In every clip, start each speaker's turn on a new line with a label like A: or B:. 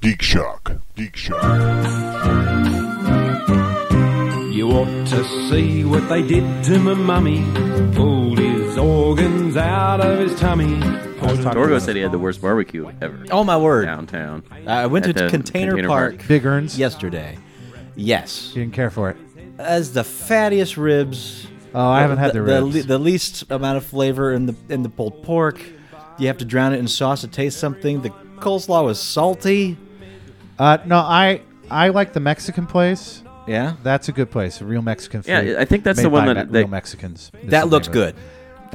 A: Geek Shock. Geek Shock.
B: You ought to see what they did to my mummy. Pulled his organs out of his tummy. Put
C: Torgo said he had the worst barbecue ever
D: Oh my word!
C: downtown.
D: I went
C: At
D: to
C: the
D: Container,
C: Container
D: Park
C: Park.
E: Big Earns.
D: yesterday. Yes,
E: You didn't care for it.
D: as the fattiest ribs.
E: Oh, I haven't had the
D: the,
E: ribs.
D: le- the least amount of flavor in the in the pulled pork. You have to drown it in sauce to taste something. The coleslaw was salty.
E: uh, no, I I like the Mexican place.
D: Yeah,
E: That's a good place. real Mexican food.
C: Yeah, I think that's
E: made
C: the one
E: by
C: that-
E: Me-
C: that-
E: real Mexicans. It's the
D: that looked
E: name of
D: good.
E: it.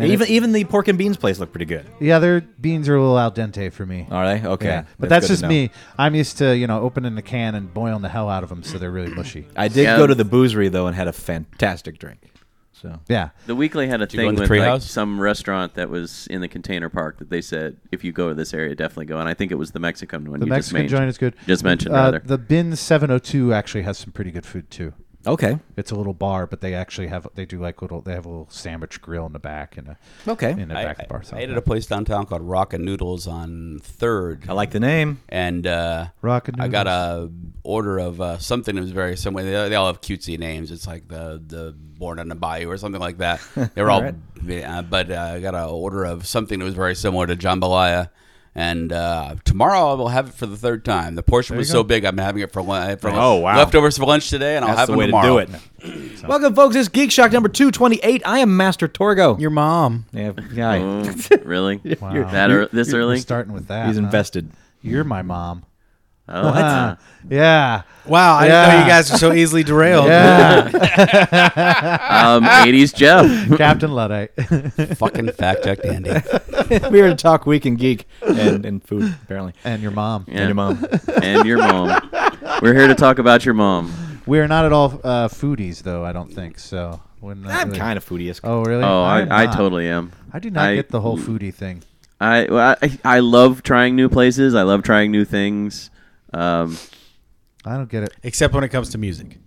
E: And
D: even
E: it-
D: even the pork and beans place looked pretty good.
E: Yeah, their beans are a little al dente for me.
D: Are they okay?
E: Yeah, but that's,
D: good to
E: just
D: know.
E: me. I'm used to you know opening the can and boiling the hell out of them, so they're really mushy.
D: I did
C: Yeah.
D: go to the boozery though and had a fantastic drink. So
E: Yeah,
C: The Weekly had a
F: you go
C: thing
F: to the
C: with like,
F: Treehouse?
C: some restaurant that was in the Container Park that they said if you go to this area, definitely go. And I think it was the Mexican one.
E: the
C: you
E: Mexican
C: just
E: joint
C: mentioned.
E: is good.
C: Just mentioned
E: uh,
C: rather.
E: The Bin 702 actually has some pretty good food too.
D: okay,
E: It's a little bar, but they actually have they do like little they have a little sandwich grill in the back and a
D: Okay.
E: in the
F: I,
E: back of the bar.
F: I- I ate at a place downtown called Rockin' Noodles on Third,
D: I like the name.
F: and uh,
E: Rockin'
F: I got a order of uh, something that was very similar. They, they all have cutesy names. It's like the the Born on the Bayou or something like that. They were all, yeah, but uh, I got an order of something that was very similar to jambalaya. And uh, tomorrow I will have it for the third time. The portion was so big, I'm having it for, lun- for
D: Oh, wow.
F: leftovers for lunch today, and I'll have
D: That's the
F: one
D: way to
F: tomorrow.
D: do it. Welcome, folks. It's Geek Shock number two twenty eight. I am Master Torgo.
G: Your mom.
D: yeah, yeah.
C: Oh, really?
E: Wow.
C: That ear- this
E: We're
C: early?
E: starting with that.
D: He's
E: huh?
D: invested.
E: You're my mom.
C: Oh,
E: Ah, yeah,
G: Wow, I didn't know
E: Yeah.
G: you guys are so easily derailed.
E: yeah.
C: um, 80s Jeff.
E: Captain Luddite.
F: Fucking fact check, Andy.
D: we were to talk week and geek and, and food apparently.
E: and your mom.
C: Yeah.
D: your mom.
C: and your mom. We're here to talk about your mom.
E: We are not at all uh, foodies, though. I don't think so. We're not
D: I'm
E: really-
D: kind of foodie. as-
E: Oh, really?
C: Oh,
E: I'm
C: I, I
E: not.
C: totally am.
E: I do not
C: I-
E: get the whole foodie thing.
C: I, well, I I love trying new places. I love trying new things. Um,
E: I don't get it.
G: Except when it comes to music.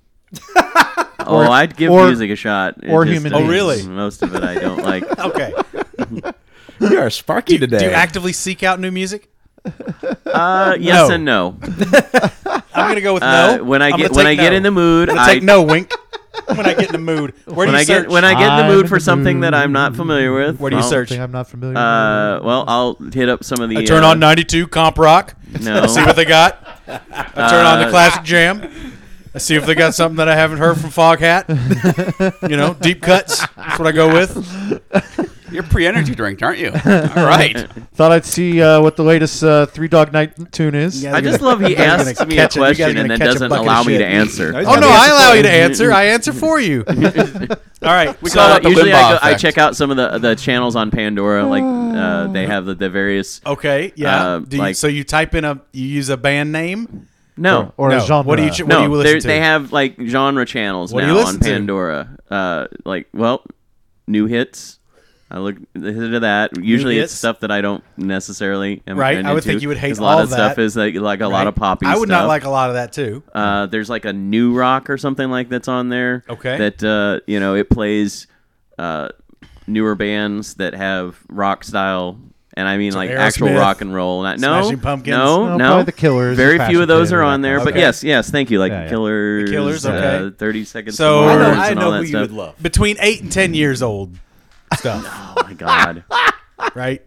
C: oh, I'd give
E: or-
C: music a shot. It
E: or human
C: uh,
G: beings. Oh, really?
C: Most of it I don't like.
G: Okay.
D: You are sparky today.
G: Do you actively seek out new music?
C: Uh, yes
G: No.
C: and no.
G: I'm gonna go with
C: Uh,
G: no.
C: when I
G: I'm
C: get
G: gonna
C: when
G: take
C: I get
G: no.
C: in the mood,
G: I'm gonna
C: I
G: take no wink. when I get in the mood, where do
C: when
G: you
C: I
G: search?
C: get when I get in
E: I'm
C: the mood
E: in
C: for
E: the
C: something that
E: mood.
C: I'm not familiar with.
G: Where do you
C: I'll-
G: search?
E: Thing I'm not familiar
C: Uh, well, I'll hit up some of the.
G: I turn
C: uh,
G: on 92 comp rock.
C: No.
G: See what they got. I turn on
C: Uh,
G: the classic jam. I see if they got something that I haven't heard from Foghat. you know, deep cuts. That's what I go with.
F: You're pre-energy drink, aren't you? All right.
E: with. Thought I'd see uh, what the latest uh, Three Dog Night tune is.
C: I just love he asks me a
G: catch it. You guys
C: question
G: gonna
C: and then
G: catch a
C: doesn't
G: bucket of
C: allow me
G: shit.
C: to answer.
G: Oh no, I allow you to answer. I answer for you. All right.
F: We
C: So
F: call it the
C: usually I,
F: Limbaugh
C: go, I
F: effect.
C: check out some of the the channels on Pandora, like uh, they have the, the various.
G: Okay. Yeah.
C: Uh,
G: do you,
C: like-
G: so you type in a you use a band name?
C: No,
E: Or a
G: No.
E: genre.
G: What do you ch-
C: no,
G: what do you
C: they're-
G: listen to?
C: they have like genre channels
G: What do you
C: now on
G: listen to?
C: Pandora. Uh, like, well, new hits. I look into that. Usually, it's
G: hits?
C: stuff that I don't necessarily. Am
G: Right,
C: am
G: I would
C: into,
G: think you would hate
C: 'cause a lot
G: all
C: of
G: that,
C: stuff. Is like, like a lot
G: Right?
C: of poppy.
G: I would
C: stuff.
G: not like a lot of that too.
C: Uh, there's like a new rock or something like that's on there.
G: Okay.
C: That uh, you know it plays uh, newer bands that have rock style, and I mean like actual
G: Aerosmith,
C: rock and roll. Not, no,
G: Smashing Pumpkins?
C: no,
E: No,
C: no,
E: probably the Killers,
C: Very
E: Passion
C: few of those
E: Pit,
C: are
E: like
C: on there,
E: that.
C: but
G: Okay.
C: yes, yes, thank you. Like
E: Yeah, yeah.
C: Killers,
G: The Killers,
C: uh,
G: okay.
C: Thirty Seconds.
G: So-
C: to
G: I know-
C: Mars
G: I
C: and all
G: know
C: that
G: who you
C: stuff.
D: would love.
G: Between eight and ten years old stuff.
C: Oh my god.
G: right?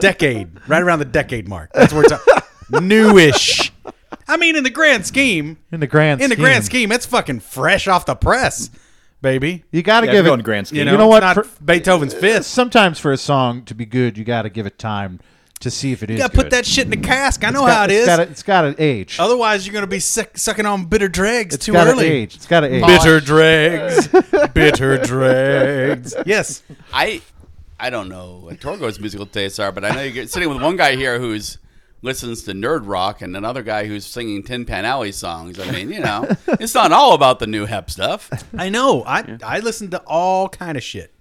G: decade, right around the decade mark. That's where it's at. newish. I mean, in the grand scheme,
E: in the grand
G: in the
E: scheme.
G: grand scheme, it's fucking fresh off the press, baby.
E: You got to
D: Yeah,
E: give
D: we're
E: it.
D: going grand scheme.
G: You know,
E: You know what?
G: it's
E: Uh,
G: Not
E: For-
G: Beethoven's fifth.
E: Sometimes for a song to be good, you got to give it time to see if it is.
G: You gotta
E: good.
G: put that shit in the cask. I know how it
E: It's
G: is.
E: gotta- It's got to age.
G: Otherwise, you're gonna be sick, sucking on bitter dregs
E: It's
G: too
E: gotta
G: early.
E: age. It's got to age.
G: Bitter dregs, bitter dregs. Yes,
F: I I don't know what Torgo's musical tastes are, but I know you're sitting with one guy here who's listens to nerd rock and another guy who's singing Tin Pan Alley songs. I mean, you know, it's not all about the new Hep stuff.
G: I know. I I listen to all kind of shit,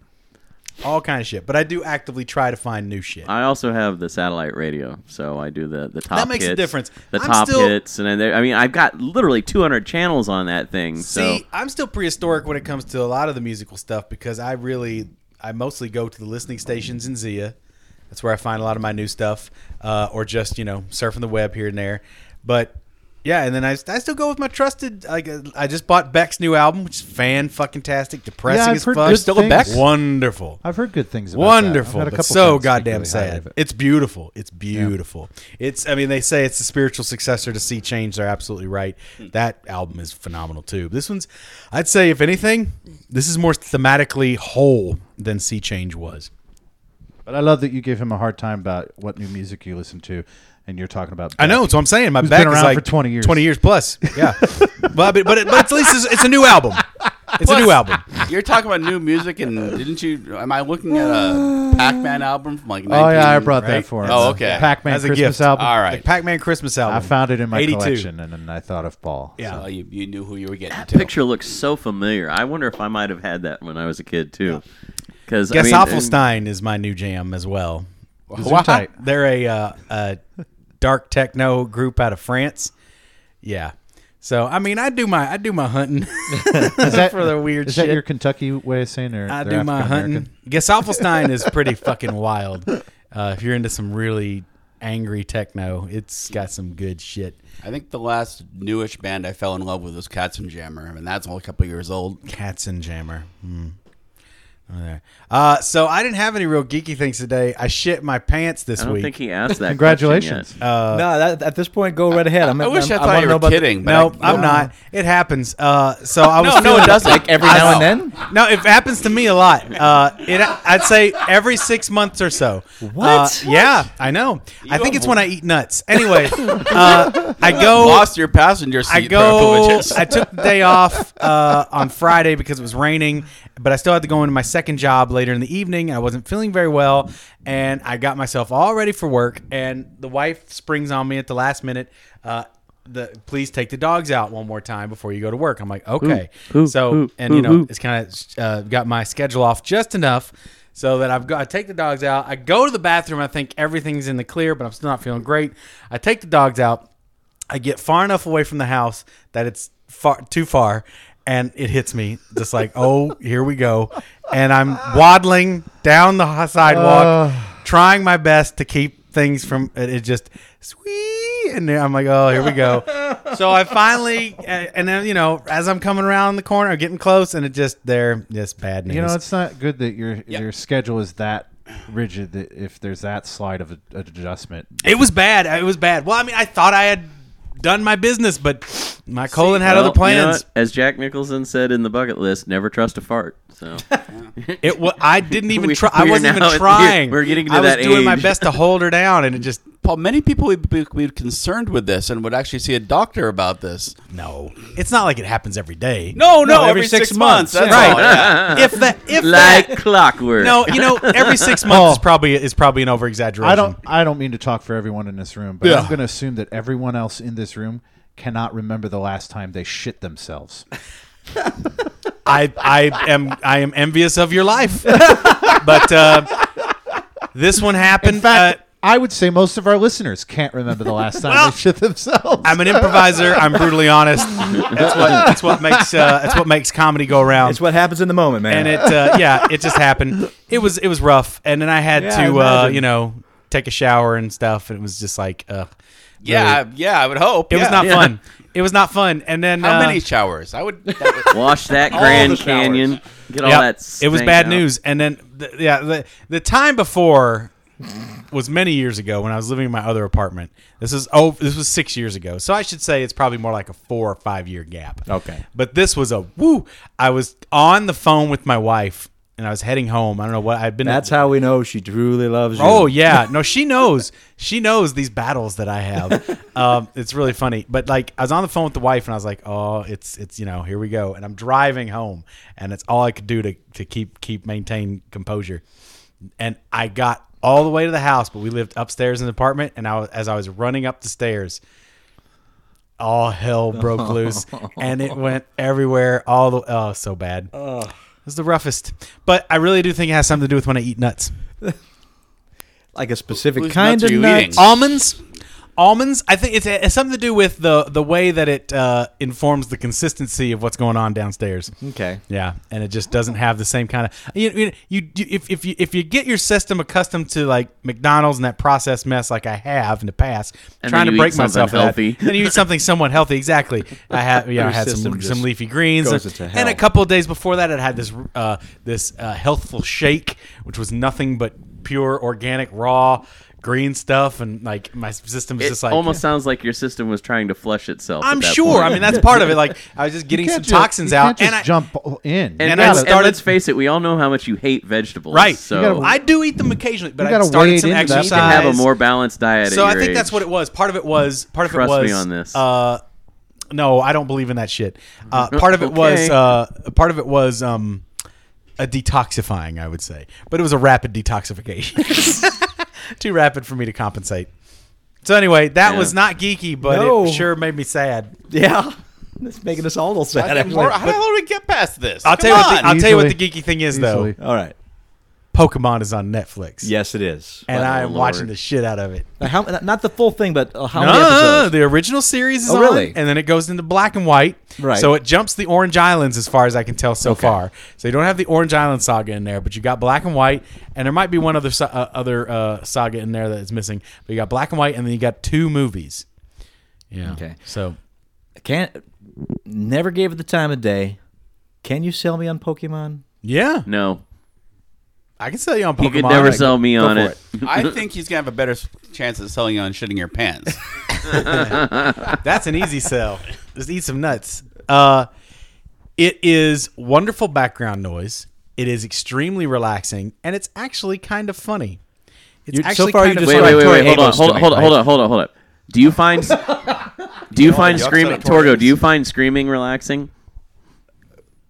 G: all kind of shit. But I do actively try to find new shit.
C: I also have the satellite radio, so I do the the top.
G: That makes a
C: hits,
G: difference.
C: The
G: I'm
C: top
G: still-
C: hits, and then there, I mean, I've got literally 200 channels on that thing. so
G: See, I'm still prehistoric when it comes to a lot of the musical stuff because I really, I mostly go to the listening stations in Zia. That's where I find a lot of my new stuff, uh, or just you know surfing the web here and there. But yeah, and then I, I still go with my trusted. Like uh, I just bought Beck's new album, which is fan fucking tastic, depressing
E: Yeah, I've
G: as
E: heard
G: fuck.
E: good Still a Beck? things.
G: Wonderful.
E: I've heard good things. about that. I've
G: Wonderful,
E: had a
G: but
E: couple
G: so
E: friends speak
G: goddamn
E: really highly of
G: sad.
E: it.
G: It's beautiful. It's beautiful. It's. I mean, they say it's the spiritual successor to Sea Change. They're absolutely right. That album is phenomenal too. This one's. I'd say if anything, this is more thematically whole than Sea Change was.
E: But I love that you gave him a hard time about what new music you listen to, and you're talking about.
G: I
E: Beck.
G: know. So I'm saying my
E: Who's
G: back
E: been
G: is
E: around
G: like
E: for 20 years.
G: twenty years plus. Yeah, but but but, it, but at least it's, it's a new album. It's a new album.
F: You're talking about new music, and didn't you? Am I looking at a Pac-Man album from like? 19,
E: Oh yeah, I brought
G: right?
E: that for him.
F: Oh, okay.
E: Pac-Man
G: As a
E: Christmas
G: gift.
E: album.
F: All
G: The
F: right.
G: Pac-Man Christmas album.
E: I found it in my
G: 82.
E: collection, and then I thought of Paul.
G: Yeah.
F: Oh, you, you knew who you were getting.
C: That
F: to.
C: picture looks so familiar. I wonder if I might have had that when I was a kid too. Because I
G: Guess
C: mean,
G: Hoffelstein is my new jam as well.
E: Wow.
G: They're a, uh, a dark techno group out of France. Yeah. So I mean, I do my I do my hunting.
E: Is that
G: For the weird
E: Is
G: shit.
E: that your Kentucky way of saying? Or
G: I
E: they're
G: do my hunting.
E: African-American?
G: Gesalfelstein is pretty fucking wild. Uh, if you're into some really angry techno, it's got some good shit.
F: I think the last newish band I fell in love with was Katzenjammer, and that's only a couple years old.
G: Katzenjammer. Hmm. Over there. Uh, so I didn't have any real geeky things today. I shit my pants this
C: I don't
G: week.
C: think he asked that.
E: Congratulations.
C: question
D: no, that, at this point, go right ahead. I'm,
F: I wish I
D: I'm,
F: thought
D: wanna
F: you
D: know
F: were
D: about the-
F: kidding. but
G: no,
F: I,
G: I'm not. It happens. Uh, so I was
F: No, no,
G: feeling-
F: it doesn't. Like
D: every
F: I
D: now
F: know.
D: and then.
G: No, it happens to me a lot. Uh, it, I'd say every six months or so.
D: What?
G: Uh, yeah, I know. I think
F: have
G: it's when I eat nuts. Anyway, uh, I go.
F: Lost your passenger seat
G: I go.
F: privileges.
G: I took the day off uh, on Friday because it was raining, but I still had to go into my second job later in the evening. I wasn't feeling very well, and I got myself all ready for work. And the wife springs on me at the last minute. Uh, the please take the dogs out one more time before you go to work. I'm like, okay. so and you know it's kind of uh, got my schedule off just enough. So that I've got, I take the dogs out. I go to the bathroom. I think everything's in the clear, but I'm still not feeling great. I take the dogs out. I get far enough away from the house that it's far too far, and it hits me just like, oh, here we go, and I'm waddling down the ho- sidewalk,
C: Uh.
G: trying my best to keep things from it. it just sweet, and then I'm like, oh, here we go. so I finally, a- and then you know, as I'm coming around the corner, getting close, and it just there, just bad news.
E: You know, it's not good that your your schedule is that rigid. That if there's that slide of a, adjustment,
G: It was bad. It was bad. Well, I mean, I thought I had done my business, but my colon had
C: Well,
G: other plans.
C: you know what? As Jack Nicholson said in the bucket list, never trust a fart. So
G: It wa I didn't even
C: We-
G: try. I
C: we are
G: wasn't
C: now
G: even
C: at-
G: trying.
C: we're getting to
G: I
C: that
G: was doing my
C: age.
G: best to hold her down, and it just
F: Paul, many people would be, be concerned with this and would actually see a doctor about this.
G: no. It's not like it happens every day.
F: No, no,
D: every
F: every,
D: six
F: six,
D: months,
F: months. That's
G: yeah.
F: all, yeah.
G: if that, if
C: like
G: that,
C: clockwork.
G: no, you know, every six months is probably is probably an over exaggeration.
E: I don't. I don't mean to talk for everyone in this room, but
G: Yeah.
E: I'm going to assume that everyone else in this room cannot remember the last time they shit themselves.
G: I I am I am envious of your life, but uh, this one happened.
E: In fact,
G: uh,
E: I would say most of our listeners can't remember the last time they shit themselves.
G: I'm an improviser. I'm brutally honest. That's what that's what makes uh, that's what makes comedy go around.
D: It's what happens in the moment, man.
G: and it uh, yeah it just happened it was it was rough and then i had
D: Yeah,
G: to
D: I
G: uh,
D: imagine.
G: you know take a shower and stuff and it was just like uh,
F: yeah,
G: really-
F: I- yeah, I would hope.
G: it was
F: yeah.
G: not
C: Yeah.
G: fun it was not fun and then
F: How
G: uh,
F: many showers? I would. That would
C: Wash that Grand
D: the showers.
C: Canyon. Get all
G: yep,
C: that.
G: it was
C: stank
G: bad
C: out.
G: news and then the, yeah the, the time before was many years ago when i was living in my other apartment this is oh this was six years ago so i should say it's probably more like a four or five year gap
D: Okay.
G: But this was a woo. I was on the phone with my wife and I was heading home. I don't know what I'd been.
D: That's how we know she truly loves you.
G: Oh yeah, no, she knows. She knows these battles that I have. um, it's really funny. But like, I was on the phone with the wife, and I was like, "Oh, it's it's you know, here we go." And I'm driving home, and it's all I could do to to keep keep maintain composure. And I got all the way to the house, but we lived upstairs in the apartment. And I was, as I was running up the stairs, all hell broke loose, and it went everywhere. All the oh, so bad. It was the roughest, but I really do think it has something to do with when I eat nuts.
D: like a specific
F: Whose
D: kind
F: nuts
D: of
F: are you
D: nut.
F: eating?
G: Almonds. almonds. I think it's, it's something to do with the the way that it uh, informs the consistency of what's going on downstairs.
D: Okay.
G: Yeah, and it just doesn't have the same kind of you, you, you, you if if you if you get your system accustomed to like McDonald's and that processed mess like I have in the past,
C: And
G: trying
C: then
G: to
C: you
G: break
C: eat something
G: myself of
C: healthy.
G: That, then you eat something somewhat healthy. Exactly. I had yeah, I
D: Your
G: had
D: system
G: some
D: just
G: some leafy greens
D: goes into
G: and
D: hell.
G: a couple of days before that, I had this uh, this uh, healthful shake, which was nothing but pure organic raw green stuff, and like my system is
C: It
G: just like
C: almost sounds like your system was trying to flush itself.
G: I'm
C: at that
G: sure.
C: point.
G: I mean, that's part of it. Like I was just getting some
E: can't ju-
G: toxins
E: you
G: out,
E: can't
G: and
E: just
G: I,
E: jump in.
C: and,
G: And I
C: let's, and
G: started-
C: let's face it, we all know how much you hate vegetables.
G: Right.
C: So
E: You gotta-
G: I do eat them occasionally, but
E: You
G: I
E: gotta
G: started
E: wade
G: some
E: into that.
G: exercise.
C: you need to have a more balanced diet. at
G: so I
C: your
G: think
C: age.
G: that's what it was. Part of it was. Part of it
C: Trust me
G: was
C: on this.
G: Uh, no, I don't believe in that shit. Uh, part of it was.
C: Okay.
G: Uh, part of it was. Um, a detoxifying, I would say, but it was a rapid detoxification. Too rapid for me to compensate. So anyway, that
C: Yeah.
G: was not geeky, but
D: No.
G: it sure made me sad.
D: Yeah. That's making us all a little sad.
F: How the
D: actually.
F: hell do we get past this?
G: I'll
F: Come
G: tell you. What
F: on.
G: the, I'll tell you what the
E: Easily.
G: geeky thing is,
E: Easily.
G: though.
D: All right.
G: Pokemon is on Netflix.
D: Yes, it is.
G: and
C: Oh,
G: I am
C: Lord.
G: watching the shit out of it.
D: Now, how, not the full thing, but uh, how
G: No,
D: many
G: no, no,
D: episodes?
G: the original series is
D: Oh,
G: on,
D: really?
G: and then it goes into black and white.
D: Right.
G: So it jumps the Orange Islands as far as I can tell so far. So you don't have the Orange Island saga in there, but you got black and white, and there might be one other sa- uh, other uh, saga in there that is missing. But you got black and white, and then you got two movies. Yeah.
D: Okay.
G: So
D: Can't. Never gave it the time of day. Can you sell me on Pokemon?
G: yeah,
C: No,
G: I can sell you on Pokemon.
C: you could never
G: Like,
C: sell me
G: go
C: on
G: for
C: it.
F: I think he's gonna have a better s- chance at selling you on shitting your pants.
G: Hmm. That's an easy sell. Just eat some nuts. Uh, it is wonderful background noise. It is extremely relaxing, and it's actually kind of funny. It's
D: You- so
G: actually
D: far you
G: kind of
D: just
C: Wait,
G: funny.
D: like
C: wait, wait,
D: Tori
C: wait. Hold on,
D: Amos
C: hold on,
D: doing,
C: hold on,
D: right?
C: hold on, hold on, hold on. Do you find do you find
F: upset
C: screaming
F: of Tori
C: Torgo?
F: Amos.
C: Do you find screaming relaxing?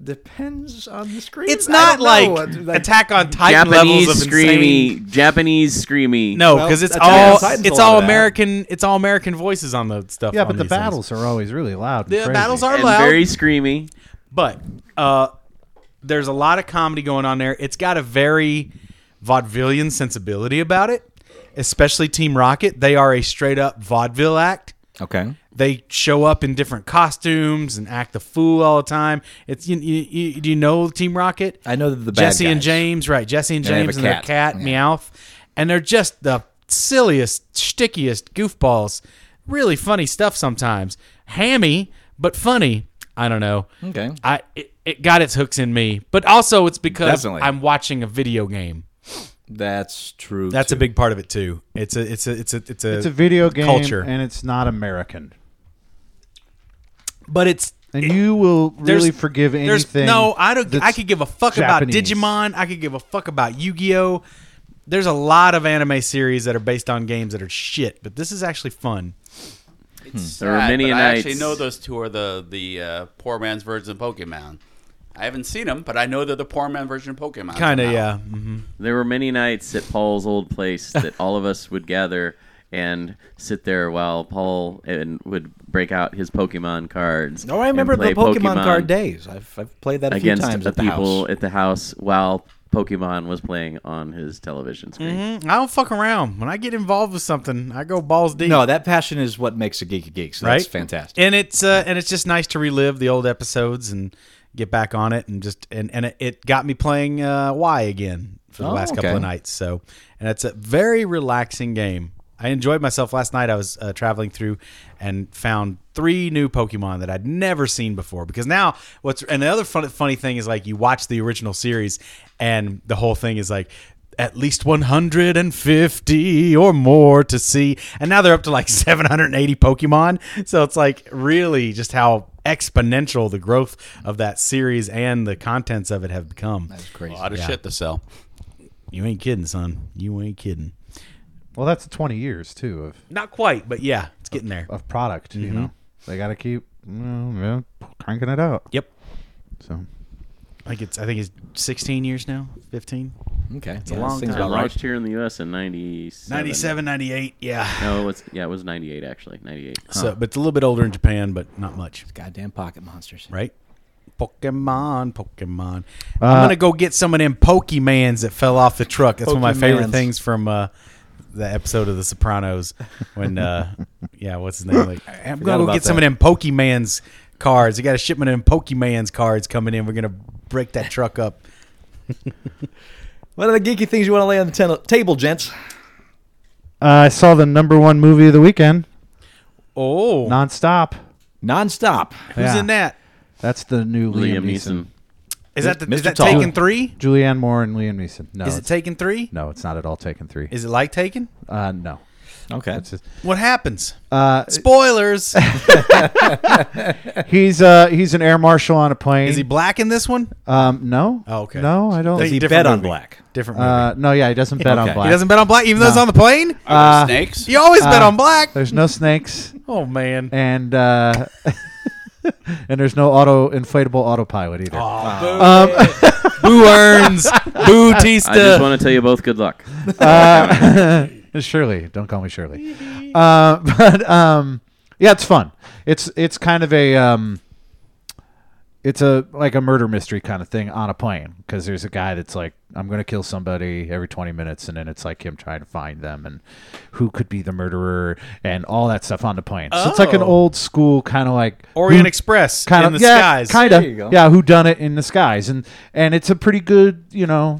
D: Depends on the screen.
G: It's
D: I
G: not like,
D: don't know.
G: Attack on Titan
C: Japanese
G: levels of
C: screamy,
G: insane.
C: Japanese screamy.
G: No,
D: Well,
G: because it's
D: that's
G: all
D: Attack on Titan's
G: it's
D: a lot
G: all
D: of that.
G: American. It's all American voices on the stuff.
E: yeah,
G: on
E: but the
G: these things.
E: battles are always really loud. and
G: The
E: crazy.
G: battles are
C: and
G: loud.
C: very screamy.
G: But uh, there's a lot of comedy going on there. It's got a very vaudevillian sensibility about it, especially Team Rocket. They are a straight up vaudeville act.
D: Okay.
G: They show up in different costumes and act the fool all the time. It's you, you, you, do you know Team Rocket?
D: I know that the bad
G: Jesse and
D: guys.
G: James, right? Jesse and
D: And they have
G: James
D: a
G: and, their
D: cat.
G: cat
D: Yeah.
G: Meowth, and they're just the silliest, stickiest goofballs. Really funny stuff sometimes, hammy but funny. I don't know.
D: Okay.
G: I it, it got its hooks in me, but also it's because
D: Definitely.
G: I'm watching a video game.
D: That's true.
G: That's
D: too.
G: a big part of it too. It's a it's a it's a it's a
E: It's a video game,
G: Uh, culture,
E: and it's not American.
G: but it's
E: And you will
G: there's-
E: really forgive
G: there's-
E: anything.
G: No, I don't. I
E: that's
G: could give a fuck about
E: Japanese.
G: Digimon. I could give a fuck about Yu Gi Oh. There's a lot of anime series that are based on games that are shit, but this is actually fun.
C: There were many
F: but I
C: nights.
F: actually know those two are the the uh, poor man's version of Pokemon. I haven't seen them, but I know they're the poor man version of Pokemon.
G: Kind of,
F: somehow.
G: yeah. Mhm.
C: There were many nights at Paul's old place that all of us would gather and sit there while Paul and would break out his Pokemon cards.
D: Oh, I
C: and
D: remember
C: play
D: the Pokemon, card days. I've, I've played that a few
C: against
D: times
C: the
D: at the
C: people
D: house.
C: at the house while Pokemon was playing on his television screen.
G: Mm, I don't fuck around. When I get involved with something, I go balls deep.
D: No, that passion is what makes a geek a geek. So
G: right?
D: that's fantastic.
G: And it's uh, and it's just nice to relive the old episodes and get back on it and just and and it, it got me playing uh, Y again for the
D: Oh,
G: last couple
D: okay.
G: of nights. So and it's a very relaxing game. I enjoyed myself last night. I was uh, traveling through and found three new Pokemon that I'd never seen before. Because now, what's and the other fun, funny thing is like you watch the original series, and the whole thing is like at least 150 or more to see. And now they're up to like 780 Pokemon. So it's like really just how exponential the growth of that series and the contents of it have become. That's
F: a lot of
G: Yeah.
F: shit to sell.
G: You ain't kidding, son. You ain't kidding.
E: Well, that's twenty years too of
G: Not quite, but yeah, it's getting there.
E: of product. You
G: Mm-hmm.
E: know, they got to keep you know, yeah, cranking it out.
G: Yep.
E: So
G: I think it's I think it's 16 years now, 15.
D: Okay, it's
G: a long
D: things
G: time.
D: about
C: It
D: right.
C: launched here in the U.S. in '97.
G: 97, 98, yeah.
C: No, it's yeah, it was '98 actually. '98.
G: So, but it's a little bit older in Japan, but not much,
D: Goddamn pocket monsters.
G: right? Pokemon, Pokemon. Uh, I'm gonna go get some of them Pokemans that fell off the truck. That's one of my favorite
D: Pokemans.
G: things from uh, the episode of The Sopranos when, uh, yeah, what's his name? Like,
D: Forgot
G: I'm gonna go
D: about
G: get some of
D: that.
G: them Pokemon's cards. They got a shipment of them Pokemon's cards coming in. We're gonna break that truck up.
D: What are the geeky things you want to lay on the ten- table, gents?
E: Uh, I saw the number one movie of the weekend,
G: Oh,
E: nonstop.
D: Nonstop.
G: who's
E: Yeah.
G: in that?
E: That's the new
C: Liam
E: Liam,
C: Neeson.
G: Is that the, is
D: Mr.
G: that
D: Todd.
G: Taken three?
E: Julianne Moore and Liam Neeson. No,
G: Is it
E: it's-
G: Taken three?
E: no, it's not at all Taken three.
G: Is it like Taken?
E: Uh, no,
D: Okay.
E: it's just,
G: What happens?
E: uh,
G: Spoilers.
E: he's uh, he's an air marshal on a plane.
G: is he black in this one?
E: Um, no.
G: Oh, okay.
E: No, I don't.
D: Does he
G: Different
D: bet on
G: movie.
D: black?
G: Different movie.
E: Uh, no, yeah, he doesn't bet
D: Okay.
E: on black.
G: he doesn't bet on black, even though it's on the plane.
F: Are there snakes.
G: You always bet
E: Uh,
G: on black.
E: There's no snakes,
G: Oh man.
E: and uh, and there's no auto inflatable autopilot either.
G: Boo earns. Boo Tista.
C: I just want to tell you both good luck.
E: Uh, Shirley, don't call me Shirley. uh, but um, yeah, it's fun. It's it's kind of a um, it's a like a murder mystery kind of thing on a plane because there's a guy that's like I'm gonna kill somebody every 20 minutes, and then it's like him trying to find them and who could be the murderer and all that stuff on the plane. So it's like an
G: Oh.
E: old school kind of like
G: Orient
E: who-
G: Express
E: kind
G: in
E: of
G: the
E: yeah,
G: skies.
E: kind of
D: There you go.
E: yeah, who done it in the skies, and and it's a pretty good you know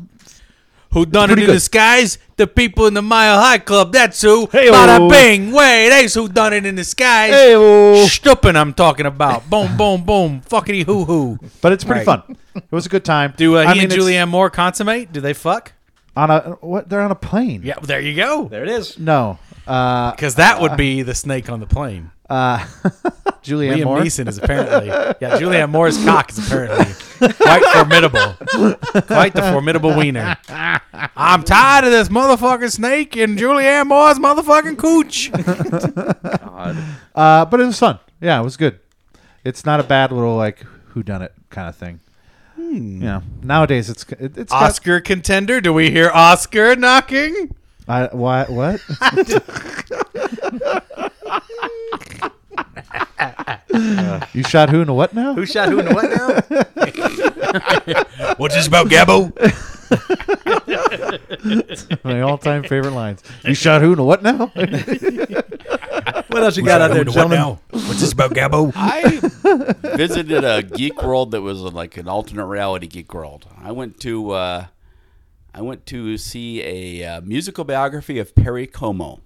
G: Who done it in
E: pretty
G: the
E: good.
G: skies? The people in the Mile High Club. That's who.
E: Hey-o.
G: Bada bing. Wait, that's who done it in the skies.
E: Hey-o.
G: Stuppen I'm talking about. boom, boom, boom. Fuckity hoo hoo.
E: but it's pretty
G: Right.
E: fun. It was a good time.
G: Do uh, he
E: I mean,
G: and
E: it's
G: Julianne Moore consummate? Do they fuck?
E: on a what? They're on a plane.
G: Yeah, there you go.
D: There it is.
E: No. Uh,
G: Because that would be the snake on the plane.
E: Julianne
G: Liam
E: Moore.
G: Neeson is apparently. Yeah, Julianne Moore's cock is apparently quite formidable. Quite the formidable wiener. I'm tired of this motherfucking snake and Julianne Moore's motherfucking cooch.
C: God.
E: Uh, but it was fun. Yeah, it was good. It's not a bad little like who done it kind of thing. You know, nowadays it's it, it's got-
G: Hmm. Oscar contender. Do we hear Oscar knocking?
E: I, why, what? you shot who and a what now?
G: Who shot who and what now? What's this about, Gabbo?
E: My all-time favorite lines. You shot who and a what now?
D: What else you got out there, gentlemen?
G: What's this about, Gabbo?
F: I visited a geek world that was like an alternate reality geek world. I went to uh, I went to see a uh, musical biography of Perry Como.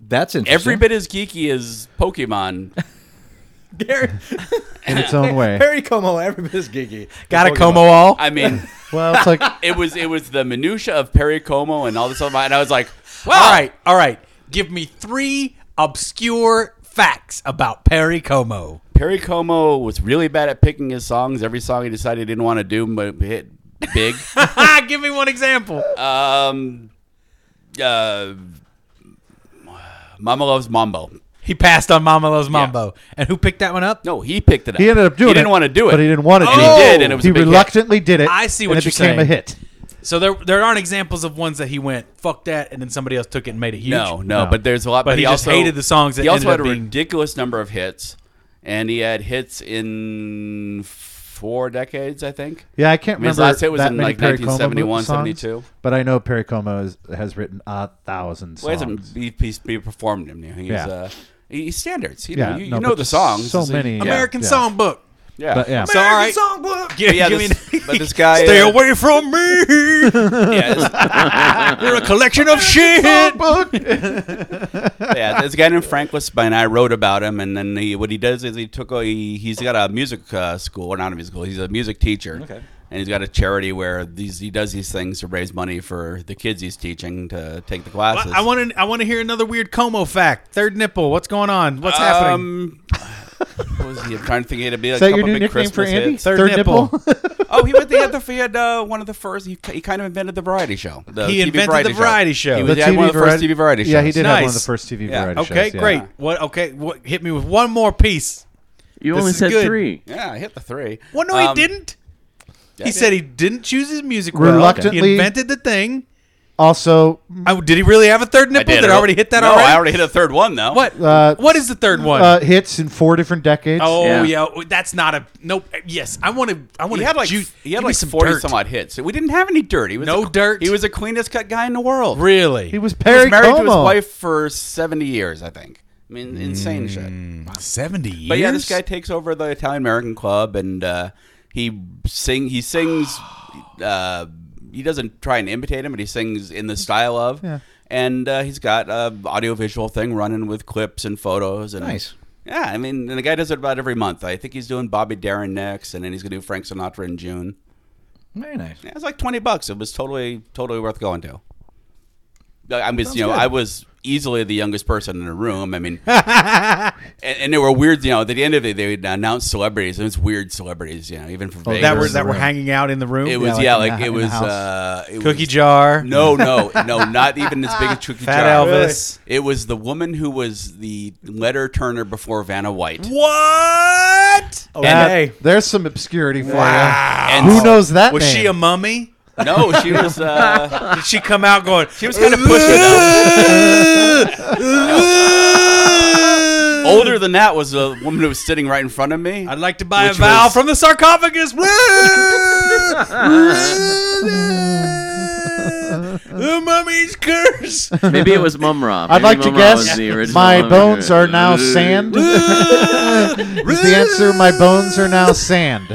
D: That's interesting.
F: Every bit as geeky as Pokemon.
D: Gary,
E: In its own way.
D: Perry Como, every bit is geeky.
G: Got a
D: Pokemon.
G: Como all?
F: I mean,
E: Well, it's like
F: it was it was the minutia of Perry Como and all this stuff, and I was like, wow.
G: All right, all right. Give me three obscure facts about Perry Como.
F: Perry Como was really bad at picking his songs. Every song he decided he didn't want to do, but hit big.
G: Ah, give me one example.
F: um, uh, Mama loves Mambo.
G: He passed on Mama Loves Mambo. And who picked that one up?
F: No, he picked it up.
E: he ended up doing
F: He
E: it.
F: didn't want to do it,
E: but he didn't want to
G: And
E: do
G: he
E: it.
F: did, and it was
E: he
F: a big hit.
E: reluctly did it.
G: I see
E: and
G: what
E: it
G: you're
E: became a
G: saying.
E: hit.
G: So there there aren't examples of ones that he went, fuck that, and then somebody else took it and made it huge.
F: No, no, but there's a lot.
G: But he just
F: also,
G: hated the songs that
F: he also
G: ended
F: had
G: up
F: a
G: being-
F: ridiculous number of hits, and he had hits in four decades, I think.
E: Yeah, I can't
F: I mean, his
E: remember.
F: last hit was
E: that
F: in,
E: many
F: like,
E: Perry Como
F: 1971,
E: songs,
F: 72.
E: But I know Perry Como is, has written a thousand
F: Well, he
E: songs.
F: hasn't he, he's, he performed them. You know, he's,
E: Yeah.
F: uh, he's standards. You
E: Yeah,
F: know, you,
E: no,
F: you know
E: but
F: the songs.
E: so
F: It's like-
E: many-
F: Yeah,
G: American
E: Yeah.
G: Songbook.
F: yeah.
E: but yeah,
G: So, all right.
D: Songbook.
G: Give,
F: yeah,
G: give
F: this-
G: me
F: but this guy- uh,
G: Stay away from me.
F: yeah, this-
G: You're a collection of shit.
F: yeah, there's a guy named Frank Lespine. I wrote about him, and then he, what he does is he took a, he, he's got a music uh, school, or not a music school. He's a music teacher, okay. and he's got a charity where these he does these things to raise money for the kids he's teaching to take the classes.
G: I want to I want to hear another weird Como fact. Third nipple. What's going on? What's happening?
F: Um, what was he? I'm trying to think. He had to be like
E: Is that
F: a
E: your
F: couple
E: new
F: big
E: nickname
F: Christmas
E: for Andy?
F: hits.
G: Third,
E: Third
G: nipple.
E: nipple.
F: Oh, he, was, he had the he had uh, one of the first. He, he kind of invented the variety show. The
G: He
F: TV
G: invented the variety show.
F: He was, he had one of the first TV variety shows.
E: Yeah, he did have one
G: Nice.
E: of the first TV
F: Yeah.
E: variety shows.
G: okay,
E: yeah.
G: great. What okay, what hit me with one more piece.
C: You
G: This
C: only
G: is
C: said
G: good.
C: three.
F: Yeah, I hit the three.
G: Well, no,
F: Um,
G: he didn't.
F: yeah,
G: he said he didn't choose his music well.
E: Reluctantly-
G: He invented the thing.
E: Also,
G: Oh, did he really have a third nipple? Did I already hit that
F: No,
G: already?
F: I already hit a third one though.
G: What?
E: Uh,
G: what is the third one?
E: uh, hits in four different decades.
C: Yeah.
G: oh yeah. that's not a nope. Yes, I want to. I want
F: He
G: to.
F: had like
G: ju-
F: f- he
G: give
F: had
G: me
F: like
G: some
F: forty
G: dirt.
F: some odd hits. We didn't have any dirt. He was
G: No
F: the-
G: dirt.
F: He was the cleanest cut guy in the world.
G: Really,
E: He was Perry
F: married to his
E: Como.
F: wife for seventy years, I think. I mean, insane shit.
G: seventy Mm. years.
F: But yeah, this guy takes over the Italian American club, and uh, he sing he sings. Uh, he doesn't try and imitate him, but he sings in the style of.
E: Yeah.
F: And uh, he's got a audiovisual thing running with clips and photos. And,
D: Nice.
F: Yeah, I mean, and the guy does it about every month. I think he's doing Bobby Darin next, and then he's gonna do Frank Sinatra in June.
D: Very nice.
F: Yeah, it's like twenty bucks. It was totally totally worth going to. I- I'm just you know I was easily the youngest person in the room. I mean, and, and there were weird you know at the end of it they would announce celebrities and it's weird celebrities you know even from Vegas.
G: Oh, that were that were hanging out in the room.
F: it was
E: like
F: yeah
E: in
F: like,
E: the-
F: it
E: in the
F: was
E: house.
F: uh, it
G: cookie
F: was-
G: jar.
F: No, no, no, not even as big as cookie
G: Fat
F: jar.
G: Elvis.
F: It was the woman who was the letter turner before Vanna White.
G: What?
F: Oh,
E: That-
G: Okay.
E: Uh, there's some obscurity for
F: And-
E: you. Who knows that
G: Was
E: name?
G: she a mummy?
F: No, she was. Uh,
G: Did she come out going?
F: She was kind of pushing it.
G: Oh,
F: Older than that was a woman who was sitting right in front of me.
G: I'd like to buy
F: Which
G: a vow
F: was-
G: from the sarcophagus. the mummy's curse.
C: Maybe it was Mumra. Maybe
E: I'd like to
C: Mumra was
E: guess
C: the original
E: my
C: Mumra.
E: bones are now sand. Is the answer my bones are now sand?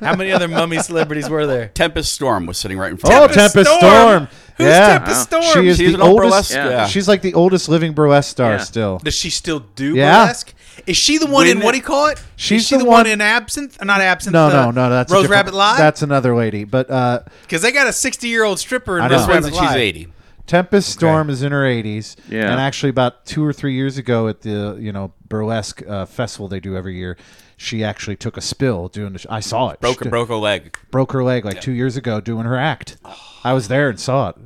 G: How many other mummy celebrities were there?
F: Tempest Storm was sitting right in
E: oh,
F: front of me.
E: Tempest Storm.
G: Storm. Who's
E: yeah.
G: Tempest
C: Wow.
G: Storm?
E: She is
F: She's
E: the
F: an old
E: oldest.
F: burlesque, yeah.
E: She's like the oldest living burlesque star
C: Yeah.
E: still.
G: Does she still do
E: Yeah.
G: burlesque? Is she the one
F: When
G: in what
F: it-
G: do you call it?
E: She's
G: Is she
E: the
G: the, one,
E: one-
G: in Absinthe? Uh, Not Absinthe.
E: No,
G: uh,
E: no, no. That's a
G: Rose
E: different-
G: Rabbit Live.
E: That's another lady. But uh,
G: because they got a sixty-year-old stripper in
E: I know.
G: Rose
F: This one's
G: Rabbit
F: she's
G: Live.
F: eighty.
E: Tempest Storm is in her 80s.
C: Yeah.
E: And actually, about two or three years ago at the you know burlesque uh, festival they do every year, she actually took a spill doing the. Sh- I saw it.
F: Broke
E: She-
F: broke a leg.
E: broke her leg like two years ago doing her act. I was there and saw it,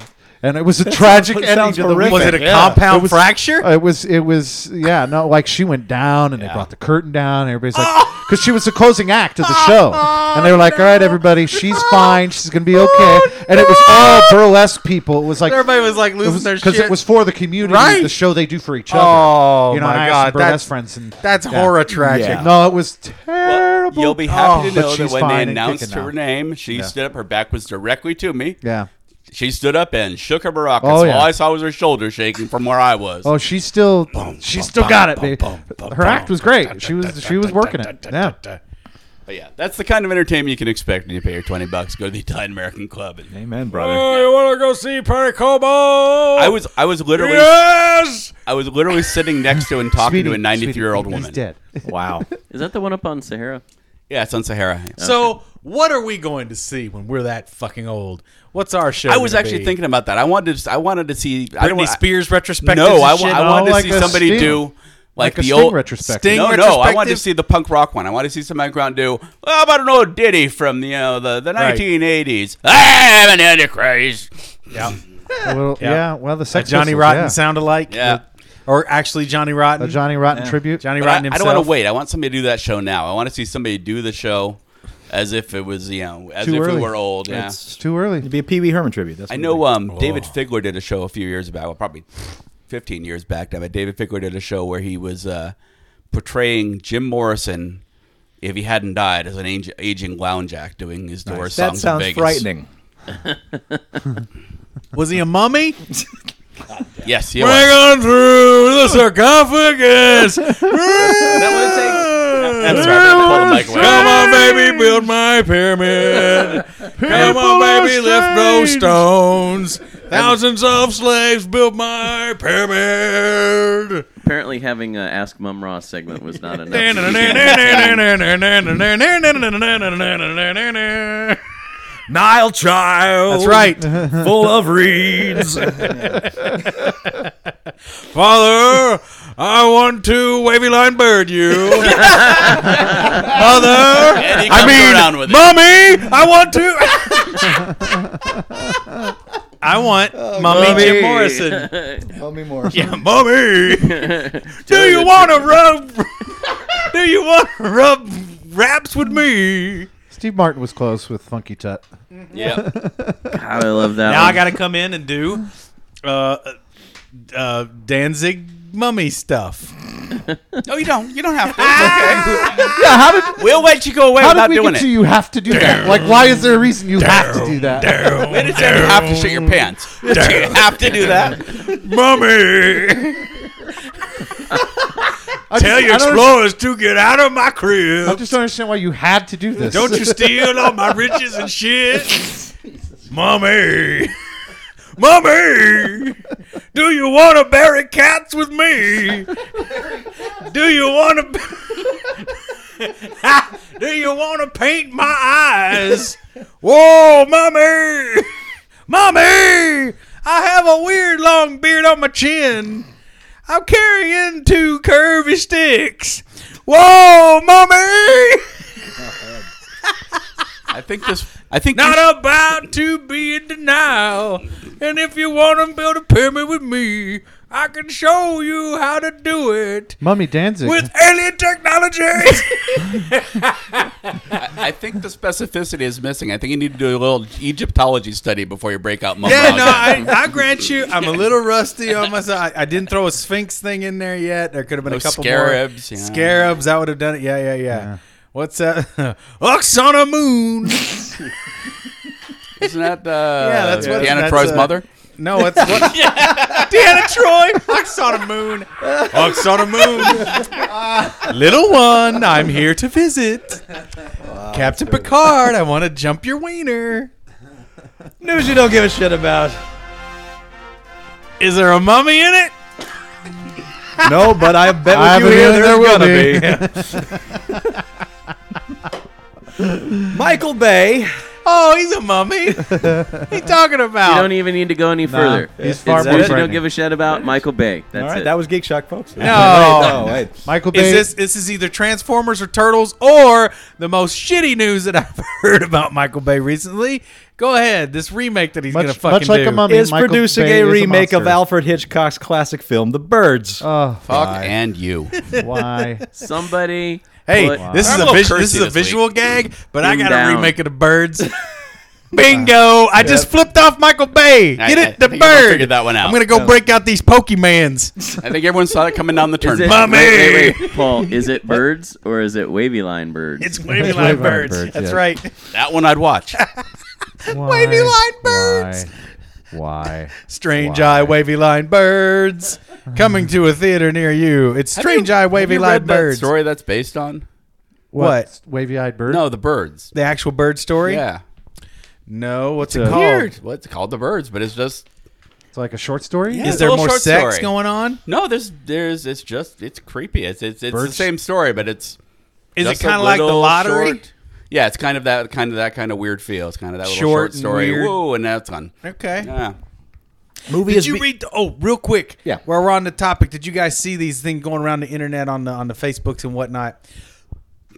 E: and it was a tragic
D: sounds-
E: ending
D: sounds
E: to the
D: horrific.
E: weekend.
G: Was it a compound
E: It was-
G: fracture?
E: It was. It was. Yeah. No. Like she went down, and they brought the curtain down. And everybody's like,
D: Ah!
E: because she was the closing act of the show,
D: Oh,
E: and they were like, "All right, everybody, she's fine. She's gonna be okay." and it was all burlesque people. It was like
G: Everybody was like losing
E: it was,
G: their
E: because
G: shit.
E: it was for the community,
G: Right.
E: the show they do for each other.
G: Oh,
E: you know,
G: my
E: and I asked
G: God,
E: some burlesque
G: that's-
E: friends, and
G: That's
E: yeah.
G: horror tragic.
E: Yeah. No, it was terrible.
F: You'll be happy
E: Oh,
F: to
E: but
F: know that
E: she's
F: when they
E: fine and
F: announced
E: kicking
F: her
E: now.
F: name, she stood up. Her back was directly to me.
E: Yeah.
F: She stood up and shook her maracas.
E: Oh, yeah.
F: All I saw was her shoulder shaking from where I was.
E: Oh, she's still she's still got it, baby. Her act was great. She was she was working it. Yeah.
F: But yeah, that's the kind of entertainment you can expect when you pay your twenty bucks. Go to the Italian American Club. And
D: Amen, brother.
G: Oh, you want to go see Perry Como?
F: I was I was literally
G: yes.
F: I was literally sitting next to and talking
E: Speedy,
F: to a ninety three year old
E: Speedy,
F: woman.
E: He's dead.
D: Wow.
C: Is that the one up on Sahara?
F: Yeah, it's on Sahara.
G: So, what are we going to see when we're that fucking old? What's our show?
F: I was
G: gonna
F: actually
G: be?
F: thinking about that. I wanted to, I wanted to see I don't
G: Britney
F: wa-
G: Spears retrospective.
F: No, I, wa-
G: shit.
F: I wanted
E: like
F: to see
E: a
F: somebody
E: Sting.
F: do
E: Like
F: like,
E: a
F: the
E: Sting
F: old
E: retrospective.
G: Sting
F: No, no, I wanted to
G: retrospective?
F: see the punk rock one. I wanted to see somebody go out and do well, about an old ditty from you know the the
G: Right.
F: nineteen eighties. Ah, I'm an antichrist.
G: yeah.
E: A little-
G: Yeah.
E: yeah. Well, the
G: A
E: Sex
G: Johnny
E: Pistols,
G: Rotten
E: yeah.
G: sound alike.
F: Yeah.
G: Or actually Johnny Rotten.
E: A Johnny Rotten tribute.
G: Johnny
F: But I,
G: Rotten
F: I
G: himself.
F: don't want to wait. I want somebody to do that show now. I want to see somebody do the show as if it was you know as
E: Too
F: if
E: early.
F: we were old. Yeah.
E: It's too early.
D: It'd be a Pee Wee Herman tribute. That's
F: I
D: what
F: know
D: it'd
F: um, David Figler did a show a few years back, well, probably 15 years back now, but David Figler did a show where he was uh, portraying Jim Morrison, if he hadn't died, as an age- aging lounge act doing his
D: be.
F: door uh, songs
D: That
F: in
D: sounds
F: Vegas.
D: frightening.
G: Was he a mummy?
F: Yes, he was.
G: on through the sarcophagus.
F: I'm sorry, I pulled the mic away.
G: on, baby, build my pyramid. Come on, baby, lift no stones. Thousands of slaves built my pyramid.
C: Apparently, having a Ask Mumra segment was not enough.
G: Nile child. That's right.
D: Full of reeds.
G: Father, I want to wavy line bird you. Mother,
F: And he
G: I
F: comes around with it.
G: mean, mommy, I want to. I want mommy, Jim Morrison.
D: Mummy Morris.
G: Oh, Yeah, mommy. Do you want to rub? Do you want to rub raps with me?
E: Steve Martin was close with Funky Tut.
F: Yeah.
C: God, Ah, I love that.
G: now
F: Um,
G: I
C: one.
G: got to come in and do uh, uh, Danzig mummy stuff.
F: no, Oh, you don't. You don't have to. It's okay.
E: Yeah, how did
F: we'll let you go away
E: how
F: without
E: did we
F: doing
E: get
F: it.
E: to you have to do that? Like, why is there a reason you have to do that?
F: They didn't say you have to shit your pants. Did you have to do that?
G: Mummy,
E: I just- I don't
G: tell your
E: understand-
G: explorers to get out of my
E: I
G: crib.
E: just don't understand why you had to do this.
G: Don't you steal all my riches and shit. Mummy, mummy, do you want to bury cats with me? Do you want to? do you want to paint my eyes? Whoa, mommy! Mommy! I have a weird long beard on my chin. I'm carrying two curvy sticks. Whoa, mommy!
F: I think this. I think you
G: Not about to be in denial. And if you want to build a pyramid with me, I can show you how to do it
E: Mummy Danzig.
G: with alien technology.
F: I think the specificity is missing. I think you need to do a little Egyptology study before you break out.
G: Yeah, no, I, I grant you, I'm a little rusty on my side. I, I didn't throw a sphinx thing in there yet. There could have been a
F: Oh,
G: couple
F: scarabs,
G: more
F: yeah.
G: scarabs. I would have done it. Yeah, yeah, yeah. What's that? Oksana Moon.
F: isn't that uh,
G: that's what-
F: Deanna
G: that's,
F: Troy's
G: uh,
F: mother?
G: No, it's what? Deanna Troy. Oksana Moon. Oksana Moon. Little one, I'm here to visit. Captain Picard, I want to jump your wiener.
D: News you don't give a shit about.
G: Is there a mummy in it?
D: no, but I bet
E: I have
D: with
E: a
D: you here,
E: feeling
D: there's
E: there will
D: gonna be. Michael Bay.
G: Oh, he's a mummy. What you talking
C: You
G: about?
C: don't even need to go any further.
E: he's
C: It's
E: far
C: what
E: more
C: you don't
E: frightening.
C: give a shit about Michael Bay. That's
D: All right,
C: it.
D: that was Geek Shock, folks.
G: No.
D: Wait, no, wait.
E: Michael Bay.
G: Is this this is either Transformers or Turtles or the most shitty news that I've heard about Michael Bay recently? Go ahead, this remake that he's
E: much,
G: gonna fucking
E: much like
G: do.
E: a mummy,
D: Is
E: Michael
D: producing
E: Bay
D: a
E: is
D: remake of
E: monster.
D: Alfred Hitchcock's classic film, The Birds.
E: Oh,
F: Fuck and you.
E: why?
C: Somebody.
G: hey,
C: put-
G: this is
F: I'm
G: a
F: a little
G: vis- this
F: cursy
G: is a
F: this week.
G: visual gag, but I
C: Ding
G: got a
C: dong.
G: remake of the Birds. Bingo! I just flipped off Michael Bay.
F: I-
G: Get
F: I
G: it, the
F: think you both
G: bird.
F: figured that one out.
G: I'm gonna go break out these Pokemans.
F: I think everyone saw it coming down the
C: Is it,
F: turnpike.
G: Mummy!
C: Wait, wait, wait, Paul, is it birds or is it wavy line birds?
G: it's wavy line
E: Wavy line
G: birds.
E: birds,
G: That's
E: yeah.
G: right.
F: That one I'd watch.
E: Why?
G: Wavy line birds.
E: Why?
G: Strange
E: Why?
G: Eye Wavy Line Birds coming to a theater near you. It's Strange Eye Wavy
F: Have you read that
G: Line Birds.
F: story that's based on?
G: What?
E: Wavy-eyed bird?
F: No, the birds.
G: The actual bird story?
F: Yeah.
G: No, what's it
E: It's a-
G: called?
F: Well, it's called the birds, but it's just
E: It's like a short story?
F: Yeah.
G: Is
F: It's a
G: there
F: little
G: more
F: short
G: sex
F: story.
G: going on?
F: no. There's there's it's just it's creepy. It's it's, it's the
E: Birds?
F: same story, but it's
G: Is
F: just
G: it
F: a
G: kind of like the
F: little
G: lottery?
F: short- Yeah, it's kind of that kind of that kind of weird feel. It's kind of that little
G: Short
F: short,
G: and
F: story.
G: weird.
F: Whoa, and that's gone.
G: Okay.
F: Yeah.
D: Movie
G: Did
D: is
G: you
D: be-
G: read the, oh real quick?
D: Yeah.
G: While we're on the topic, did you guys see these things going around the internet on the on the Facebooks and whatnot?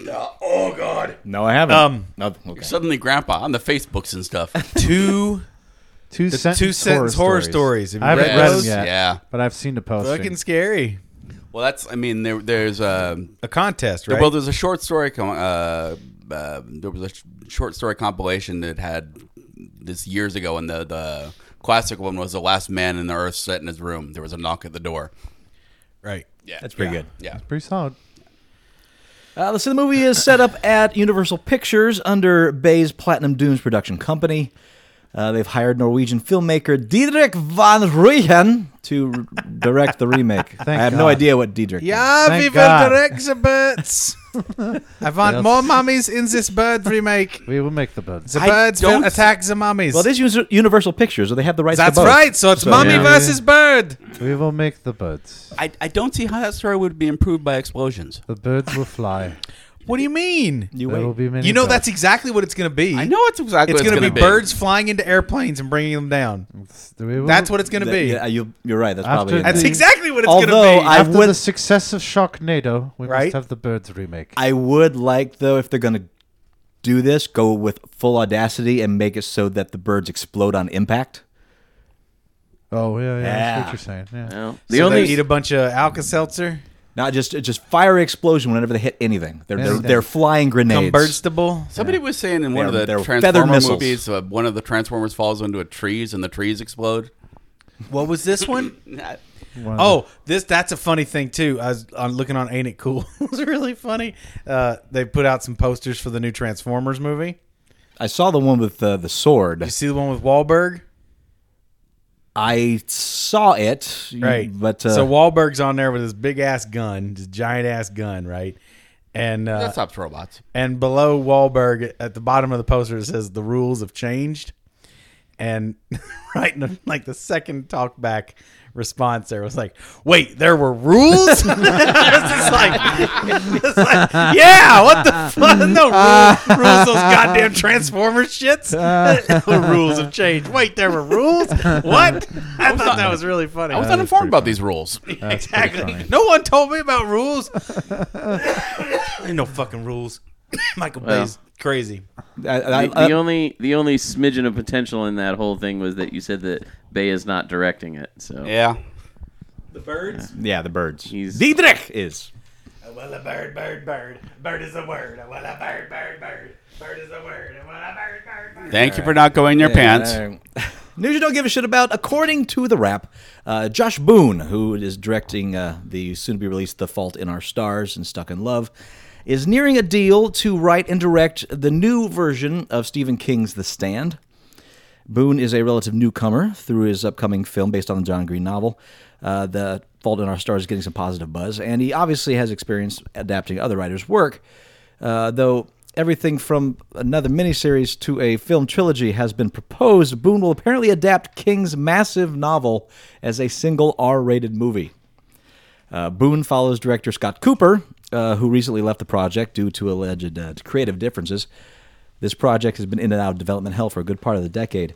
F: Oh God!
D: No, I haven't.
G: Um,
D: no, okay.
F: Suddenly, Grandpa on the Facebooks and stuff.
G: Two
E: Two sentence,
G: two sentence horror stories. Have you
E: I haven't
G: read
E: read,
G: those?
E: them yet.
F: Yeah.
E: But I've seen the
G: fucking
E: posting.
G: scary.
F: Well, that's. I mean, there, there's um,
G: A contest, right?
F: well, there's a short story. Com- uh, uh, there was a sh- short story compilation that had this years ago, and the the classic one was the last man in the earth sat in his room. There was a knock at the door.
G: right.
F: Yeah,
D: That's pretty good.
F: Yeah.
E: Pretty solid.
D: Uh, so the movie is set up at Universal Pictures under Bay's Platinum Dunes production company. Uh, they've hired Norwegian filmmaker Didrik van Ruyhen to r- direct the remake. I have no
E: God.
D: idea what Didrik.
G: Ja,
E: Thank
G: we
E: God.
G: will direct the birds. I want
E: Yes.
G: more mummies in this bird remake.
E: We will make the boats.
G: The
D: I
G: birds will
D: don't-
G: attack the mummies.
D: Is. Well, it is uni- Universal Pictures, so they have the rights.
G: That's
D: to both.
G: right. So it's mummy
E: yeah.
G: versus bird.
E: We will make the boats.
F: I, I don't see how that story would be improved by explosions.
E: The birds will fly.
G: What do you mean?
D: You
E: There will
D: wait.
E: be many
G: You know
E: birds.
G: that's exactly what it's going to be.
F: I know it's exactly.
G: It's
F: what
G: going to be,
F: gonna
G: birds flying into airplanes and bringing them down.
E: We will-
G: e- That's what it's going to be.
D: Yeah, you, you're right. That's
E: After
D: probably. in
E: the-
G: That's
D: there.
E: It's-
G: exactly what it's going to be.
D: Although I
E: After the
D: would,
E: success of Sharknado, we
G: Right?
E: must have the birds remake.
D: I would like though if they're gonna do this, go with full audacity and make it so that the birds explode on impact.
E: oh yeah, yeah, that's
D: Yeah.
E: what you're saying. Yeah.
C: Well, the
G: the so only
C: only
G: eat a bunch of Alka Seltzer.
D: Not just just fiery explosion whenever they hit anything. They're they're,
E: Yeah.
D: they're flying grenades.
G: Comburstable.
F: Somebody was saying in one
D: They're-
F: of
D: they're
F: the
D: feathered
F: Transformer
D: missiles.
F: movies, uh, one of the Transformers falls into a trees and the trees explode.
G: What was this one?
E: One of
G: Oh, this that's a funny thing too. I was on looking on Ain't It Cool. it was really funny. Uh, they put out some posters for the new Transformers movie.
D: I saw the one with uh, the sword.
G: You see the one with Wahlberg?
D: I saw it,
G: Right.
D: But uh,
G: so Wahlberg's on there with his big ass gun, his giant ass gun, right? And uh,
F: That stops robots.
G: And below Wahlberg, at the bottom of the poster, it says "The rules have changed." And right, in the, like the second talk back response, there was like, "Wait, there were rules?" I was just like, it's like, "Yeah, what the fuck? No rule, rules, those goddamn Transformer shits. the rules have changed. Wait, there were rules? What? I thought that was really funny.
F: I was not informed about these rules.
G: Exactly. No one told me about rules. Ain't no fucking rules. Michael
C: Well.
G: Bay's crazy.
D: I, I, uh,
C: The,
G: uh,
C: the only the only smidgen of potential in that whole thing was that you said that Bay is not directing it. So
F: yeah.
G: The birds.
D: yeah, the birds.
C: He's-
D: Diedrich is.
G: Well, a bird, bird, bird. Bird is a word. Well, a bird, bird, bird. Bird is a word. Well, a bird, bird, bird.
F: Thank you for not going in your pants.
D: Uh, News you don't give a shit about, according to the rap, uh, Josh Boone, who is directing uh, the soon to be released The Fault in Our Stars and Stuck in Love, is nearing a deal to write and direct the new version of Stephen King's The Stand. Boone is a relative newcomer through his upcoming film based on the John Green novel. Uh, the Fault in Our Stars is getting some positive buzz, and he obviously has experience adapting other writers' work, uh, though. Everything from another miniseries to a film trilogy has been proposed. Boone will apparently adapt King's massive novel as a single R rated movie. Uh, Boone follows director Scott Cooper, uh, who recently left the project due to alleged uh, creative differences. This project has been in and out of development hell for a good part of the decade.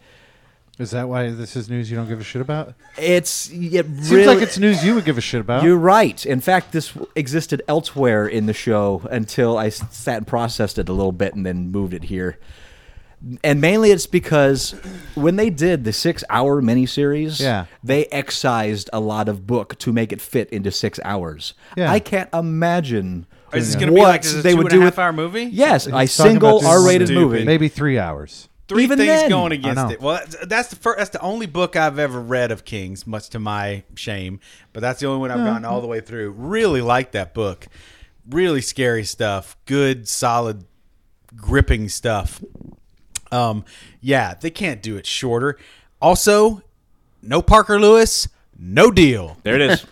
E: Is that why this is news you don't give a shit about?
D: It's it
E: Seems
D: really,
E: like it's news you would give a shit about.
D: You're right. In fact, this w- existed elsewhere in the show until I s- sat and processed it a little bit and then moved it here. And mainly it's because when they did the six hour miniseries,
E: Yeah.
D: they excised a lot of book to make it fit into six hours.
E: Yeah.
D: I can't imagine
G: Is this
D: what
G: gonna be like this is a
D: they
G: two
D: would
G: and
D: do
G: a
D: with
G: half hour movie?
D: Yes, a
E: He's talking about
D: single
E: this
D: R rated
E: stupid-
D: movie.
E: maybe three hours.
G: Three
D: Even
G: things
D: then.
G: going
E: I
G: against
E: know.
G: it. Well, that's, that's the first. That's the only book I've ever read of King's, much to my shame. But that's the only one I've gotten all the way through. Really like that book. Really scary stuff. Good, solid, gripping stuff. Um, yeah, they can't do it shorter. Also, no Parker Lewis, no deal.
H: There it is.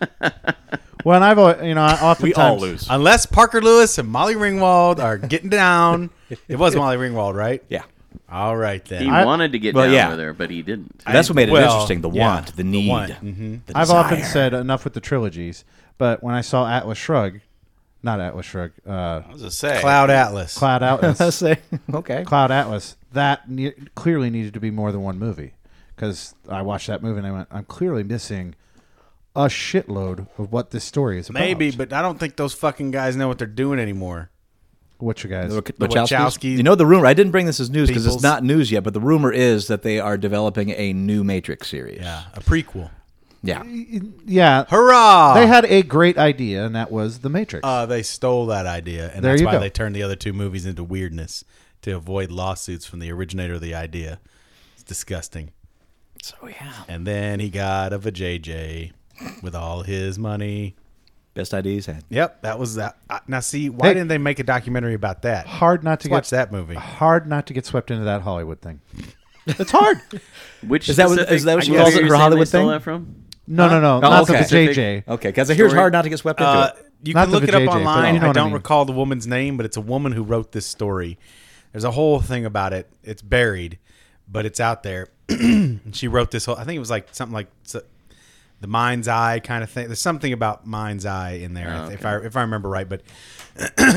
E: Well, and I've al- you know I oftentimes
H: We all lose.
G: Unless Parker Lewis and Molly Ringwald are getting down. it was Molly Ringwald, right?
D: Yeah.
G: All right then.
C: he
E: I-
C: wanted to get
D: Well,
C: down
D: yeah.
C: with her, but he didn't.
D: That's what made it
G: Well,
D: interesting the
G: yeah,
D: want, the
G: the
D: need.
G: want.
D: the
E: I've often
D: desire.
E: said enough with the trilogies, but when I saw Atlas Shrugged, not Atlas Shrugged, uh,
F: I was just saying.
G: Cloud Atlas.
E: Cloud Atlas,
D: say,
G: Mm-hmm.
D: okay.
E: Cloud Atlas, that ne- clearly needed to be more than one movie because I watched that movie and I went, I'm clearly missing a shitload of what this story is about.
G: Maybe, but I don't think those fucking guys know what they're doing anymore.
E: what you guys?
G: The Wachowskis.
D: You know the rumor. I didn't bring this as news because it's
G: Peoples.
D: not news yet. But the rumor is that they are developing a new Matrix series.
G: a prequel.
D: Yeah.
E: Yeah,
G: Hurrah!
E: they had a great idea, and that was the Matrix.
G: Uh, they stole that idea, and
E: There
G: that's
E: you
G: why
E: go.
G: they turned the other two movies into weirdness to avoid lawsuits from the originator of the idea. It's disgusting.
D: So yeah.
G: And then he got a vajayjay with all his money.
D: Best ideas had.
G: Yep, that was that. Uh, now, see, why
E: Hey.
G: didn't they make a documentary about that?
E: hard not to
G: Let's watch
E: get
G: that movie.
E: hard not to get swept into that Hollywood thing. It's hard.
C: Which
D: Is that what-
C: specific-
D: is that what
C: I
D: she
C: guess
D: calls
C: you're
D: it, her
C: saying they
D: Hollywood
C: stole
D: thing?
C: that from?
E: No, no, no, not
D: Oh, okay.
E: the JJ.
D: Okay, because I hear it's
C: Story-
D: hard not to get swept into
G: Uh,
D: it.
G: you
E: Not
G: can
E: the
G: look it up
E: vajayjay, but
G: online.
E: you know
G: I
E: what I
G: don't
E: mean.
G: recall the woman's name, but it's a woman who wrote this story. There's a whole thing about it. It's buried, but it's out there. she wrote this whole. I think it was like something like s- the mind's eye kind of thing. There's something about mind's eye in there, if- if I if I remember right. But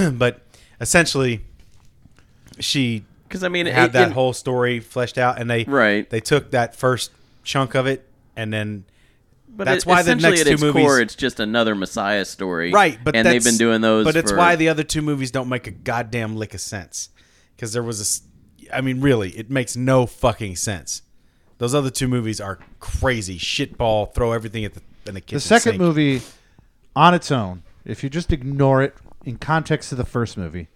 G: but essentially, she
C: Because I mean,
G: had
C: it-
G: that
C: it-
G: whole story fleshed out, and they
C: Right.
G: they took that first chunk of it, and then
C: But
G: that's
C: it-
G: why the
C: essentially
G: next
C: at
G: two
C: its
G: movies.
C: Core, it's just another Messiah story,
G: right? But
C: and they've
G: that's-
C: been doing those.
G: But it's
C: for-
G: why the other two movies don't make a goddamn lick of sense because there was a. s- I mean, really, it makes no fucking sense. Those other two movies are crazy shitball. Throw everything at the in the kitchen.
E: The second
G: sink.
E: movie, on its own, if you just ignore it in context of the first movie,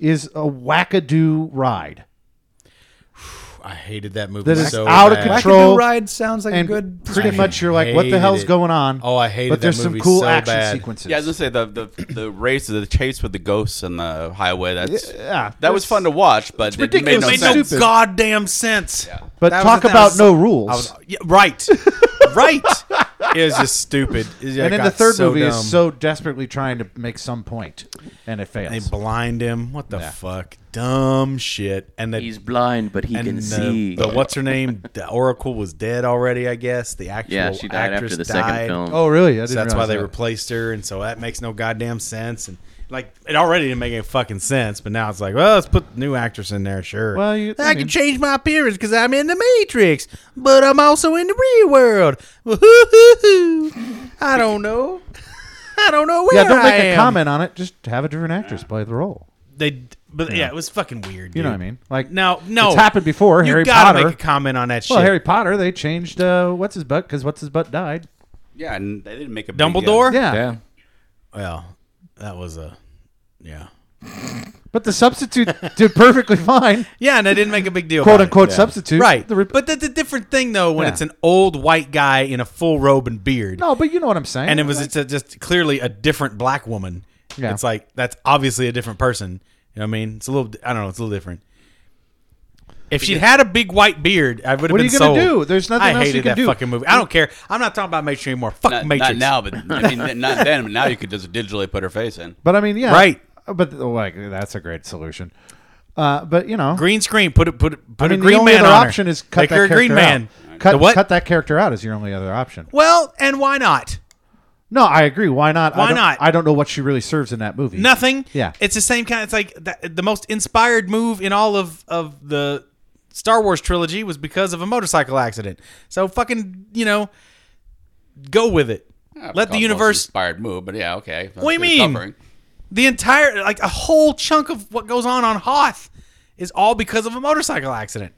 E: is a wackadoo ride
G: I hated that movie
E: that is
G: so
E: out of
G: bad.
E: control.
D: ride sounds like
E: and
D: a good.
E: pretty
G: I
E: much you're like, what the
G: hated
E: hell's
G: it.
E: going on?
G: Oh, I hated
E: But there's
G: that
E: some
G: movie
E: cool
G: so
E: action
G: bad.
E: sequences.
F: Yeah, I was gonna say the the the race, the chase with the ghosts and the highway. That's
E: Yeah,
F: that
E: that's-
F: was fun to watch, but
E: it's
F: it made
E: ridiculous.
F: no
G: made
E: It's
F: sense.
G: no
E: stupid.
G: goddamn sense.
E: But
G: That was
E: talk
G: the thing, I
E: about
G: was-
E: no rules.
G: I was- yeah, right, right. It was just stupid. It- I
E: and then the
G: got
E: third movie
G: dumb.
E: is so desperately trying to make some point, and it
G: they
E: fails.
G: blind him. What the fuck? Dumb shit. And the
C: He's blind, but he
G: and
C: can
G: the,
C: see.
G: the what's her name? The Oracle was dead already, I guess. The actual
C: yeah, she died
G: actress
C: after the
G: died.
C: second film.
E: oh, really? I didn't
G: So that's why
E: realize
G: they
E: that.
G: replaced her, and so that makes no goddamn sense. And like, it already didn't make any fucking sense, but now it's like, well, let's put the new actress in there, sure.
E: Well, you-
G: I,
E: I
G: can
E: mean-
G: change my appearance because I'm in the Matrix, but I'm also in the real world. Woo-hoo-hoo-hoo. I don't know. I don't know where.
E: Yeah, don't make
G: I
E: a
G: am.
E: comment on it. Just have a different actress play the role.
G: They, but yeah, it was fucking weird.
E: You know
G: dude.
E: what I mean? Like
G: No, no.
E: it's happened before.
G: You
E: Harry
G: gotta
E: Potter.
G: make a comment on that
E: well,
G: shit.
E: Harry Potter, they changed uh, what's his butt because what's his butt died.
F: Yeah, and they didn't make a big deal.
G: Dumbledore.
E: Yeah.
D: Yeah.
G: Well, that was a yeah.
E: but the substitute did perfectly fine,
G: Yeah, and I didn't make a big deal.
E: quote
G: about it.
E: unquote substitute.
G: Right.
E: The re-
G: but that's a different thing, though, when
E: Yeah.
G: it's an old white guy in a full robe and beard.
E: no, but you know what I'm saying.
G: And it was it's a, just clearly a different black woman.
E: Yeah.
G: It's like, that's obviously a different person. You know what I mean? It's a little, I don't know, it's a little different. If she'd had a big white beard, I would have
E: What are
G: been
E: you gonna
G: sold.
E: do? There's nothing
G: I
E: else you
G: hated
E: can
G: that
E: do.
G: fucking movie. I don't care. I'm not talking about Matrix anymore. Fuck
F: Not, not
G: Matrix.
F: now, but I mean, th- not then. But now you could just digitally put her face in.
E: But I mean, yeah. Uh,
G: Right.
E: But oh, like that's a great solution. Uh, but you know,
G: Green screen. Put it. Put it. Put
E: I mean,
G: a green
E: the only
G: man
E: other
G: on her.
E: option is cut
G: Make
E: that
G: her a
E: character
G: green man.
E: out. Cut,
G: The what?
E: cut that character out is your only other option.
G: Well, and why not?
E: No, I agree. Why not?
G: Why
E: I don't,
G: not?
E: I don't know what she really serves in that movie.
G: Nothing.
E: Yeah.
G: It's the same kind. It's like that, the most inspired move in all of of the Star Wars trilogy was because of a motorcycle accident. So fucking, you know, go with it.
F: Yeah,
G: Let the
F: Cosmos
G: universe.
F: inspired move, but yeah, okay. That's
G: What do you
F: good
G: mean?
F: covering.
G: The entire like a whole chunk of what goes on on Hoth is all because of a motorcycle accident.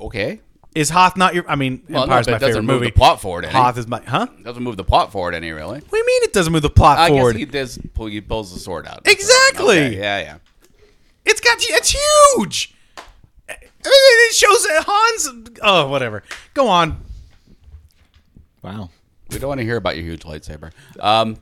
F: Okay,
G: Is Hoth not your? I mean,
F: Well, no,
G: Empire's
F: but
G: my
F: it doesn't
G: favorite
F: move
G: movie.
F: the plot forward eh? any.
G: Hoth is my huh? What
F: doesn't move the plot forward any really.
G: do you mean it doesn't move the plot
F: I
G: forward?
F: guess he does. Pull, he pulls the sword out.
G: Exactly.
F: Okay, Yeah, yeah.
G: It's got it's huge. It shows that Han's. Oh, whatever. Go on.
D: Wow.
F: We don't want to hear about your huge lightsaber. Um,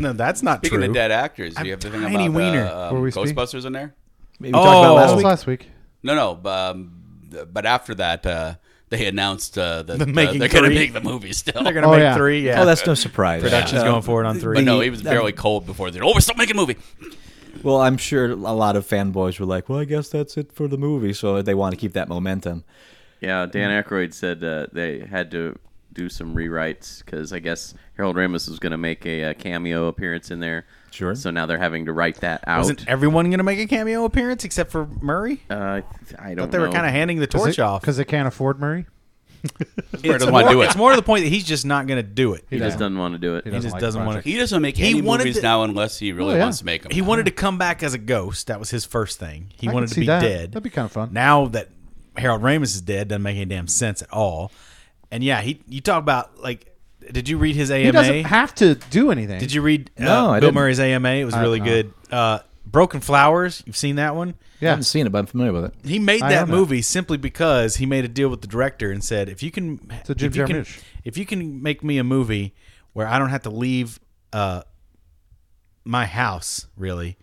G: No, that's not
F: speaking
G: true.
F: of dead actors, do you
G: I'm
F: have the thing
G: tiny
F: about
G: wiener.
F: Uh,
E: Were
F: um,
E: we speak-
F: Ghostbusters in there?
D: Maybe we talked about
E: That
G: Oh.
D: last
E: was
D: week.
E: last week.
F: No, no. Um, th- but after that, uh, they announced uh, that uh,
G: making
F: they're going to
G: three.
F: make the movie still.
G: They're gonna
E: Oh,
G: make
E: yeah.
G: three. Yeah.
D: Oh, that's no surprise.
G: production's
D: Uh,
G: going forward on three.
F: but no, he was barely cold before. They're, oh, we're still making a movie.
D: Well, I'm sure a lot of fanboys were like, "Well, I guess that's it for the movie," so they want to keep that momentum.
C: Yeah, Dan Aykroyd said uh, they had to do some rewrites because I guess Harold Ramis was going to make a, uh cameo appearance in there.
D: Sure.
C: So now they're having to write that out.
G: Wasn't everyone gonna make a cameo appearance except for Murray?
C: uh, I th- I don't.
G: They were
C: know.
G: kind of handing the torch off.
E: because they can't afford Murray.
F: Murray
G: it's,
F: doesn't
G: more,
F: want to do it.
G: it's more to the point that he's just not gonna do it.
C: He just doesn't want to do it.
G: He just doesn't want to.
F: He doesn't make
G: He
F: any
G: wanted
F: movies
G: to-
F: now unless he really
E: Oh, yeah.
F: wants to make them.
G: He wanted to come back as a ghost. That was his first thing. He
E: I
G: wanted
E: could
G: to
E: see
G: be
E: that.
G: dead.
E: That'd be kinda fun.
G: Now that Harold Ramis is dead, doesn't make any damn sense at all. And yeah, he you talk about like, did you read his
E: He
G: AMA?
E: doesn't have to do anything.
G: did you read uh,
D: No, I
G: Bill
D: didn't.
G: Murray's AMA? It was really
E: no.
G: good. Uh, Broken Flowers. You've seen that one.
D: I
E: Yeah.
D: haven't seen it, but I'm familiar with it.
G: He made
E: I
G: that
E: haven't.
G: movie simply because he made a deal with the director and said, if you can,
E: a Jim
G: if, you can
E: Jarmusch.
G: if you can make me a movie where I don't have to leave uh, my house, really,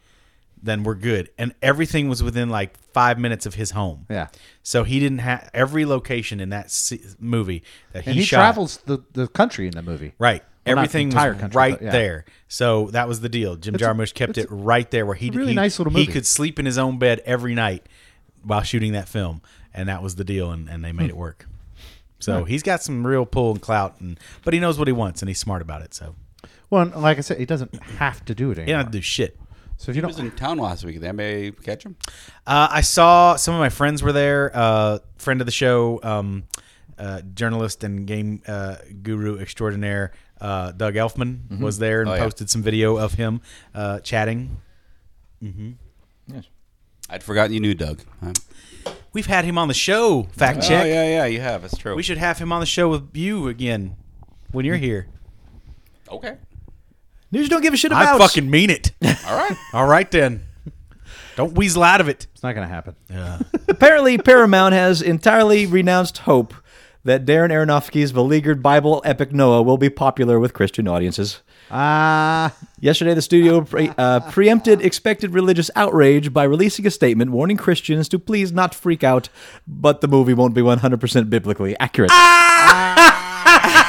G: then we're good. And everything was within like five minutes of his home.
E: Yeah.
G: So he didn't have every location in that se- movie that he,
E: And he,
G: shot.
E: travels the, the country in the movie.
G: Right.
E: Well, not
G: Everything
E: the entire
G: was
E: country,
G: right
E: but yeah.
G: there. So that was the deal. Jim
E: a-
G: Jarmusch kept
E: it's
G: it right there where he
E: a really
G: he,
E: nice little
G: he
E: movie.
G: could sleep in his own bed every night while shooting that film, and that was the deal. And, and they
E: Hmm.
G: made it work. So he's got some real pull and clout, and but he knows what he wants, and he's smart about it. So
E: Well, and like I said, he doesn't have to do it
G: he
E: anymore.
G: don't have to do shit.
E: So if you
F: He was
E: don't,
F: in town last week. Did anybody catch him?
G: Uh, I saw some of my friends were there. Uh, friend of the show, um, uh, journalist and game uh, guru extraordinaire, uh, Doug Elfman
E: Mm-hmm.
G: was there and
F: Oh, yeah.
G: posted some video of him uh, chatting
F: I'd forgotten you knew Doug. Huh?
G: We've had him on the show. Fact check.
F: Oh, yeah, yeah, you have. It's true.
G: We should have him on the show with you again when you're here.
F: Okay.
D: News you don't give a shit
G: I
D: about.
G: fucking mean it.
F: All right.
G: All right then. Don't weasel out of it.
E: It's not going to happen.
D: Apparently, Paramount has entirely renounced hope that Darren Aronofsky's beleaguered Bible epic Noah will be popular with Christian audiences.
E: Ah,
D: Yesterday, the studio pre- uh, preempted expected religious outrage by releasing a statement warning Christians to please not freak out, but the movie won't be 100% biblically accurate.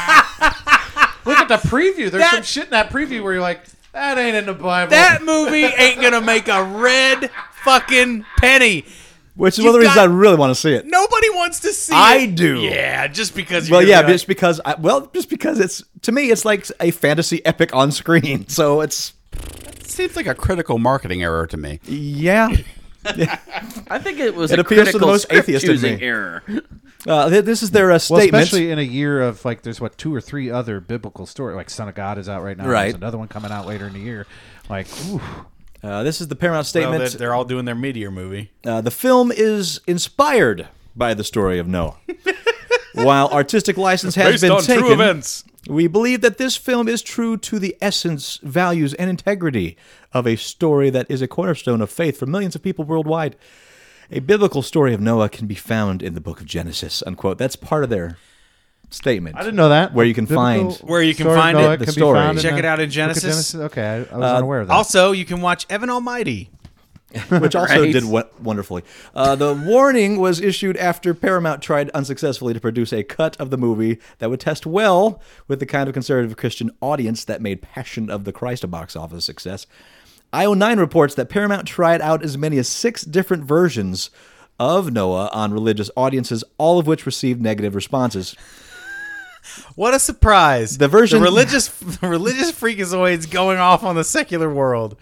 E: look at the preview. There's some shit in that preview where you're like, that ain't in the Bible.
G: That movie ain't gonna make a red fucking penny.
D: Which is
G: You
D: one of the reasons
G: got-
D: I really want to see it.
G: Nobody wants to see
D: I
G: it.
D: do.
G: Yeah, just because.
D: well,
G: you're
D: yeah,
G: gonna be
D: just because. I, well, just because it's to me, it's like a fantasy epic on screen. So it's
F: Seems like a critical marketing error to me.
D: yeah.
C: I think it was
D: It
C: a
D: appeals to the
C: critical
D: most
C: script
D: atheist in
C: choosing
D: me.
C: error.
D: Uh, th- this is their uh,
E: well,
D: statement.
E: especially in a year of like, there's what two or three other biblical stories. Like, Son of God is out right now.
D: Right.
E: There's another one coming out later in the year. Like, ooh,
D: uh, this is the Paramount
G: like, well,
D: statement.
G: they're, they're all doing their meteor movie.
D: Uh, the film is inspired by the story of Noah. While artistic license has been taken, we believe that this film is true to the essence, values, and integrity of a story that is a cornerstone of faith for millions of people worldwide. A biblical story of Noah can be found in the book of Genesis. Unquote. That's part of their statement.
E: I didn't know that.
D: Where you can find-
G: Where you can
E: story of
G: find
E: Noah
G: it,
D: the
E: can be
D: story. Uh,
E: found in
G: Check
E: the
G: it out in
E: Book of
G: Genesis.
E: Okay, I, I was unaware of that.
G: Also, you can watch Evan Almighty.
D: which also
C: Right.
D: did wo- wonderfully. Uh, the warning was issued after Paramount tried unsuccessfully to produce a cut of the movie that would test well with the kind of conservative Christian audience that made Passion of the Christ a box office success. IO9 reports that Paramount tried out as many as six different versions of Noah on religious audiences, all of which received negative responses.
G: What a surprise!
D: The version-
G: the religious, the religious freakazoids going off on the secular world.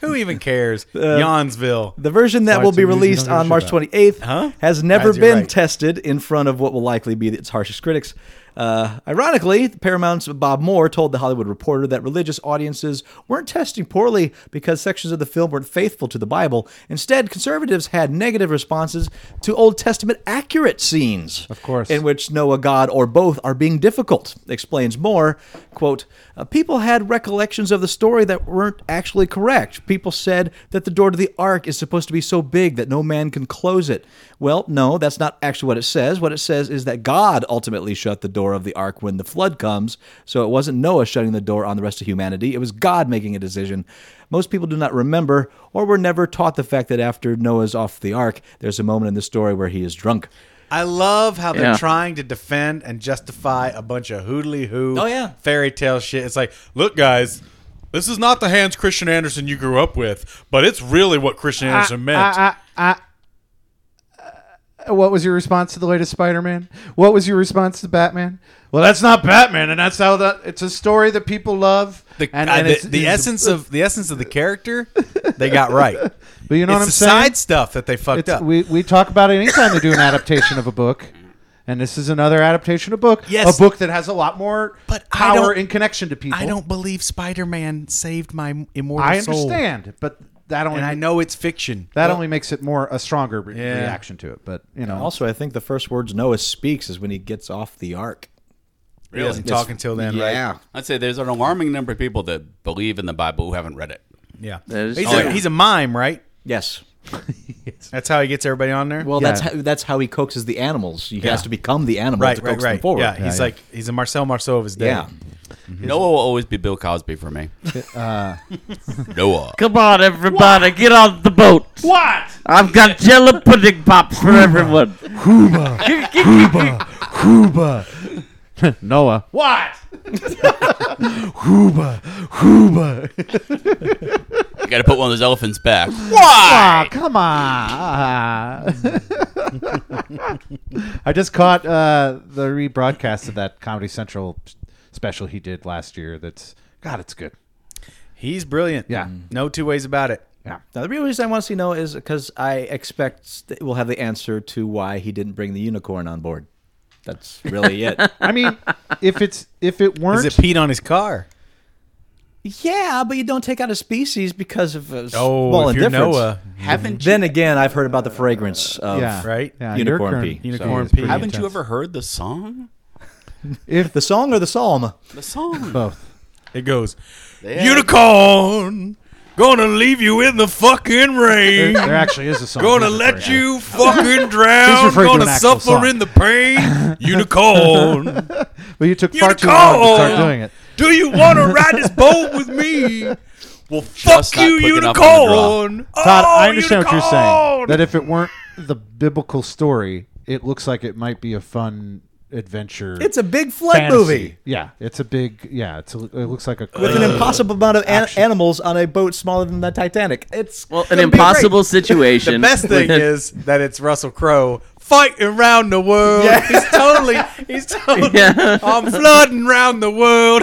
G: Who even cares?
E: Uh,
G: Yawnsville.
D: The version that
E: Sorry,
D: will
E: it's
D: be
E: a news you
D: released
E: don't give a
D: on
E: shit
D: March
E: about.
D: 28th
G: Huh?
D: has never
G: Guys, you're
D: been
G: right.
D: tested in front of what will likely be its harshest critics. Uh, ironically, Paramount's Bob Moore told The Hollywood Reporter that religious audiences weren't testing poorly because sections of the film weren't faithful to the Bible. Instead, conservatives had negative responses to Old Testament accurate scenes. Of
E: course.
D: In which Noah, God, or both are being difficult. Explains more, quote, "Uh, people had recollections of the story that weren't actually correct. People said that the door to the ark is supposed to be so big that no man can close it. Well, no, that's not actually what it says. What it says is that God ultimately shut the door of the ark when the flood comes. So it wasn't Noah shutting the door on the rest of humanity. It was God making a decision. Most people do not remember or were never taught the fact that after Noah's off the ark, there's a moment in the story where he is drunk.
G: I love how they're
C: Yeah.
G: trying to defend and justify a bunch of hoodly hoo
D: Oh, yeah.
G: fairy tale shit. It's like, look, guys, this is not the Hans Christian Andersen you grew up with, but it's really what Christian
E: Ah,
G: Andersen meant.
E: I, I, I- ah, Uh, what was your response to the latest Spider-Man? What was your response to Batman? Well, that's not Batman, and that's how that it's a story that people love.
G: the,
E: and,
G: uh,
E: and
G: the-
E: it's-
G: the
E: it's-
G: essence of the essence of the character, they got right.
E: But you know
G: it's
E: what I'm
G: the
E: saying?
G: side stuff that they fucked
E: It's-
G: up.
E: we we talk about it anytime they do an adaptation of a book. And this is another adaptation of a book.
G: Yes.
E: A book that has a lot more
G: But I
E: power
G: don't-
E: and connection to people.
G: I don't believe Spider Man saved my immortal
E: I
G: soul.
E: understand, but that only
G: And I know it's fiction.
E: that only makes it more a stronger re-
G: Yeah.
E: reaction to it. But you know,
D: Also, I think the first words Noah speaks is when he gets off the ark.
G: He doesn't talk until then, right?
F: I'd say there's an alarming number of people that believe in the Bible who haven't read it.
G: Yeah.
C: That is-
G: he's,
C: Oh,
G: a,
C: yeah.
G: he's a mime, right?
D: Yes.
G: That's how he gets everybody on there.
D: Well, that's
E: Yeah.
D: how that's how he coaxes the animals. He has
G: Yeah.
D: to become the animal
G: right,
D: to
G: right,
D: coax them
G: right.
D: forward.
G: Yeah, he's like he's a Marcel Marceau of his day.
D: yeah.
F: Noah will always be Bill Cosby for me. Noah.
C: Come on, everybody, get on the boat. What? I've got jello pudding pops for everyone.
E: Huba. Noah. What? Huba. Huba.
F: You got to put one of those elephants back.
E: Ah, come on. I just caught uh, the rebroadcast of that Comedy Central special he did last year. That's God, it's good.
G: He's brilliant.
E: Yeah.
G: No two ways about it.
E: Yeah.
D: Now, the real reason I want to see Noah is because I expect that we'll have the answer to why he didn't bring the unicorn on board. That's really it.
E: I mean, if it's if it
G: Is
E: weren't
G: it Pete on his car?
D: yeah, but you don't take out a species because of a
G: Oh,
D: small
G: if you're
D: indifference.
G: Noah,
F: Haven't you,
D: Then again, I've heard about the fragrance of
E: yeah,
G: right?
E: Yeah,
D: Unicorn
E: your current-
D: pee.
G: Unicorn
E: is pretty
G: pee.
F: haven't you
E: intense.
F: ever heard the song?
E: If
D: the song or the psalm.
F: The song.
E: both.
G: It goes, unicorn, gonna leave you in the fucking
E: There,
G: rain.
E: there actually is a song.
G: Gonna
E: he's
G: let
E: referring to.
G: you fucking
E: He's
G: drown.
E: referring to
G: Gonna
E: an actual
G: suffer
E: song.
G: in the pain. Unicorn.
E: But you took
G: You
E: far too long to start
G: call.
E: doing it.
G: Do you want to ride this boat with me? Well, fuck
F: Just not
G: you,
F: quick enough on the draw.
G: unicorn.
E: Todd,
G: Oh,
E: I understand what you're saying.
G: unicorn!
E: That if it weren't the biblical story, it looks like it might be a fun adventure.
D: It's a big flood
E: fantasy.
D: movie
E: Yeah, it's a big. Yeah, it's a, it looks like a. uh,
D: with an impossible amount of an- animals on a boat smaller than the Titanic. It's
C: Well, an
D: gonna be
C: impossible
D: great.
C: situation.
G: The best thing
C: with-
G: is that it's Russell Crowe fighting around the world. He's totally, he's totally,
C: Yeah.
G: I'm flooding around the world.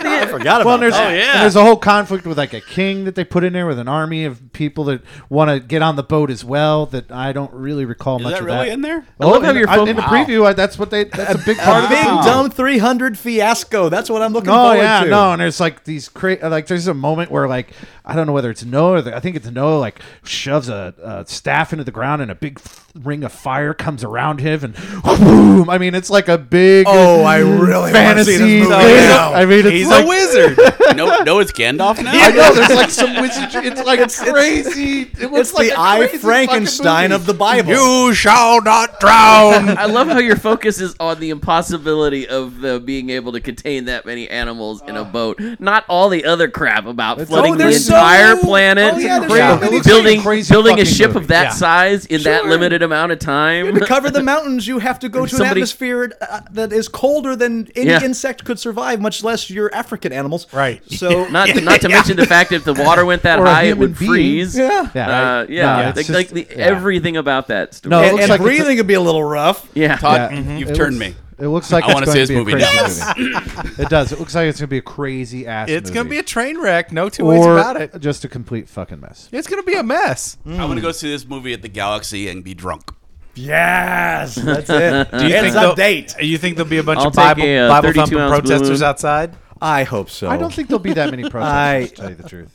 D: I forgot about
E: Well, and there's,
D: that.
E: and there's a whole conflict with like a king that they put in there with an army of people that want to get on the boat as well. That I don't really recall
F: Is
E: much
F: that
E: of
F: really
E: that.
F: in there?
C: I love how
E: in,
C: your
E: I-
C: phone-
E: in the
C: Wow.
E: preview. I, that's what they. That's a big part of
D: Big
E: it.
D: dumb 300 fiasco. That's what I'm looking
E: Oh
D: forward
E: yeah,
D: to.
E: no, and there's like these cra- like there's a moment where like I don't know whether it's Noah or the, I think it's Noah like shoves a, a staff into the ground and a big f- ring of fire comes around him and boom. I mean it's like a big
D: Oh, I really want to
E: fantasy.
D: see this movie
E: thing.
D: now.
E: I mean it's
G: He's
E: like
G: a wizard.
F: no, no, it's Gandalf now.
E: I know there's like some wizardry. It's like crazy. It looks
D: It's
E: like
D: the
E: a
D: I
E: crazy fucking
D: Frankenstein
E: movie.
D: of the Bible.
G: you shall not drown.
C: I love how your focus is on the impossibility of the being able to contain that many animals in a boat. Not all the other crap about flooding
D: oh,
C: the
D: there's so-
C: entire planet,
D: oh, yeah, there's
E: so
C: building-
E: many
C: building
E: crazy
C: building a
E: fucking
C: ship
E: movies.
C: of that
G: Yeah.
C: size in that
D: Sure.
C: limited amount of time.
D: to cover the mountains, you have to go to an
C: Somebody-
D: atmosphere uh, that is colder than any
C: Yeah.
D: insect could survive, much less your African animals.
G: Right.
D: So
C: Not not to mention the fact that if the water went that
E: Or a
C: high, it
E: human
C: would
E: being.
C: freeze.
D: Yeah.
E: Yeah.
C: Uh, yeah,
E: No,
C: like,
E: it's
C: like
E: just-
C: the,
E: yeah.
C: everything about that story.
E: No, it
D: and,
E: looks
D: and
E: like it's a-
D: breathing would be a little rough.
C: yeah,
F: Todd,
E: Yeah. Mm-hmm.
F: you've
E: It
F: turned
E: looks-
F: me.
E: It looks like
F: I
E: it's
F: wanna
E: going to
F: see this
E: be
F: movie
E: a crazy
F: now.
E: movie. it does. It looks like it's going to be a crazy ass.
G: It's gonna
E: movie.
G: be a train wreck. No two ways
E: or
G: about it.
E: just a complete fucking mess.
G: It's gonna be a mess.
C: Mm.
F: I want to go see this movie at the Galaxy and be drunk.
D: Yes, that's it.
G: Do you
D: Ends
G: think
D: up
G: they'll-
D: date.
G: You think there'll be a bunch
C: I'll
G: of Bible,
C: take a, uh,
G: Bible
C: 32
G: thumping
C: ounce
G: protesters
C: balloon.
G: outside?
D: I hope so.
E: I don't think there'll be that many protesters.
D: I-
E: to tell you the truth.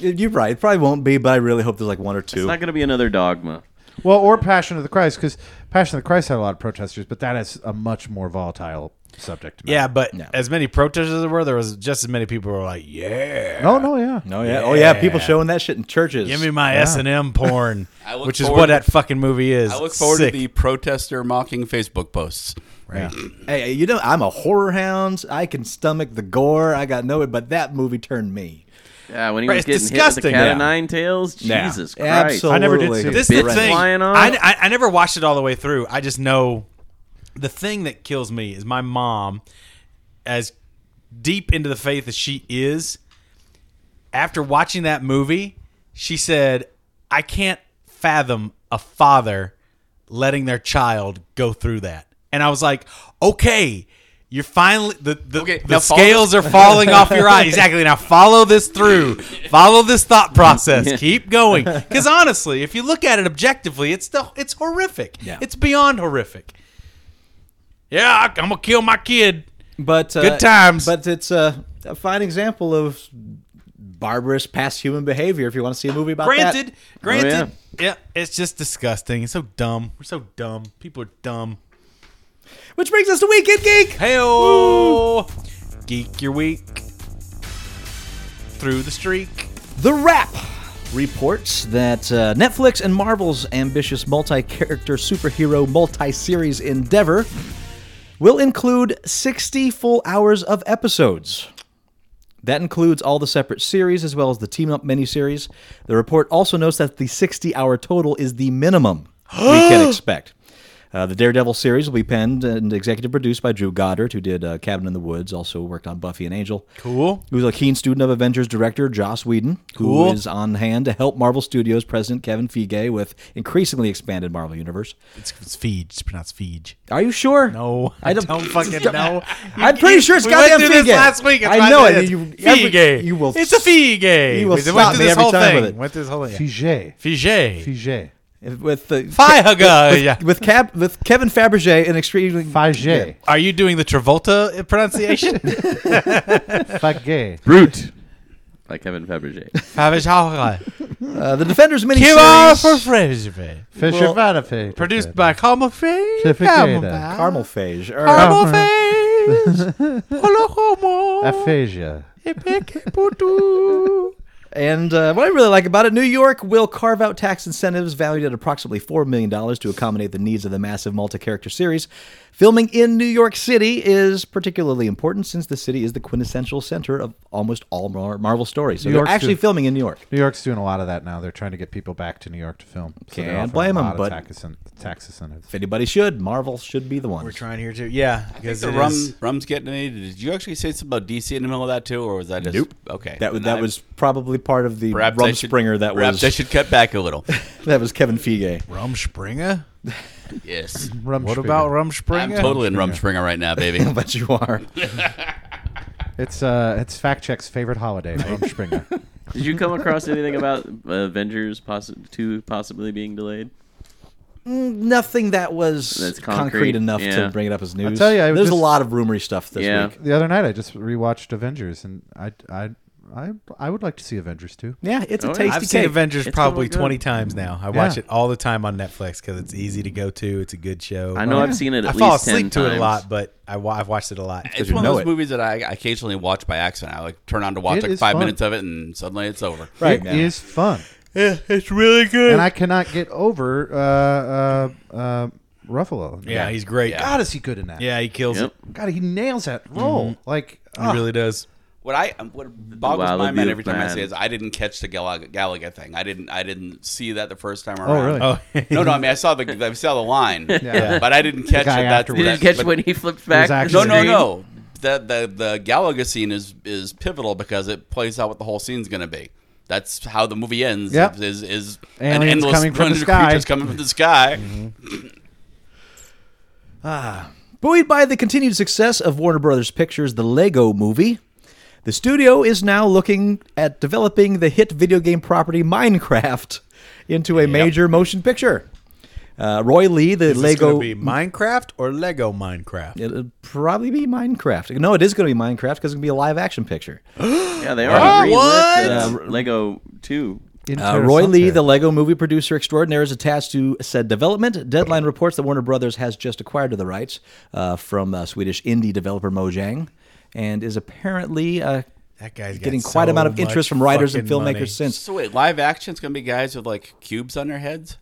D: you're right. It probably won't be, but I really hope there's like one or
C: it's
D: two.
C: not going to be another dogma.
E: Well, or Passion of the Christ, because Passion of the Christ had a lot of protesters, but that is a much more volatile subject.
G: Yeah,
E: Matter.
G: but as many protesters as there were, there was just as many people who were like, "Yeah,
E: No, no, yeah.
D: oh yeah, oh yeah. People showing that shit in churches.
G: give me my S and M porn,"
F: I look
G: which is
F: forward
G: what
F: to-
G: that fucking movie is.
F: I look forward
G: Sick.
F: to the protester mocking Facebook posts.
D: Hey, you know I'm a horror hound. I can stomach the gore. I got no it, but that movie turned me.
C: Yeah, when he
G: Right,
C: was
G: it's
C: getting hit with the
G: disgusting.
C: cat
G: Yeah.
C: of nine tails,
D: Yeah.
C: Jesus Christ!
D: Absolutely.
E: I never did see it.
G: This
C: Bits
G: is the thing.
C: flying off.
G: I, I, I never watched it all the way through. I just know the thing that kills me is my mom, as deep into the faith as she is, after watching that movie, she said, I can't fathom a father letting their child go through that. And I was like, okay. You're finally the the,
F: Okay,
G: the
F: now follow-
G: scales are falling off your eyes. Exactly. Now follow this through. Follow this thought process. Keep going. Because honestly, if you look at it objectively, it's the it's horrific.
D: Yeah.
G: It's beyond horrific. Yeah, I, I'm gonna kill my kid.
D: But uh,
G: Good times.
D: But it's uh, a fine example of barbarous past human behavior. If you want to see a movie about
G: Granted,
D: that, Oh,
G: granted. yeah. it's just disgusting. It's so dumb. We're so dumb. People are dumb.
D: which brings us to Weekend Geek.
G: Heyo, geek your week through the streak.
D: The Wrap reports that uh, Netflix and Marvel's ambitious multi-character superhero multi-series endeavor will include 60 full hours of episodes. That includes all the separate series as well as the team up miniseries. The report also notes that the 60 hour total is the minimum we can expect. Uh, the Daredevil series will be penned and executive produced by Drew Goddard, who did uh, Cabin in the Woods, also worked on Buffy and Angel. Cool. Who's a keen student of Avengers director Joss Whedon, who is on hand to help Marvel Studios president Kevin Feige with increasingly expanded Marvel universe.
G: It's, it's Feige. It's pronounced Feige.
D: Are you sure?
G: No,
D: I don't,
G: fucking know.
D: I'm pretty sure it's
G: we
D: goddamn
G: went through this
D: Feige.
G: last week. That's
D: I
G: why
D: know
G: said
D: it.
G: it's
D: You- every-
G: Feige.
D: you will
G: It's a Feige.
D: you will
G: we went
D: stop
G: through
D: me
G: this
D: every
G: whole
D: time
G: thing.
D: with it.
G: Went through this whole thing.
E: Fige.
G: Feige.
E: Fige.
D: with the
G: Fire guy.
D: with, with, with, Cap, with Kevin Fabergé and extremely uh,
E: Fige.
G: Are you doing the Travolta pronunciation?
E: Fige.
C: Brute by Kevin Fabergé.
G: Kira
D: uh, the Defenders
G: for
D: miniseries.
G: Fraser.
E: Fisher Vanafig.
G: Produced by Carmel Faye.
F: Ah.
E: Certificate.
G: Carmel Faye.
E: Uh-huh.
D: Carmel phage.
G: Carmel Faye. Hello,
E: Aphasia.
D: And uh, what I really like about it, New York will carve out tax incentives valued at approximately $4 million to accommodate the needs of the massive multi character series. Filming in New York City is particularly important since the city is the quintessential center of almost all Mar- Marvel stories. So
E: New
D: they're
E: York's
D: actually
E: too.
D: filming in New York.
E: New York's doing a lot of that now. They're trying to get people back to New York to film. So they're
D: Can't
E: offering
D: blame
E: a
D: 'em,
E: lot of
D: but-
E: tax, incent- tax incentives.
D: If anybody should, Marvel should be the one.
G: We're trying here too. Yeah,
F: I think
G: because
F: the
G: it
F: rum
G: is-
F: rum's getting me. Did you actually say something about DC in the middle of that too, or was that just
D: Nope.
F: okay?
D: That, was-
F: Then
D: that
F: I-
D: was probably part of the
F: perhaps I should-
D: Rumspringer that
F: perhaps
D: was
F: I should cut back a little.
D: that was Kevin Feige.
H: Rum Springer?
F: yes,
H: What about Rum
F: I'm
H: Springer?
F: totally in Rumspringer right now, baby.
D: But you are.
E: It's uh, it's fact check's favorite holiday, Rumspringer.
C: Did you come across anything about Avengers possi- 2 possibly being delayed?
D: Nothing that was
C: That's
D: concrete,
C: concrete,
D: enough
C: yeah.
D: to bring it up as news.
E: tell you, I
D: There's a
E: just-
D: lot of rumory stuff this
C: Yeah.
D: week.
E: the other night, I just rewatched Avengers, and I I I, I would like to see Avengers too.
D: Yeah, it's a
C: Oh, yeah.
D: tasty
G: I've
D: cake.
G: seen Avengers
C: It's
G: probably
C: really good.
G: twenty times now. I watch
E: Yeah.
G: it all the time on Netflix because it's easy to go to. It's a good show.
C: I know I've seen it at
G: I
C: least
G: fall
C: 10
G: asleep to it
C: times.
G: a lot, but I wa- I've watched it a lot.
F: It's
D: you
F: one
D: know
F: of those
D: it.
F: movies that I occasionally watch by accident. I like turn on to watch
E: It
F: like
E: is
F: five
E: fun.
F: minutes of it, and suddenly it's over.
D: Right,
E: It
D: yeah.
E: is fun,
G: it's really good.
E: and I cannot get over uh, uh, uh, Ruffalo.
G: yeah, he's great.
F: Yeah.
E: God, is he good in that?
G: Yeah, he kills
C: Yep.
G: it.
E: God, he nails that role. Like,
G: He
E: ah.
G: really does.
F: What I um, what boggles
C: Wow,
F: my
C: that'd
F: mind
C: be
F: every time I
C: bad.
F: see it is I didn't catch the Galaga, Galaga thing. I didn't I didn't see that the first time around.
E: really?
G: Oh,
F: no, no. I mean, I saw the I saw the line,
E: Yeah.
F: but I didn't catch it.
E: guy
F: That,
E: afterwards.
C: Did you
F: that-
C: catch
F: but-
C: when he flipped back? the
E: actually-
F: No, no,
C: screen?
F: no. The, the the Galaga scene is is pivotal because it plays out what the whole scene's going to be. That's how the movie ends.
E: Yep.
F: Is is an
E: Aliens
F: endless
E: coming from the
F: bunch
E: sky. Mm-hmm.
F: of creatures coming from the sky.
D: Buoyed by the continued success of Warner Brothers Pictures' The Lego Movie, the studio is now looking at developing the hit video game property Minecraft into a major motion picture. Uh, Roy Lee, the
G: Is this
D: Lego,
G: gonna be Minecraft or Lego Minecraft?
D: it'll probably be Minecraft. No, it is going to be Minecraft because it's going to be a live action picture.
C: Yeah, they already greenlit uh, Lego 2.
D: Uh,
E: Interesting.
D: Roy Lee, the Lego movie producer extraordinaire, is attached to said development. Deadline reports that Warner Brothers has just acquired the rights uh, from uh, Swedish indie developer Mojang, and is apparently uh,
G: That guy's got
D: getting quite
G: so
D: amount of interest
G: much
D: from writers and
G: fucking
D: filmmakers
G: money.
D: since.
F: So wait, live action's going to be guys with like cubes on their heads.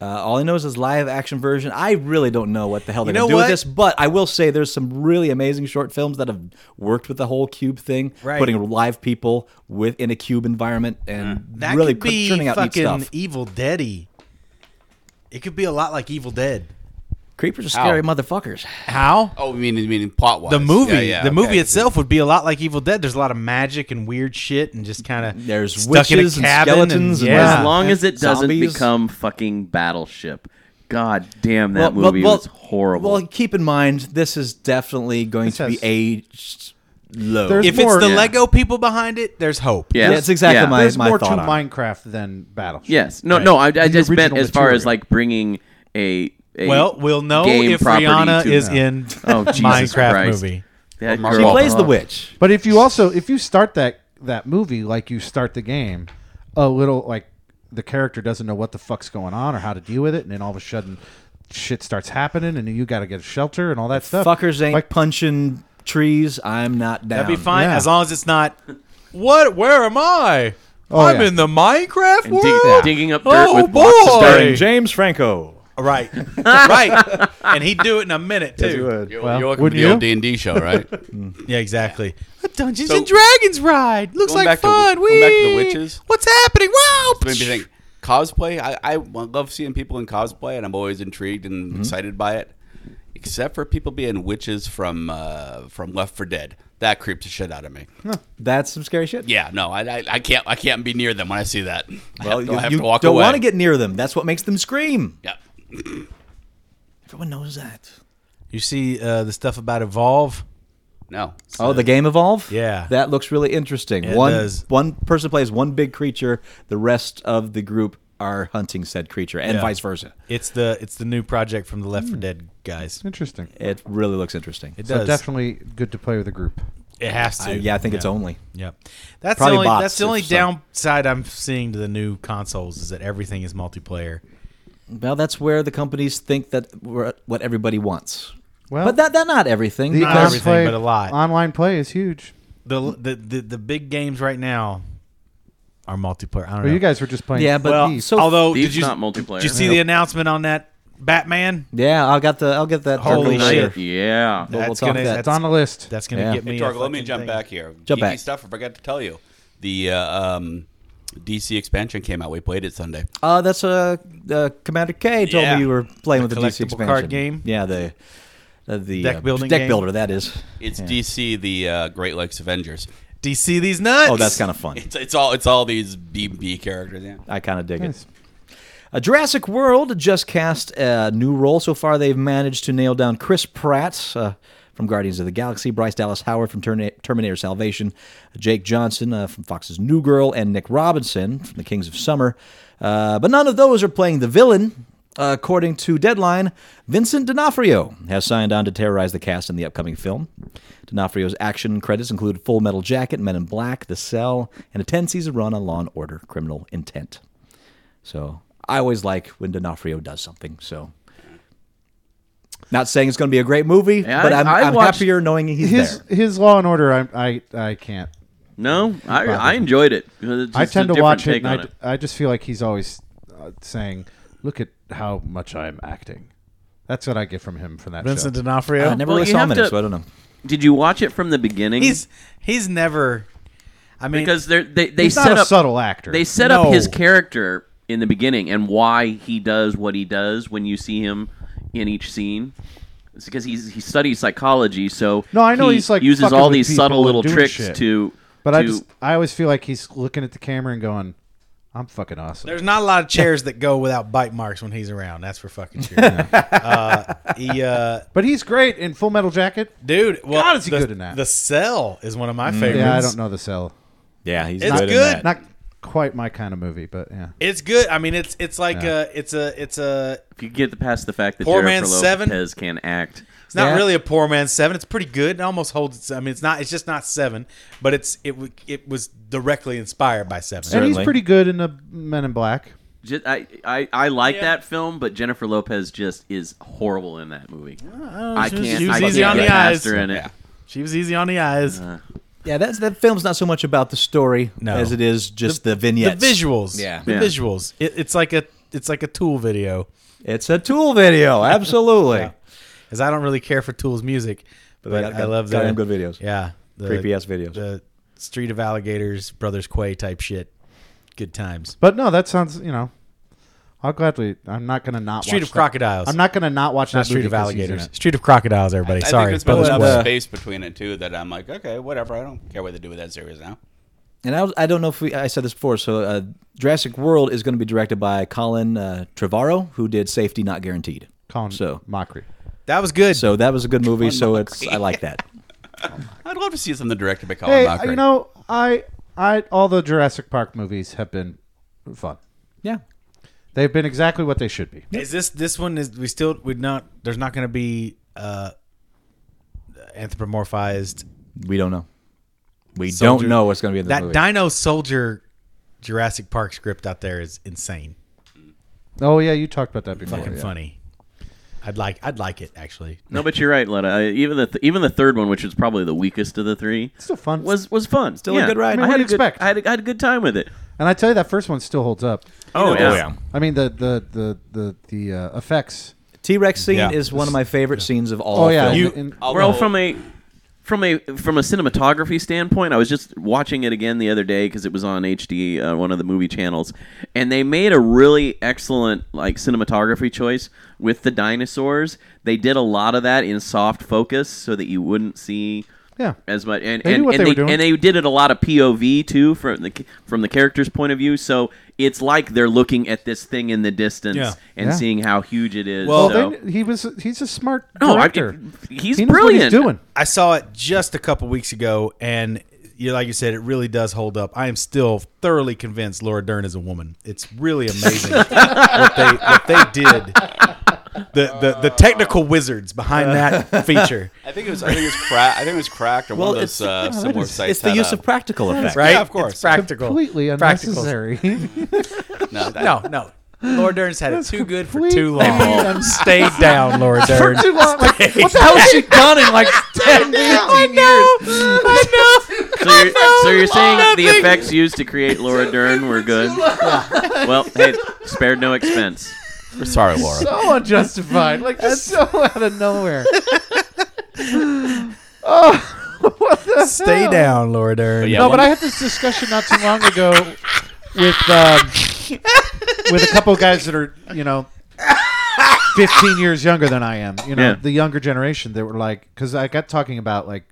D: Uh, all I know is this live action version. I really don't know what the hell they're
G: You
D: going
G: know
D: to do with
G: what?
D: this, but I will say there's some really amazing short films that have worked with the whole cube thing,
G: Right.
D: putting live people with in a cube environment and
G: That
D: really
G: could be
D: churning out neat
G: fucking
D: stuff.
G: Evil Deady. It could be a lot like Evil Dead.
D: Creepers are scary motherfuckers.
G: How?
F: Oh, you mean you mean plot wise?
G: The movie, the movie itself would be a lot like Evil Dead. There's a lot of magic and weird shit, and just kind of
D: There's
G: stuck in a
D: witches and
G: cabin
D: skeletons and-
G: yeah.
C: As long as it doesn't
D: Zombies.
C: become fucking Battleship. God damn, that movie was horrible.
D: Well, keep in mind this is definitely going
E: This
D: to be
E: has-
D: aged low.
E: There's
G: if
E: more-
G: it's the
E: Yeah.
G: Lego people behind it, there's hope.
C: yes.
D: that's exactly
C: yeah.
D: my-
E: There's more to
D: thought on it.
E: Minecraft than Battleship.
C: Yes. No, no, I, I just meant
E: original
C: as far as
E: material.
C: like bringing a. a
G: Well, we'll know
C: game
G: if
C: property
G: Rihanna
C: to-
G: is in
C: Oh, Jesus
G: Minecraft
C: Christ.
G: movie.
C: That
F: Mark
D: he
C: girl.
F: Wahlberg.
D: plays the witch.
E: But if you also if you start that that movie like you start the game, a little like the character doesn't know what the fuck's going on or how to deal with it, and then all of a sudden shit starts happening, and then you got to get a shelter and all that stuff.
D: Fuckers ain't
E: like
D: punching trees. I'm not down.
G: That'd be fine
E: Yeah.
G: as long as it's not. What? Where am I?
E: Oh,
G: I'm
E: yeah.
G: in the Minecraft
C: And
G: world.
C: dig- digging up dirt
G: oh
C: with blocks of
G: boy!
C: stone.
D: James Franco.
G: Right, right, and he'd do it in a minute too.
F: You're,
E: Well,
F: you're
E: wouldn't
F: looking for the old
E: you?
F: D and D show, right?
G: Yeah, exactly. A Dungeons
F: So-
G: and Dragons ride looks
F: Going back
G: like
F: to-
G: fun.
F: going back to the
G: Whee!
F: witches.
G: What's happening? Wow!
F: made me think cosplay. I, I love seeing people in cosplay, and I'm always intrigued and
D: Mm-hmm.
F: excited by it. Except for people being witches from uh, from Left for Dead, that creeps the shit out of me.
D: That's some scary shit.
F: Yeah, no, I, I, I can't I can't be near them when I see that. I
D: Well,
F: have to,
D: you,
F: I have
D: you
F: to walk
D: don't
F: away.
D: want to get near them. That's what makes them scream.
F: Yeah.
D: Everyone knows that.
G: You see uh, the stuff about evolve.
F: No.
D: Oh, the game evolve.
G: Yeah.
D: that looks really interesting.
G: It
D: one
G: does.
D: one person plays one big creature. The rest of the group are hunting said creature, and
G: Yeah.
D: vice versa.
G: It's the it's the new project from the Left for Dead guys.
E: interesting.
D: It really looks interesting.
G: It
E: So
G: does.
E: definitely good to play with a group.
G: It has to.
D: I- Uh, yeah, I think it's only.
G: Yep. That's
D: Probably
G: the only
D: bots
G: that's the only
D: if so.
G: downside I'm seeing to the new consoles is that everything is multiplayer.
D: Well, that's where the companies think that we're- what everybody wants.
E: Well,
D: But that that not everything.
E: the
D: because-
E: online
G: Oh. everything,
E: play-
G: but a lot.
E: Online play is huge.
G: The, the the the big games right now are multiplayer. I don't
E: Or
G: know.
E: you guys were just playing.
D: Yeah, but-
E: Thief.
G: well,
D: so-
G: although
C: Thief's
G: did you
C: not multiplayer.
G: Did you see the announcement on that Batman?
D: yeah, I'll get the I'll get that.
G: Holy
D: circle later.
G: shit.
C: Yeah.
D: But we'll
G: That's
D: talk
G: gonna-
D: that.
E: it's on the list.
G: That's gonna
D: Yeah.
G: get me.
F: Hey,
G: a
F: Torgo, let me
G: fucking
F: jump
G: thing.
F: back here.
D: Jump
F: Geeky
D: back.
F: stuff I forgot to tell you. The uh, um, DC expansion came out. We played it Sunday.
D: Uh, that's uh, uh, Commander K told
F: Yeah.
D: me you were playing with the DC
G: collectible
D: expansion
G: card game?
D: Yeah, the uh, the
G: Deck
D: uh,
G: building
D: deck
G: game?
D: builder. That is.
F: It's DC, the uh, Great Lakes Avengers.
G: DC these nuts.
D: Oh, that's kind of fun.
F: It's, it's all it's all these B B characters. Yeah.
D: I kind of dig it. Uh, Jurassic World just cast a new role. So far, they've managed to nail down Chris Pratt uh, from Guardians of the Galaxy, Bryce Dallas Howard from Termina- Terminator Salvation, Jake Johnson uh, from Fox's New Girl, and Nick Robinson from The Kings of Summer. Uh, but none of those are playing the villain. Uh, according to Deadline, Vincent D'Onofrio has signed on to terrorize the cast in the upcoming film. D'Onofrio's action credits include Full Metal Jacket, Men in Black, The Cell, and a 10 season run on Law and Order Criminal Intent. So I always like when D'Onofrio does something. So not saying it's going to be a great movie,
C: Yeah,
D: but
C: I-
D: I'm,
C: I
D: I'm
C: watched
D: happier knowing he's
E: his
D: there.
E: his Law and Order. I I, I can't.
C: No, I, I enjoyed it. It was
E: I
C: just a
E: tend to
C: different
E: watch it,
C: take
E: and
C: on
E: I, I just feel like he's always uh, saying, "Look at how much I'm acting." That's what I get from him from that
G: Vincent
E: show.
G: D'Onofrio.
D: I never
C: Well,
D: really
C: you
D: saw
C: have
D: him in it,
C: to-
D: so I don't know.
C: Did you watch it from the beginning?
G: He's he's never. I mean,
C: because they're, they they
E: he's
C: set
E: not a
C: up
E: subtle actor.
C: they set
G: No.
C: up his character in the beginning and why he does what he does when you see him in each scene. It's because he's, he studies psychology, so
E: No, I know
C: he
E: he's, like,
C: uses
E: fucking
C: all
E: with
C: these
E: people
C: subtle
E: and
C: little
E: doing
C: tricks
E: shit.
C: to.
E: but
C: to,
E: I just I always feel like he's looking at the camera and going, "I'm fucking awesome."
G: There's not a lot of chairs that go without bite marks when he's around. That's for fucking sure. uh, he, uh,
E: but he's great in Full Metal Jacket.
G: dude, well,
E: God, is he
G: the,
E: good in that.
G: The cell is one of my favorites.
E: Mm. Yeah, I don't know the cell.
D: Yeah, he's
G: It's good in good. that.
E: Not quite my kind of movie, but yeah.
G: It's good. I mean, it's it's like a it's a it's a
C: if you get past the fact that
G: Poor
C: Jennifer
G: Man's Seven?
C: Lopez can act,
G: It's not
D: Yeah.
G: really a poor man's seven. It's pretty good. It almost holds. Its, I mean, it's not. It's just not seven, but it's it. w- It was directly inspired by seven.
E: And he's
D: Certainly.
E: pretty good in the Men in Black.
C: just, I, I I like that film, but Jennifer Lopez just is horrible in that movie. I
G: she was-
C: can't.
G: she was
C: I
G: Oh, easy
C: can't
G: on
C: get
G: the
C: past
G: eyes.
C: her in it.
F: Yeah.
G: She was easy on the eyes.
D: Yeah, that's, that film's not so much about the story
G: No.
D: as it is just the,
G: the
D: vignettes.
G: visuals.
D: Yeah.
G: the
C: Yeah.
G: visuals. It, it's like a it's like a tool video.
D: It's a Tool video, absolutely.
G: Because I don't really care for Tool's music, but,
D: they got-
G: I love the
D: goddamn good videos.
G: Yeah, the,
D: Creepy ass videos.
G: The Street of Alligators, Brothers Quay type shit. Good times.
E: But no, that sounds you know. I'll gladly. I'm not gonna not
G: Street
E: watch
G: of
E: that.
G: Crocodiles.
E: I'm not gonna not watch
G: Not
E: that
G: Street
E: movie
G: of
E: 'cause he's in
G: Alligators.
E: it.
G: Street of Crocodiles. Everybody,
F: I
G: sorry,
F: think there's been
G: Brothers
F: enough
G: Quay.
F: space between it too that I'm like, okay, whatever. I don't care what they do with that series now.
D: And I, was, I don't know if we, I said this before. So, uh, Jurassic World is going to be directed by Colin uh, Trevorrow, who did Safety Not Guaranteed.
E: Colin
D: So,
E: mockery.
G: That was good.
D: so that was a good movie. So it's I like that.
F: I'd love to see something directed by Colin
E: Hey, uh,
F: Mockery.
E: you know, I, I, all the Jurassic Park movies have been fun.
D: Yeah,
E: They've been exactly what they should be.
G: Is this this one is we still we not there's not going to be uh anthropomorphized
D: we don't know. We
G: Soldier-
D: don't know what's going to be in the
G: that
D: movie.
G: Dino Soldier Jurassic Park script out there is insane.
E: Oh yeah, you talked about that before.
G: Fucking
E: yeah.
G: funny. I'd like I'd like it actually.
C: No, but you're right, Letta. I- Even the th- even the third one, which was probably the weakest of the three,
E: Still fun.
C: was was fun. Still
D: a good ride. I mean,
C: I,
E: what
C: had
E: do
C: a
E: you
C: good,
E: expect?
C: I had a, I had a good time with it.
E: And I tell you, that first one still holds up.
C: Oh, yeah.
E: I mean, the the the the the uh, effects.
D: T Rex scene
G: Yeah.
D: is one of my favorite scenes of all.
E: Oh yeah,
D: film.
E: you,
C: Well, from a from a from a cinematography standpoint, I was just watching it again the other day because it was on HD, uh, one of the movie channels, and they made a really excellent like cinematography choice with the dinosaurs. They did a lot of that in soft focus so that you wouldn't see
E: yeah.
C: as much and
E: They knew
C: and,
E: what
C: and
E: they
C: they,
E: were doing.
C: and they did it a lot of POV too from the from the character's point of view. So it's like they're looking at this thing in the distance
G: Yeah.
C: and
E: Yeah.
C: seeing how huge it is.
E: Well,
C: so.
E: they, he was he's a smart
C: No, I-
E: director.
C: he's
E: he knows
C: brilliant.
E: What he's doing.
G: I saw it just a couple weeks ago and you like you said it really does hold up. I am still thoroughly convinced Laura Dern is a woman. It's really amazing what they what they did. The, the the technical wizards behind that feature.
F: I think it was I think it was crack. I think it was cracked or
D: Well,
F: one of
D: it's
F: those uh, similar sites.
D: it's the
F: had,
D: use
F: uh,
D: of practical effects.
G: right?
F: Yeah, of course.
G: It's practical.
E: Completely
G: Practical.
E: unnecessary.
F: no, that-
G: No, no. Laura Dern's had it too good for
E: complete-
G: too
E: I mean,
G: long.
E: I'm-
G: Stay down, Laura Dern.
E: Too long. Like, what the hell is she done in like 10 15 years?
C: So you're, so you're saying the effects used to create Laura Dern were good? Well, hey, spared no expense.
F: We're sorry, Laura.
E: So unjustified. Like, just so out of nowhere. oh, what the
G: Stay
E: hell?
G: down, Laura Dern.
F: yeah,
E: no,
F: one-
E: but I had this discussion not too long ago with um, with a couple of guys that are you know fifteen years younger than I am. You know,
C: Yeah.
E: the younger generation that were like, because I got talking about like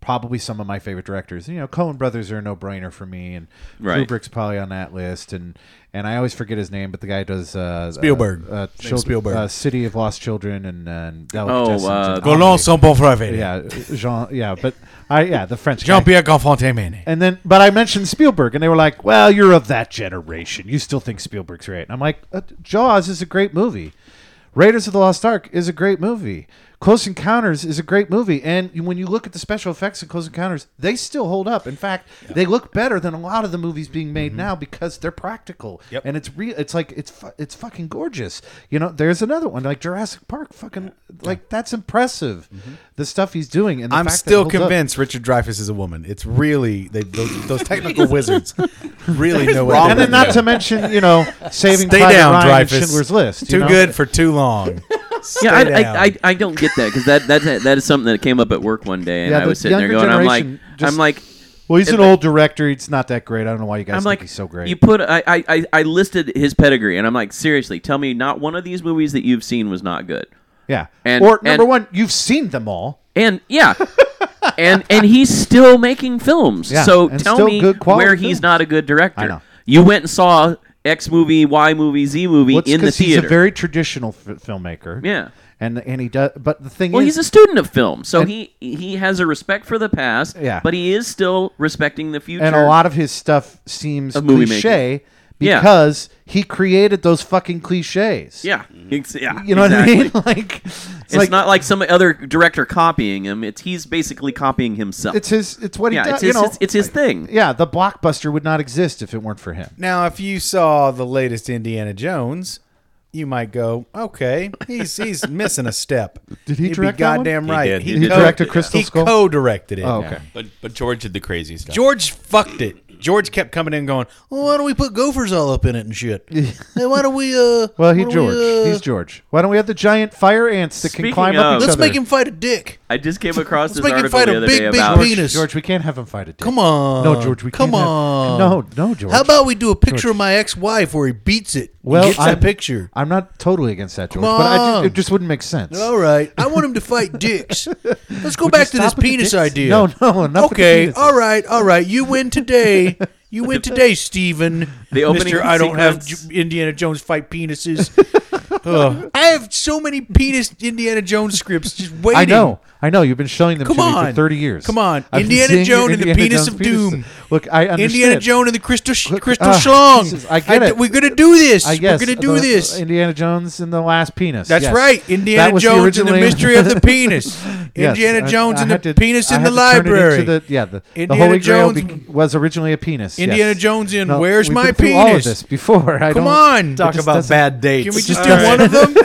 E: probably some of my favorite directors. You know, Coen Brothers are a no brainer for me, and
C: Right.
E: Kubrick's probably on that list, and and I always forget his name, but the guy does uh,
G: Spielberg.
E: uh, uh,
G: Named
E: Children-
G: Spielberg.
E: uh, City of Lost Children, and, and
C: Oh, uh,
E: and
G: Go
E: Omelette.
G: son bon frère.
E: Yeah, Jean. Yeah, but I yeah the French guy.
G: Jean-Pierre Confronté Manet.
E: And then, but I mentioned Spielberg, and they were like, "Well, you're of that generation. You still think Spielberg's great." And I'm like, uh, "Jaws is a great movie. Raiders of the Lost Ark is a great movie. Close Encounters is a great movie. And when you look at the special effects in Close Encounters, they still hold up. In fact, they look better than a lot of the movies being made now because they're practical.
G: Mm-hmm. Yep.
E: And it's real. It's like it's fu- it's fucking gorgeous. You know, there's another one like Jurassic Park. Fucking like that's impressive. The stuff he's doing. And the
G: Mm-hmm. I'm
E: fact that it
G: still
E: holds up.
G: convinced Richard Dreyfuss is a woman. It's really they, those, those technical wizards really know what
E: and
G: they're
E: then not
G: doing.
E: to mention, you know, saving
G: Stay
E: Private
G: down,
E: Ryan
G: Dreyfus.
E: and Schindler's List. you
G: Too
E: know?
G: good for too long.
C: Yeah, I,
G: Stay down.
C: I, I, I don't get that because that, that that is something that came up at work one day, and
E: Yeah,
C: I
E: the
C: was sitting there
E: younger
C: going, I'm like,
E: generation just-
C: I'm like,
E: Well, he's
C: It-
E: an old director. He's not that great. I don't know why you guys
C: I'm
E: think
C: like,
E: he's so great.
C: You put I, I I- I listed his pedigree, and I'm like, seriously, tell me not one of these movies that you've seen was not good.
E: yeah.
C: and-
E: or number
C: and-
E: one, you've seen them all.
C: And yeah. and and he's still making films.
E: Yeah,
C: so
E: and
C: tell
E: still
C: me
E: good quality
C: where
E: films.
C: he's not a good director.
E: I know.
C: You went and saw X movie, Y movie, Z movie
E: Well, it's
C: in the
E: 'cause he's
C: theater.
E: a very traditional f- filmmaker.
C: yeah.
E: And and he does. But the thing
C: Well,
E: is,
C: he's a student of film, so he he has a respect for the past,
E: Yeah.
C: but he is still respecting the future.
E: and a lot of his stuff seems
C: Of movie
E: cliche
C: Yeah.
E: because he created those fucking cliches.
C: yeah, Ex- yeah,
E: You know
C: exactly.
E: what I mean? Like
C: It's
E: it's, like
C: not like some other director copying him. It's he's basically copying himself.
E: it's his it's what
C: yeah,
E: he does.
C: it's his,
E: you know,
C: it's, it's his thing.
E: yeah, the blockbuster would not exist if it weren't for him.
G: now, if you saw the latest Indiana Jones, you might go, okay, he's he's missing a step.
E: Did he
G: You'd be
E: direct that one?
G: goddamn
F: He
G: right.
F: did. He
E: Did he
F: co-
E: direct a Crystal
G: he
E: Skull?
G: co-directed it.
E: oh, okay.
F: But but George did the crazy stuff.
G: George fucked it. George kept coming in going, well, why don't we put gophers all up in it and shit? hey, why don't we? Uh,
E: Well, he
G: why don't we,
E: George.
G: uh,
E: He's George. Why don't we have the giant fire ants that can
C: Speaking
E: climb up
C: of-
E: each
G: Let's
E: other?
G: make him fight a dick.
C: I just came across
G: Let's
C: this
G: make him
C: article
G: fight
C: the
G: a
C: other
G: big,
C: day
G: big
C: about
G: penis.
E: George, we can't have him fight a dick.
G: Come on.
E: No, George, we
G: Come
E: can't have-
G: on.
E: No, no, George.
G: How about we do a picture of my ex-wife where he beats it? Well, gets
E: I'm-
G: that picture.
E: I'm not totally against that, George,
G: Come
E: but I
G: on.
E: just, it just wouldn't make sense.
G: All right. I want him to fight dicks. Let's go
E: Would
G: back
E: you
G: to this
E: stop with the
G: penis
E: dicks?
G: idea.
E: No, no, enough with the
G: Okay.
E: penises.
G: all right. All right. You win today. You win today, Steven.
C: The opening
G: Mr. I don't have
C: sequence-
G: J- Indiana Jones fight penises. Ugh. I have so many penis Indiana Jones scripts just waiting.
E: I know. I know. You've been showing them
G: Come
E: to me
G: on.
E: for 30 years.
G: Come on.
E: I've been
G: Indiana
E: seeing your
G: Jones and the
E: Indiana
G: penis
E: Jones
G: of doom.
E: Look, I understand.
G: Indiana Jones and the Crystal Sh-
E: Look,
G: Crystal
E: ah,
G: Schlong.
E: Jesus, I get
G: d-
E: it.
G: We're gonna do this.
E: I guess
G: we're gonna do
E: the-
G: this.
E: Indiana Jones and the last penis.
G: That's
E: Yes.
G: right. Indiana
E: That was
G: Jones and the
E: originally-
G: mystery of the penis.
E: Yes,
G: Indiana
E: I-
G: Jones
E: I
G: and the
E: had to-
G: penis
E: I
G: in
E: had
G: the
E: to turn it into
G: library.
E: the- yeah, the, the
G: Indiana
E: Holy Grail
G: Jones-
E: bec- was originally a penis. yes.
G: Indiana Jones in
E: No,
G: Where's
E: we've
G: My
E: been through All of
G: Penis?
E: this before. I
G: Come
E: don't-
G: on.
D: Talk
E: just
D: about
E: doesn't-
D: bad dates.
G: Can we just
D: All
G: do
D: right.
G: one of them?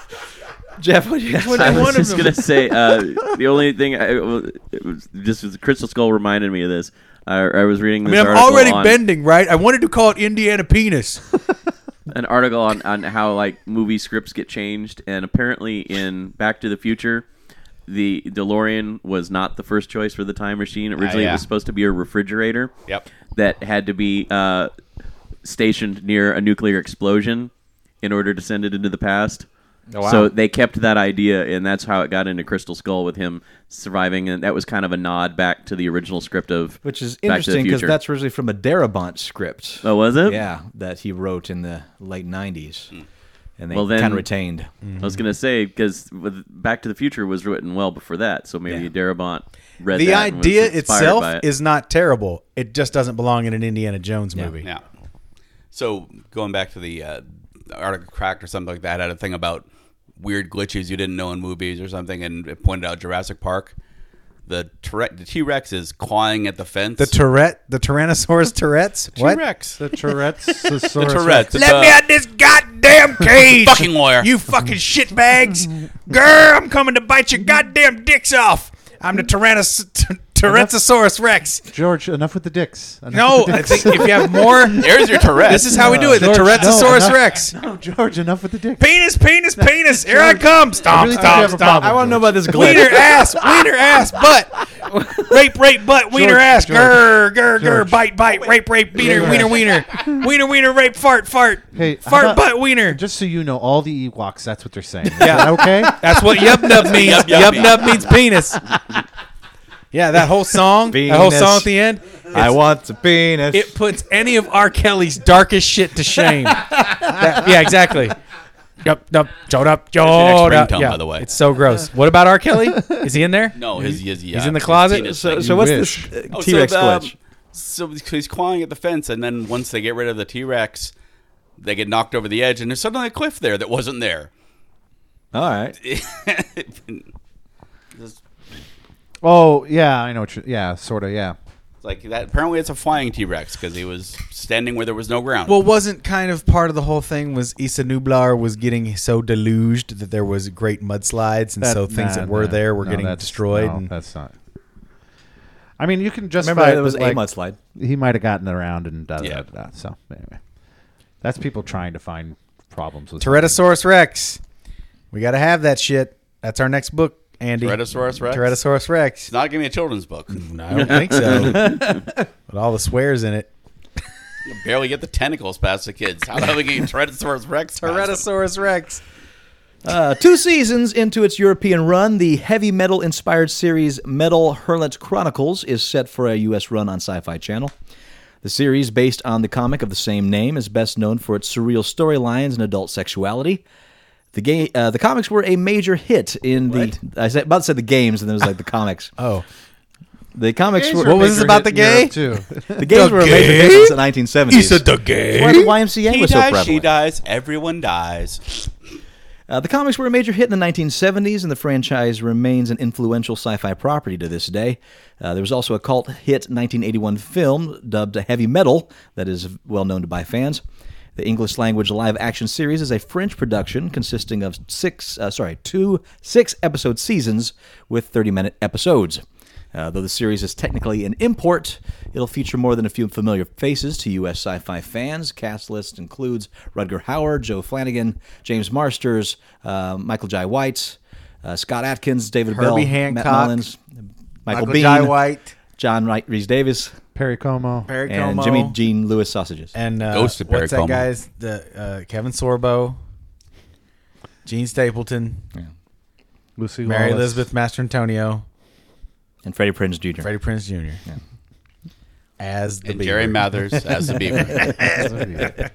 D: Jeff, what do you what do
C: I
D: you
C: was
D: want?
C: just gonna say uh, the only thing I it was just was Crystal Skull reminded me of this. I, I was reading
G: I
C: this
G: mean, I'm
C: article
G: already
C: on,
G: bending, right? I wanted to call it Indiana Penis.
C: an article on, on how like movie scripts get changed, and apparently in Back to the Future, the DeLorean was not the first choice for the time machine. Originally,
F: yeah.
C: it was supposed to be a refrigerator.
F: Yep.
C: That had to be uh, stationed near a nuclear explosion in order to send it into the past. So they kept that idea, and that's how it got into Crystal Skull with him surviving, and that was kind of a nod back to the original script of
D: Which is
C: Back to the
D: interesting because
C: Future.
D: that's originally from a Darabont script.
C: oh, was it?
D: Yeah, that he wrote in the late 90s. And they
C: Well, then-
D: kind of retained.
C: I
G: Mm-hmm.
C: was gonna say because Back to the Future was written well before that, so maybe
G: Yeah.
C: Darabont read
G: The
C: that and was
G: idea
C: inspired by
G: itself
C: it.
G: is not terrible. It just doesn't belong in an Indiana Jones movie.
F: Yeah. So going back to the uh, article cracked or something like that, I had a thing about weird glitches you didn't know in movies or something, and it pointed out Jurassic Park. the Tourette, the T Rex is clawing at the fence.
G: The Tourette, the Tyrannosaurus Tourette's. what?
E: T-Rex. The Tourette's.
F: the Tourette.
G: Let me out this goddamn cage!
F: Fucking lawyer.
G: You fucking shitbags! Girl, I'm coming to bite your goddamn dicks off! I'm the Tyrannos- t- Tyrannosaurus Rex.
E: George, enough with the dicks. Enough
G: No,
E: with the
G: I
E: dicks.
G: think if you have more,
F: There's your Tourette.
G: this is how we do it. The
E: George, no,
G: Tyrannosaurus
E: enough.
G: Rex.
E: No, George, enough with the dicks.
G: Penis, penis, penis. Here I come.
E: I
G: Stomp,
E: really think you
G: stomp,
E: have a
G: stomp.
E: problem,
D: I want to know about this
G: Wiener
D: glitter.
G: ass, wiener ass, butt. Rape, rape, butt, wiener
E: George,
G: ass,
E: George,
G: grr, grr, grr,
E: George.
G: bite, bite, rape, rape, wiener,
E: Wiener
G: wiener,
E: ass.
G: wiener. Wiener, wiener, rape, fart, fart.
E: Hey, how
G: fart,
E: about-
G: butt, wiener.
E: Just so you know, all the Ewoks, that's what they're saying. yeah. okay?
G: That's what yub nub means.
F: Yub
G: yub
F: Nub
G: nub means penis. Yeah, that whole song, that whole
D: Penis.
G: song at the end,
D: I want a penis.
G: it puts any of R. Kelly's darkest shit to shame. That- yeah, exactly. Yep, yep, showed up, showed up.
F: ringtone,
G: Yeah,
F: by the way.
G: it's so gross. What about R. Kelly? Is he in there?
F: no, his, his, yeah,
G: He's in the
F: his
G: closet?
F: penis
D: so,
F: thing.
D: so what's
E: wish.
D: this uh,
F: Oh, so
D: T-Rex
F: the, um,
D: glitch?
F: So he's clawing at the fence, and then once they get rid of the T Rex, they get knocked over the edge, and there's suddenly a cliff there that wasn't there.
D: All right.
F: It's
E: Oh, yeah, I know. What you yeah, sort of, yeah.
F: like that. Apparently, it's a flying T Rex because he was standing where there was no ground.
G: Well, wasn't kind of part of the whole thing was Issa Nublar was getting so deluged that there was great mudslides, and so things
E: Nah,
G: that were
E: nah.
G: there were
E: No,
G: getting
E: that's-
G: destroyed.
E: no,
G: and
E: that's not. I mean, you can justify
D: Remember,
E: it,
D: that was
E: but,
D: a
E: like,
D: mudslide.
E: He might have gotten around and da, da,
F: Yeah.
E: da, da, da. So, anyway. That's people trying to find problems with
G: Tyrannosaurus Rex, we got to have that shit. That's our next book, Andy.
F: Tyrannosaurus Rex?
G: Tyrannosaurus Rex.
F: it's not gonna be a children's book.
G: I don't think so. but all the swears in it.
F: You barely get the tentacles past the kids. How the hell are we getting Tyrannosaurus Rex? past them?
G: Tyrannosaurus Rex.
D: Uh, two seasons into its European run, the heavy metal inspired series Metal Herlet Chronicles is set for a U.S. run on Sci Fi Channel. The series, based on the comic of the same name, is best known for its surreal storylines and adult sexuality. The game, uh, the comics were a major hit in the. I said, about to say the games, and then it was like the comics.
G: Oh,
D: The comics Uh, were.
G: What was this about the gay?
E: Too.
D: The games were a major hit since the 1970s.
G: gay.
D: Why the YMCA
F: He
D: was so
F: dies,
D: prevalent.
F: she dies, everyone dies.
D: Uh, the comics were a major hit in the 1970s, and the franchise remains an influential sci fi property to this day. Uh, there was also a cult hit 1981 film dubbed Heavy Metal that is well known to by fans. The English language live action series is a French production consisting of six, uh, sorry, two six episode seasons with 30 minute episodes. Uh, though the series is technically an import, it'll feature more than a few familiar faces to U.S. sci fi fans. Cast list includes Rudger Hauer, Joe Flanagan, James Marsters, uh, Michael Jai White, uh, Scott Atkins, David
G: Herbie
D: Bell,
G: Hancock,
D: Matt Mullins, Michael,
G: Michael
D: Bean,
G: Jai White.
D: John Wright Reese Davis,
E: Perry Como.
G: Perry
D: and
G: Como.
D: Jimmy Gene Lewis Sausages.
G: and uh,
F: Ghost of Barry
G: what's that
F: Como.
G: guy's the uh, Kevin Sorbo, Gene Stapleton,
E: Lucy
G: Mary
E: Wallace.
G: Elizabeth Master Antonio,
D: And Freddie Prinze Jr.
G: Freddie Prince Jr. As the
F: And Jerry
G: Beaver.
F: Mathers as the beaver.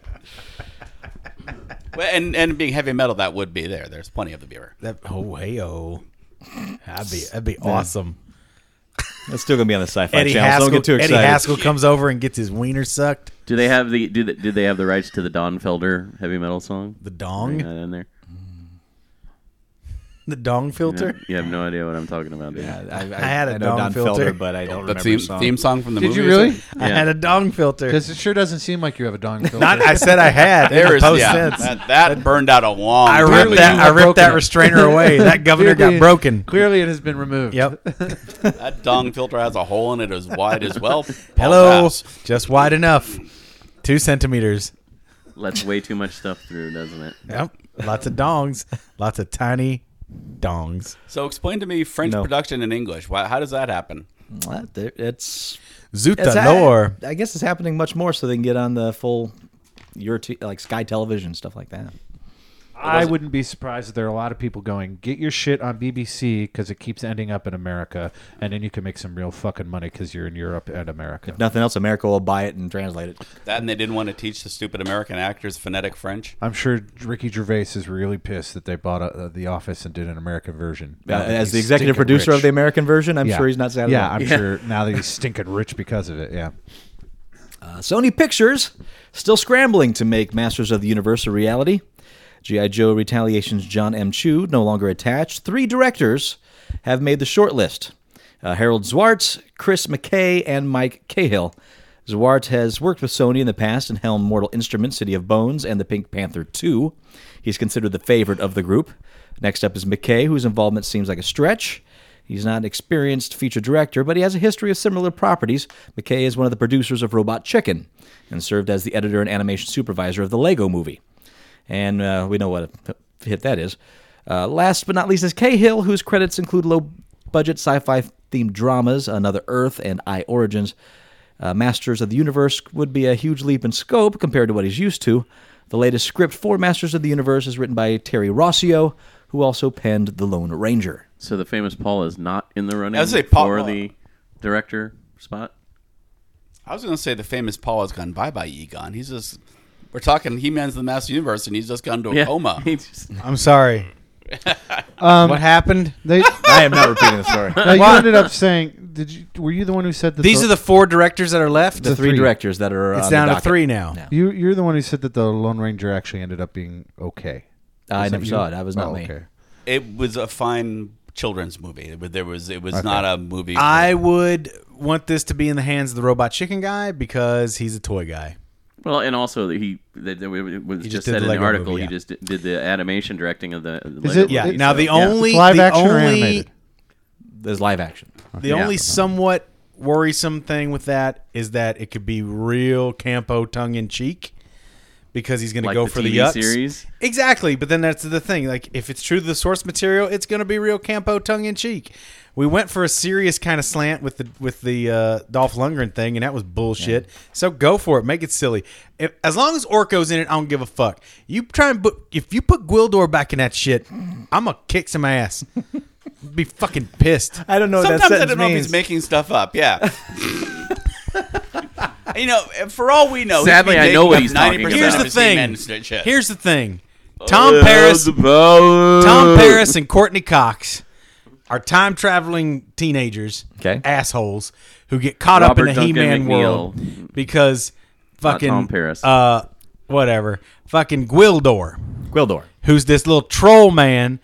F: well, and and being heavy metal, that would be there. There's plenty of the beaver.
G: That, oh hey oh, that'd be that'd be awesome.
D: That's still going to be on the sci fi
G: Eddie
D: channel, so
G: Haskell,
D: don't get too
G: Eddie
D: excited.
G: Haskell comes over and gets his wiener sucked.
C: Do they have the do they, did they have the rights to the Don Felder heavy metal song?
G: The
C: Bring
G: dong,
C: that in there.
G: the dong filter.
C: You have no idea what I'm talking about. do you?
D: I, I-
G: I had a
D: I know
G: Don
D: Don
G: filter.
D: Felder, but I don't
F: The
D: remember
F: theme
D: the song.
F: theme song from the
E: Did
F: movie.
E: you
F: is
E: really?
F: it?
G: I
C: Yeah.
G: had a dong filter.
E: Because it sure doesn't seem like you have a dong filter.
G: Not, I said I had. in
F: There
G: the
F: is
G: post
F: yeah.
G: sense.
F: That, that burned out a long.
G: I
F: time
G: ripped
F: ago.
G: that. I
E: have
G: ripped
E: broken
G: that
E: it.
G: restrainer away. That governor got broken.
E: Clearly, it has been removed.
G: Yep.
F: That dong filter has a hole in it as wide as well. Paul
G: Hello.
F: Bass.
G: Just wide enough. Two centimeters.
C: Lets way too much stuff through, doesn't it?
G: Yep. Lots of dongs. Lots of tiny dongs.
F: So explain to me French
D: No.
F: production in English. Why, how does that happen?
D: Well, there- It's
G: Zuta
D: It's ha-
G: lore.
D: I guess it's happening much more so they can get on the full your t- like Sky Television stuff like that.
E: I wouldn't be surprised if there are a lot of people going, get your shit on BBC because it keeps ending up in America, and then you can make some real fucking money because you're in Europe and America.
D: Nothing else, America will buy it and translate it.
F: That and they didn't want to teach the stupid American actors phonetic French.
E: I'm sure Ricky Gervais is really pissed that they bought uh The Office and did an American version.
D: Uh,
E: Now that
D: as
E: he's
D: the executive
E: stinking
D: producer
E: rich.
D: of the American version, I'm sure he's not satisfied.
E: Yeah, I'm sure now that he's stinking rich because of it. Yeah.
D: Uh, Sony Pictures still scrambling to make Masters of the Universe a reality. G.I. Joe Retaliation's John M. Chu, no longer attached. Three directors have made the shortlist. uh, Harold Zwarts, Chris McKay, and Mike Cahill. Zwart has worked with Sony in the past and helmed Mortal Instruments, City of Bones, and The Pink Panther 2. He's considered the favorite of the group. Next up is McKay, whose involvement seems like a stretch. He's not an experienced feature director, but he has a history of similar properties. McKay is one of the producers of Robot Chicken and served as the editor and animation supervisor of the Lego movie. And uh, we know what a hit that is. Uh, last but not least is Cahill, whose credits include low budget sci fi themed dramas, Another Earth and I Origins. Uh, Masters of the Universe would be a huge leap in scope compared to what he's used to. The latest script for Masters of the Universe is written by Terry Rossio, who also penned The Lone Ranger.
C: So the famous Paul is not in the running
F: I would say Paul-
C: for the director spot.
F: I was going to say the famous Paul has gone bye bye Egon. He's just we're talking He Man's the Master Universe, and he's just gone to a coma.
C: He just-
G: I'm sorry. Um, what happened?
E: They,
D: I am not repeating the story.
E: now you ended up saying, did you? Were you the one who said that?
G: These are the four directors that are left.
D: the three,
E: three.
D: directors that are
G: it's
D: on
G: down
D: the
G: to
D: docket.
G: three now.
D: Yeah.
E: You, you're the one who said that the Lone Ranger actually ended up being okay.
D: I
E: Was that
D: never
E: you?
D: saw it. I was not
E: Oh,
D: me.
E: okay.
F: It was a fine children's movie, but there was it was not a movie.
C: Ah,
G: I would want this to be in the hands of the robot chicken guy because he's a toy guy.
C: well, and also that he that, that it was
G: just
C: just
G: did
C: said
G: the
C: in the
G: Lego
C: article
G: movie, yeah.
C: he just did, did the animation directing of the. the
E: Is
C: Lego
E: it-
G: Yeah.
C: movie,
G: now
C: so,
G: the only
E: It's live
G: the
E: action or
G: only,
E: animated?
D: There's live action.
G: The only somewhat worrisome thing with that is that it could be real campo tongue in cheek because he's going to
C: Like
G: go
C: the
G: for
C: TV
G: the yucks.
C: series?
G: Exactly, but then that's the thing. Like if it's true to the source material, it's going to be real campo tongue in cheek. We went for a serious kind of slant with the with the uh, Dolph Lundgren thing, and that was bullshit. So go for it, make it silly. If, as long as Orko's in it, I don't give a fuck. You try and put if you put Gwildor back in that shit, I'm gonna kick some ass. be fucking pissed.
D: I don't know what
F: Sometimes I don't know if he's making stuff up. Yeah. you know, for all we know, he could be
C: Sadly, I know
F: making
C: what
F: up
C: he's talking
F: 90%
C: about.
G: Here's
F: of
G: the
F: his
G: thing. Uh,
F: He-Man's shit.
G: Here's the thing. Tom Paris, Tom Paris, and Courtney Cox are time traveling teenagers,
D: Okay.
G: assholes who get caught up in
C: Robert
G: the
C: Duncan
G: He-Man
C: McNeil.
G: world because fucking
C: Tom Paris.
G: uh, whatever, fucking Gwildor,
D: Gwildor.
G: who's this little troll man.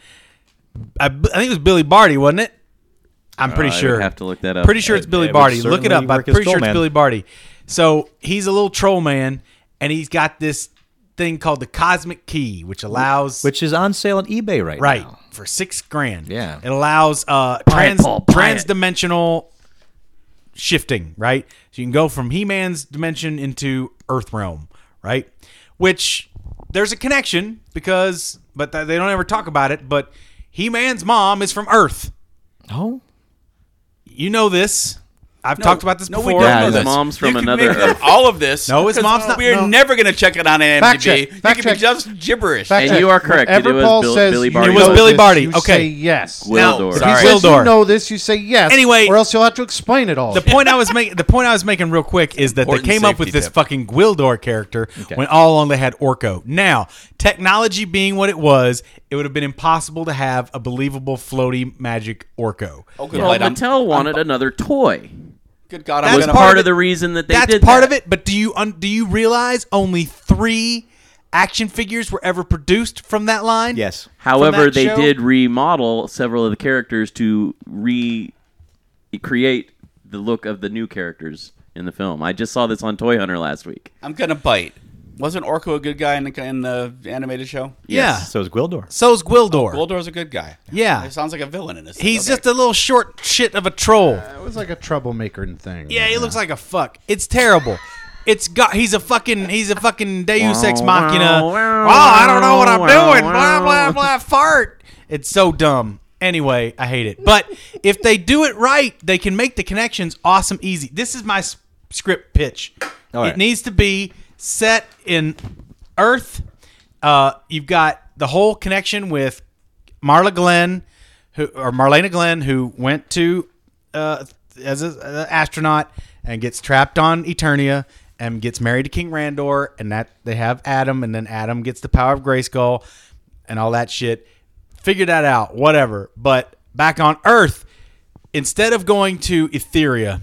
G: I, I think it was Billy Barty, wasn't it? I'm pretty
C: Uh, I would
G: sure.
C: have to look that up.
G: Pretty sure it's
D: It-
G: Billy
D: it would
G: Barty. Look it
D: certainly
G: up. I'm
D: work as
G: pretty
D: troll
G: sure it's
D: man.
G: Billy Barty. So he's a little troll man, and he's got this thing called the Cosmic Key, which allows
D: Which is on sale on eBay right,
G: right
D: now.
G: for six grand.
D: Yeah.
G: it allows uh,
C: it,
G: trans
C: Paul, buy it.
G: transdimensional shifting. Right, so you can go from He Man's dimension into Earth realm. Right, which there's a connection because, but th- they don't ever talk about it. But He Man's mom is from Earth.
D: Oh,
G: You know this. I've talked about this
F: no,
G: before.
F: we don't
C: Yeah,
F: know
C: his
F: this.
C: mom's
F: You
C: from
F: can
C: another
F: make up
C: Earth.
F: all of this.
G: No, his
F: because
G: mom's not-
F: We're
G: no.
F: never going to check it on IMDb.
E: Fact check,
F: You
E: fact
F: can be
E: check.
F: just gibberish.
E: Fact
C: And
E: check.
C: you are correct. It
E: Whenever
C: was
E: Paul
C: Bill-
E: says
C: Billy
E: you
C: Barty.
G: It was
E: know
G: Billy
E: this,
G: Barty.
E: You
G: Okay.
E: say yes.
C: Wildor.
E: If he
F: Sorry.
E: says you
G: Wildor.
E: know this, you say yes.
G: Anyway-
E: or else you'll have to explain it all.
G: the point I was making the point I was making real quick is that
F: Important
G: they came up with
F: safety
G: this
F: tip.
G: fucking Gwildor character when all along they had Orko. Now, technology being what it was, it would have been impossible to have a believable floaty magic Orko.
F: Okay,
C: Well,
F: light, I'm-
C: Mattel wanted another toy.
F: Good God,
G: That's
F: I'm
C: Was
F: gonna-
C: part,
G: part of
C: of the
G: it.
C: reason that they
G: That's
C: did
G: part
C: that.
G: of it, but do you un- do you realize only 3 action figures were ever produced from that line?
D: yes.
C: However,
G: that
C: they
G: show?
C: did remodel several of the characters to recreate the look of the new characters in the film. I just saw this on Toy Hunter last week.
F: I'm gonna bite. Wasn't Orko a good guy in the, in the animated show?
G: Yeah.
D: So is Gwildor.
G: So's Gwildor.
F: Goldor's a good guy.
G: Yeah.
F: He sounds like a villain in this.
G: He's just a little short shit of a troll.
E: it was like a troublemaker thing.
G: Yeah, he looks like a fuck. It's terrible. It's got. He's a fucking. He's a fucking Deus Ex Machina. Oh, I don't know what I'm doing. Blah blah blah. Fart. It's so dumb. Anyway, I hate it. But if they do it right, they can make the connections awesome easy. This is my s- script pitch.
D: All right.
G: It needs to be set in Earth. Uh, you've got the whole connection with Marla Glenn, who or Marlena Glenn, who went to uh, as an astronaut and gets trapped on Eternia and gets married to King Randor, and that they have Adam, and then Adam gets the power of Grayskull and all that shit. Figure that out, whatever. But back on Earth, instead of going to Etheria,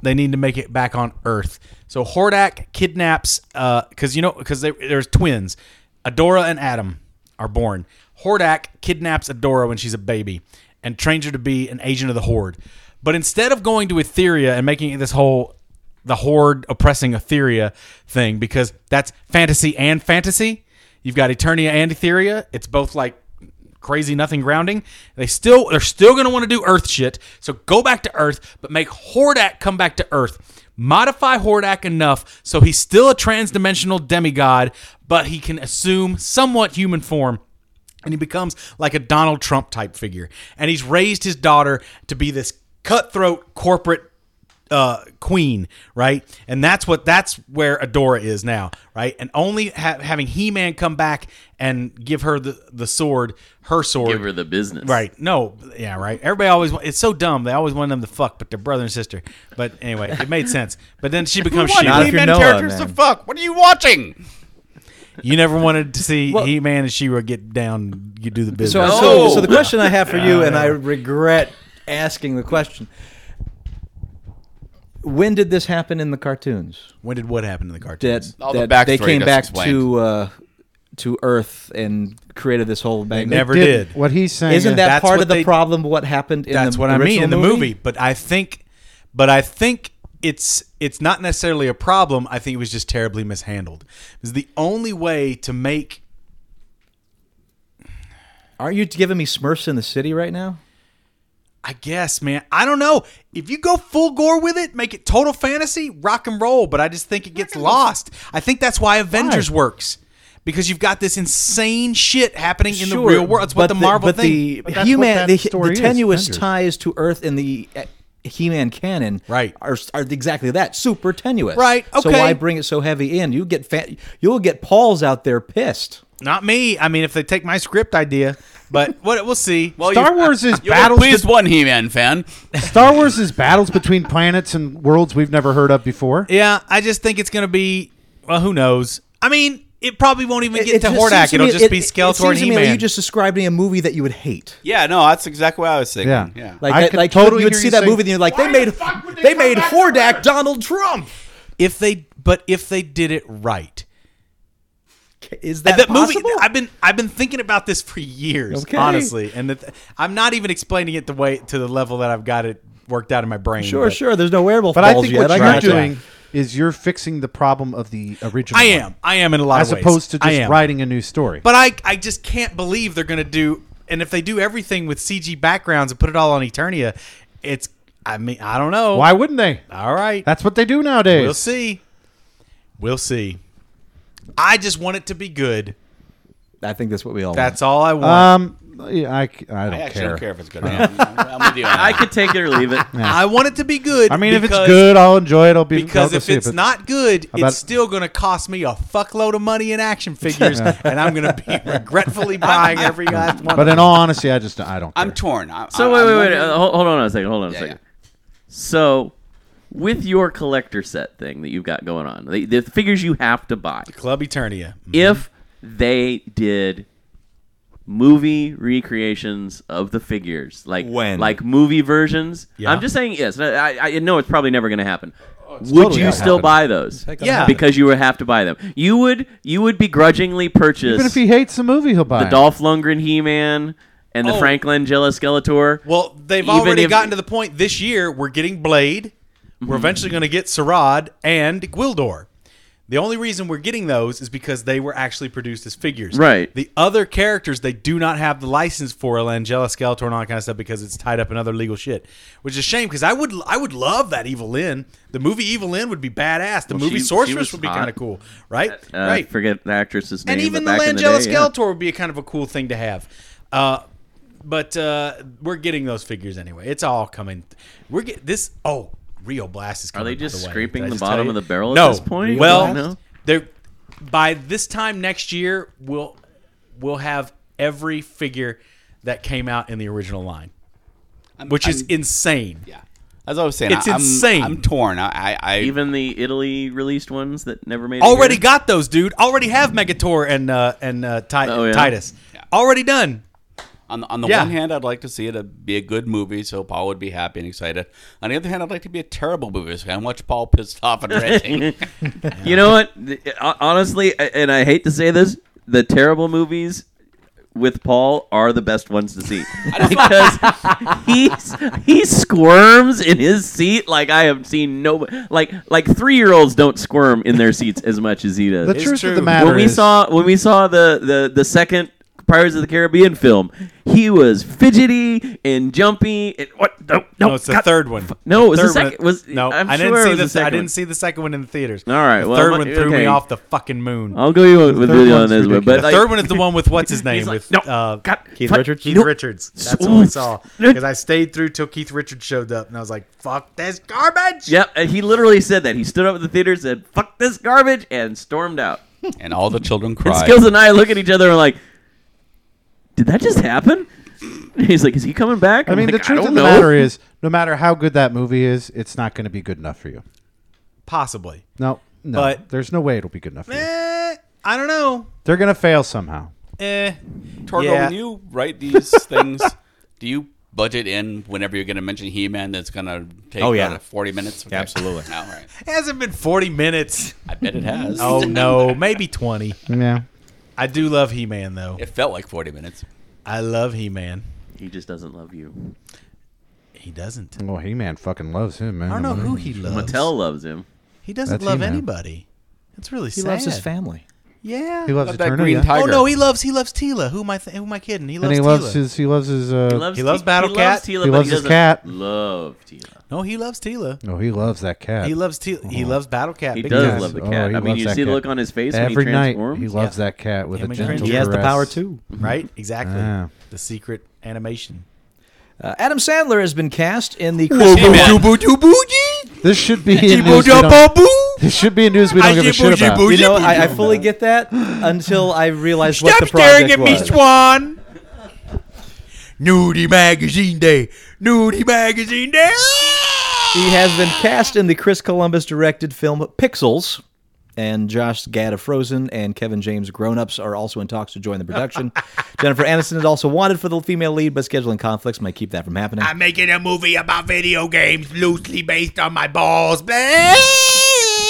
G: they need to make it back on Earth. So Hordak kidnaps, because you know, because there's twins, Adora and Adam are born. Hordak kidnaps Adora when she's a baby and trains her to be an agent of the Horde. But instead of going to Etheria and making it this whole the horde oppressing Etheria thing, because that's fantasy and fantasy, you've got Eternia and Etheria. It's both like crazy nothing grounding. They still they're still gonna want to do Earth shit. So go back to Earth, but make Hordak come back to Earth. Modify Hordak enough so he's still a transdimensional demigod, but he can assume somewhat human form and he becomes like a Donald Trump type figure. And he's raised his daughter to be this cutthroat corporate uh, queen, right? And that's what that's where Adora is now, right? And only ha- having He Man come back and give her the the sword, her sword,
C: Give her the business.
G: Right. No. Yeah. Right. Everybody always. wa- It's so dumb. They always want them to fuck, but they're brother and sister. But anyway, it made sense. But then she becomes
F: What
G: she.
D: Not if you're
F: He-Man
D: Noah,
F: characters
D: man.
F: to fuck? What are you watching?
G: You never wanted to see
D: Well-
G: He Man and She-Ra get down. You do the business.
D: So, so, so the question I have for you, and I regret asking the question. When did this happen in the cartoons?
G: when did what happen in the cartoon?
D: That,
F: All the
D: that they
F: backstory
D: came
F: just
D: back
F: explained.
D: to uh, to Earth and created this whole bang.
G: never Ever did.
E: what he's saying?
D: Isn't
E: is-
D: that
G: That's
D: part
G: what
D: of the
G: they-
D: problem? What happened in
G: That's
D: the
G: what I mean
D: original
G: in the movie. But I think, but I think it's it's not necessarily a problem. I think it was just terribly mishandled. Because the only way to make
D: Aren't you giving me Smurfs in the City right now?
G: I guess, man. I don't know. If you go full gore with it, make it total fantasy, rock and roll, but I just think it gets lost. I think that's why Avengers works. Because you've got this insane shit happening in the
D: Sure,
G: real world. It's what
D: but
G: the Marvel
D: but
G: thing.
D: The
E: But that's what
D: human,
E: that
D: the,
E: story
D: the
E: is,
D: tenuous
E: Avengers.
D: ties to Earth in the uh, He-Man canon,
G: Right.
D: are, are exactly that super tenuous,
G: Right,
D: So
G: okay.
D: why bring it so heavy in? You get fa- you'll get Paul's out there pissed.
G: Not me. I mean, if they take my script idea, but what we'll see.
F: Well,
E: Star
F: you-
E: Wars is
F: You're
E: battles.
F: pleased one He-Man fan.
E: Star Wars is battles between planets and worlds we've never heard of before.
G: yeah, I just think it's going to be. Well, who knows? I mean, it probably won't even get
D: It
G: to
D: just seems
G: Hordak.
D: to
G: It'll
D: me-
G: just
D: it-
G: be
D: it- it
G: Skeletor
D: seems
G: and
D: to me like
G: He-Man.
D: You just described me a movie that you would hate.
F: Yeah, no, that's exactly what I was thinking.
E: Yeah.
F: yeah.
D: Like
E: I
D: that,
E: could
D: like
E: totally
D: you would
E: hear
D: see
E: you
D: that
E: saying,
D: movie and you're like, they made they made Hordak Donald Trump.
G: if they, but if they did it right,
D: Is
G: And
D: that, possible?
G: movie i've been i've been thinking about this for years
D: Okay.
G: honestly and the th- i'm not even explaining it the way to the level that i've got it worked out in my brain
D: sure,
G: but
D: sure. There's no werewolf.
E: But I
D: balls
E: think
D: yet.
E: what
D: got
E: you're
D: that.
E: doing is you're fixing the problem of the original.
G: i
E: one,
G: am i am in a lot
E: as
G: of ways
E: opposed to
G: I
E: just
G: am.
E: writing a new story.
G: but i i just can't believe they're gonna do and if they do everything with cg backgrounds and put it all on eternia it's i mean i don't know
E: why wouldn't they?
G: all right
E: That's what they do nowadays.
G: We'll see. We'll see. I just want it to be good.
D: I think that's what we all.
G: That's all I want.
E: Um, yeah, I, c- I don't
F: I actually
E: care.
F: don't care if it's good. or not. I'm with you. on
C: I
F: that.
C: could take it or leave it.
G: I want it to be good.
E: I mean, if it's
G: because-
E: good, I'll enjoy it. I'll be I'll
G: because
E: go
G: if
E: see it,
G: it's
E: but-
G: not good,
E: bet-
G: it's still going to cost me a fuckload of money in action figures, and I'm going to be regretfully buying every last one.
E: But in all honesty, I just I don't. Care.
F: I'm torn. I,
C: So
F: I,
C: wait,
F: I'm
C: wait, wait.
F: wondering-
C: Uh, hold, hold on a second. Hold on a
F: Yeah,
C: second. So, with your collector set thing that you've got going on, the, the figures you have to buy,
G: Club Eternia.
C: if they did movie recreations of the figures, like
D: When?
C: like movie versions,
G: Yeah.
C: I'm just saying yes. I, I- I know it's probably never going to happen. Would
E: Oh, totally
C: you
E: gonna
C: still
E: happen.
C: buy those?
G: gonna Yeah. happen.
C: because you would have to buy them. You would you would begrudgingly purchase
E: Even if he hates the movie, he'll buy
C: the
E: it.
C: Dolph Lundgren He-Man and the
G: Oh.
C: Frank Langella Skeletor.
G: Well, they've
C: Even
G: already
C: if- Mm-hmm.
G: gotten to the point this year we're getting Blade, we're eventually going to get Sarad and Gwildor. The only reason we're getting those is because they were actually produced as figures.
C: Right.
G: The other characters they do not have the license for Langella, Skeletor, and all that kind of stuff because it's tied up in other legal shit, which is a shame because I would I would love that Evil Lynn. The movie Evil Lynn would be badass. The
C: Well,
G: movie
C: she- she
G: Sorceress
C: was
G: would be
C: hot.
G: kind of cool, right?
C: Uh, I
G: right
C: forget the actress's name.
G: and even the
C: but back in
G: Langella
C: day, yeah.
G: Skeletor would be a kind of a cool thing to have. Uh, but uh, we're getting those figures anyway. It's all coming. We're get this. Oh, Rio Blast is
C: Are
G: coming.
C: they
G: by
C: just
G: the way.
C: scraping
G: Did I
C: the
G: just tell
C: bottom
G: you?
C: of the barrel at
G: no.
C: this point?
G: Well,
C: No?
G: they're by this time next year we'll we'll have every figure that came out in the original line, which is insane.
F: Yeah. As I was saying,
G: It's
F: I, I'm-
G: insane.
F: I'm torn. I, I, I
C: Even the Italy released ones that never made it
G: Already
C: here?
G: got those, dude. Already have Megator and uh, and uh, Ti-
C: Oh, yeah?
G: Titus.
F: Yeah.
G: Already done.
F: on the, on the
G: Yeah.
F: one hand, I'd like to see it uh be a good movie, so Paul would be happy and excited. On the other hand, I'd like to be a terrible movie, so I can watch Paul pissed off and ranting.
C: uh, You know what? The- hon- Honestly, a- and I hate to say this, the terrible movies with Paul are the best ones to see because he's he squirms in his seat like I have seen no like like three year olds don't squirm in their seats as much as he does.
E: The truth of the matter
C: when we
E: is,
C: saw when we saw the the the second Pirates of the Caribbean film, he was fidgety and jumpy. And what? No, no,
G: No, it's the
C: God.
G: third one.
C: No, it was the
G: third
C: second- was-
G: no,
C: I'm
G: I didn't
C: sure it
G: see
C: was the
G: the. I
C: second one.
G: didn't see the second one in the theaters.
C: All right,
G: the
C: well,
G: third
C: my-
G: one threw
C: okay.
G: me off the fucking moon.
C: I'll go you with
E: third
C: Billy on
E: one's
C: this one, but
E: ridiculous.
G: the
C: like,
G: third one is the one with what's his name
C: like,
G: with
C: no,
G: uh,
C: God,
G: Keith
C: fuck,
G: Richards.
C: you
G: Keith
C: know-
G: Richards. That's what I saw
C: Ooh.
G: because I stayed through till Keith Richards showed up, and I was like, "Fuck this garbage."
C: Yep, and he literally said that. He stood up at the theater, said "fuck this garbage," and stormed out.
F: and all the children
C: And
F: cried.
C: Skills and I look at each other and we're like, "Did that just happen?" And he's like, "Is he coming back?"
E: I
C: I'm
E: mean,
C: like,
E: the truth
C: don't
E: of the
C: know."
E: matter is, no matter how good that movie is, it's not going to be good enough for you.
G: Possibly.
E: No, no,
G: But-
E: there's no way it'll be good enough for you.
G: Eh, I don't know.
E: They're going to fail somehow.
G: Eh.
F: Torgo,
G: Yeah.
F: when you write these things, do you budget in whenever you're going to mention He-Man? That's going to take
G: Oh, yeah.
F: uh, 40 minutes. Okay.
G: Absolutely.
F: All right.
G: hasn't been 40 minutes.
F: I bet it has.
G: Oh no, maybe 20.
E: Yeah.
G: I do love He-Man though.
F: It felt like 40 minutes.
G: I love He-Man.
C: He just doesn't love you.
G: He doesn't.
E: Well, He Man Oh, fucking loves him, man.
G: I don't know who he loves.
C: Mattel loves him.
G: He doesn't
E: That's
G: love
E: He-Man.
G: anybody. It's really
D: He
G: sad.
D: loves his family.
G: Yeah.
E: He loves
F: Not that
E: Eterna,
F: green
E: yeah.
F: tiger.
G: oh no, he loves he loves Tila. Who am I? Th- who am I kidding? He loves
E: and he
G: Tila.
E: loves his. He loves his. Uh,
C: He loves,
G: He loves
C: T-
G: Battle
C: he
G: Cat.
C: Loves Tila,
E: He
C: but
E: loves
C: he
E: his
C: doesn't
E: cat.
C: Love Tila.
G: no, he loves Tila.
E: oh, he loves that cat.
G: He loves Tila. He
E: Mm-hmm.
G: loves Battle Cat.
C: He
G: big
C: does
G: time.
C: love the
E: Oh,
C: cat.
E: he
C: I mean,
E: loves
C: you
E: that
C: see the
E: cat.
C: look on his face
E: Every
C: when he
E: night,
C: transforms.
E: he loves that cat with
G: Yeah,
E: a
G: but
E: gentle
G: he
D: He has the
E: caress.
D: power too.
G: Right? Exactly.
E: Yeah.
G: The secret animation.
D: Uh, Adam Sandler has been cast in the Christmas
E: This should be in news. We don't, this should be in news we don't give a shit about.
D: You know, I, I fully get that until I realized what the project was.
G: Swan. Nudie Magazine Day. Nudie Magazine Day.
D: He has been cast in the Chris Columbus directed film Pixels, and Josh Gad of Frozen and Kevin James Grown Ups are also in talks to join the production. Jennifer Aniston is also wanted for the female lead, but scheduling conflicts might keep that from happening.
I: I'm making a movie about video games loosely based on my balls. Blah!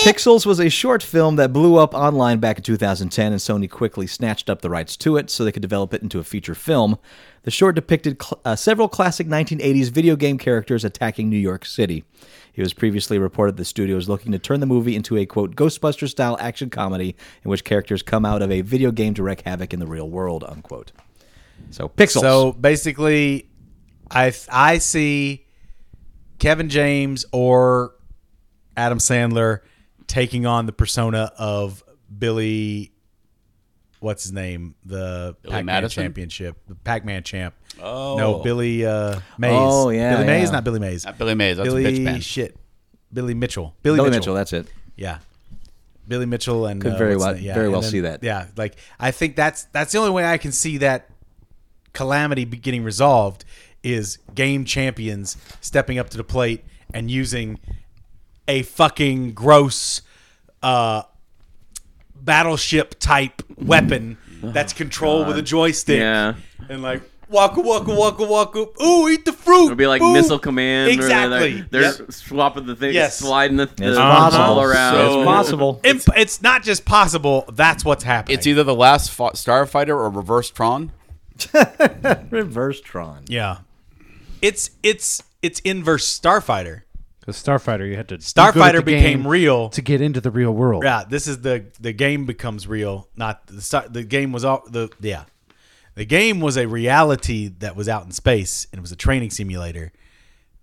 D: Pixels was a short film that blew up online back in 2010, and Sony quickly snatched up the rights to it so they could develop it into a feature film. The short depicted cl- uh, several classic 1980s video game characters attacking New York City. It was previously reported the studio was looking to turn the movie into a quote Ghostbuster style action comedy in which characters come out of a video game to wreak havoc in the real world unquote. So Pixels.
G: So basically, I I see Kevin James or Adam Sandler taking on the persona of Billy. What's his name? The Pac-Man
F: Madison?
G: championship, the Pac-Man champ.
F: Oh.
G: no, Billy uh, Mays.
D: Oh, yeah,
G: Billy Mays,
D: yeah.
G: not Billy Mays.
F: Not Billy Mays. That's
G: Billy
F: Pitch Man.
G: shit. Billy Mitchell.
D: Billy Mitchell, that's it.
G: Yeah. Billy Mitchell and
D: Could
G: uh,
D: very
G: what's
D: well-
G: the- yeah,
D: very
G: and
D: well see that.
G: Yeah, like I think that's that's the only way I can see that calamity be getting resolved is game champions stepping up to the plate and using a fucking gross uh, battleship type weapon that's controlled with a joystick
C: Yeah.
G: and like waka waka waka waka ooh eat the fruit
C: It'll be like
G: Ooh.
C: Missile Command. where they're-
G: exactly
C: They're,
G: Yep.
C: swapping the thing,
G: Yes.
C: sliding the, the
D: It's
C: ball
D: possible.
C: around.
D: it's possible.
G: Imp- it's not just possible that's what's happening
F: It's either the last fo- Starfighter or Reverse Tron.
D: Reverse Tron.
G: Yeah. It's it's it's inverse Starfighter.
E: Because Starfighter, you had to
G: Starfighter
E: go to the
G: became
E: game
G: real.
E: to get into the real world.
G: Yeah, this is the the game becomes real, not the star, the game was all the yeah. The game was a reality that was out in space and it was a training simulator.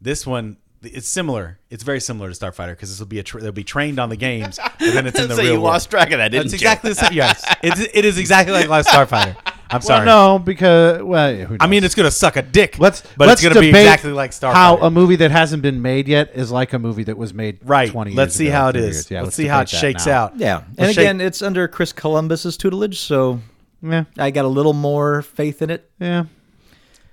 G: This one it's similar. It's very similar to Starfighter because this will be a tra- they'll be trained on the games, but then it's in the
F: so you
G: real world.
F: lost track of that, didn't
G: That's
F: you?
G: exactly the same. Yes, it's, it is exactly like Last Starfighter. I'm
E: Well,
G: sorry.
E: no, because well, who knows?
G: I mean it's gonna suck a dick.
E: Let's
G: but
E: let's
G: it's gonna be
E: debate
G: exactly like Starfighter.
E: How a movie that hasn't been made yet is like a movie that was made
G: Right.
E: twenty.
G: Let's
E: years
G: see
E: ago,
G: how it
E: 30
G: is.
E: years. Yeah,
G: let's, see how it
E: debate that
G: shakes
E: now.
G: out.
D: Yeah. And
G: Let's shake-
D: again, it's under Chris Columbus's tutelage, so
E: Yeah,
D: I got a little more faith in it.
E: yeah.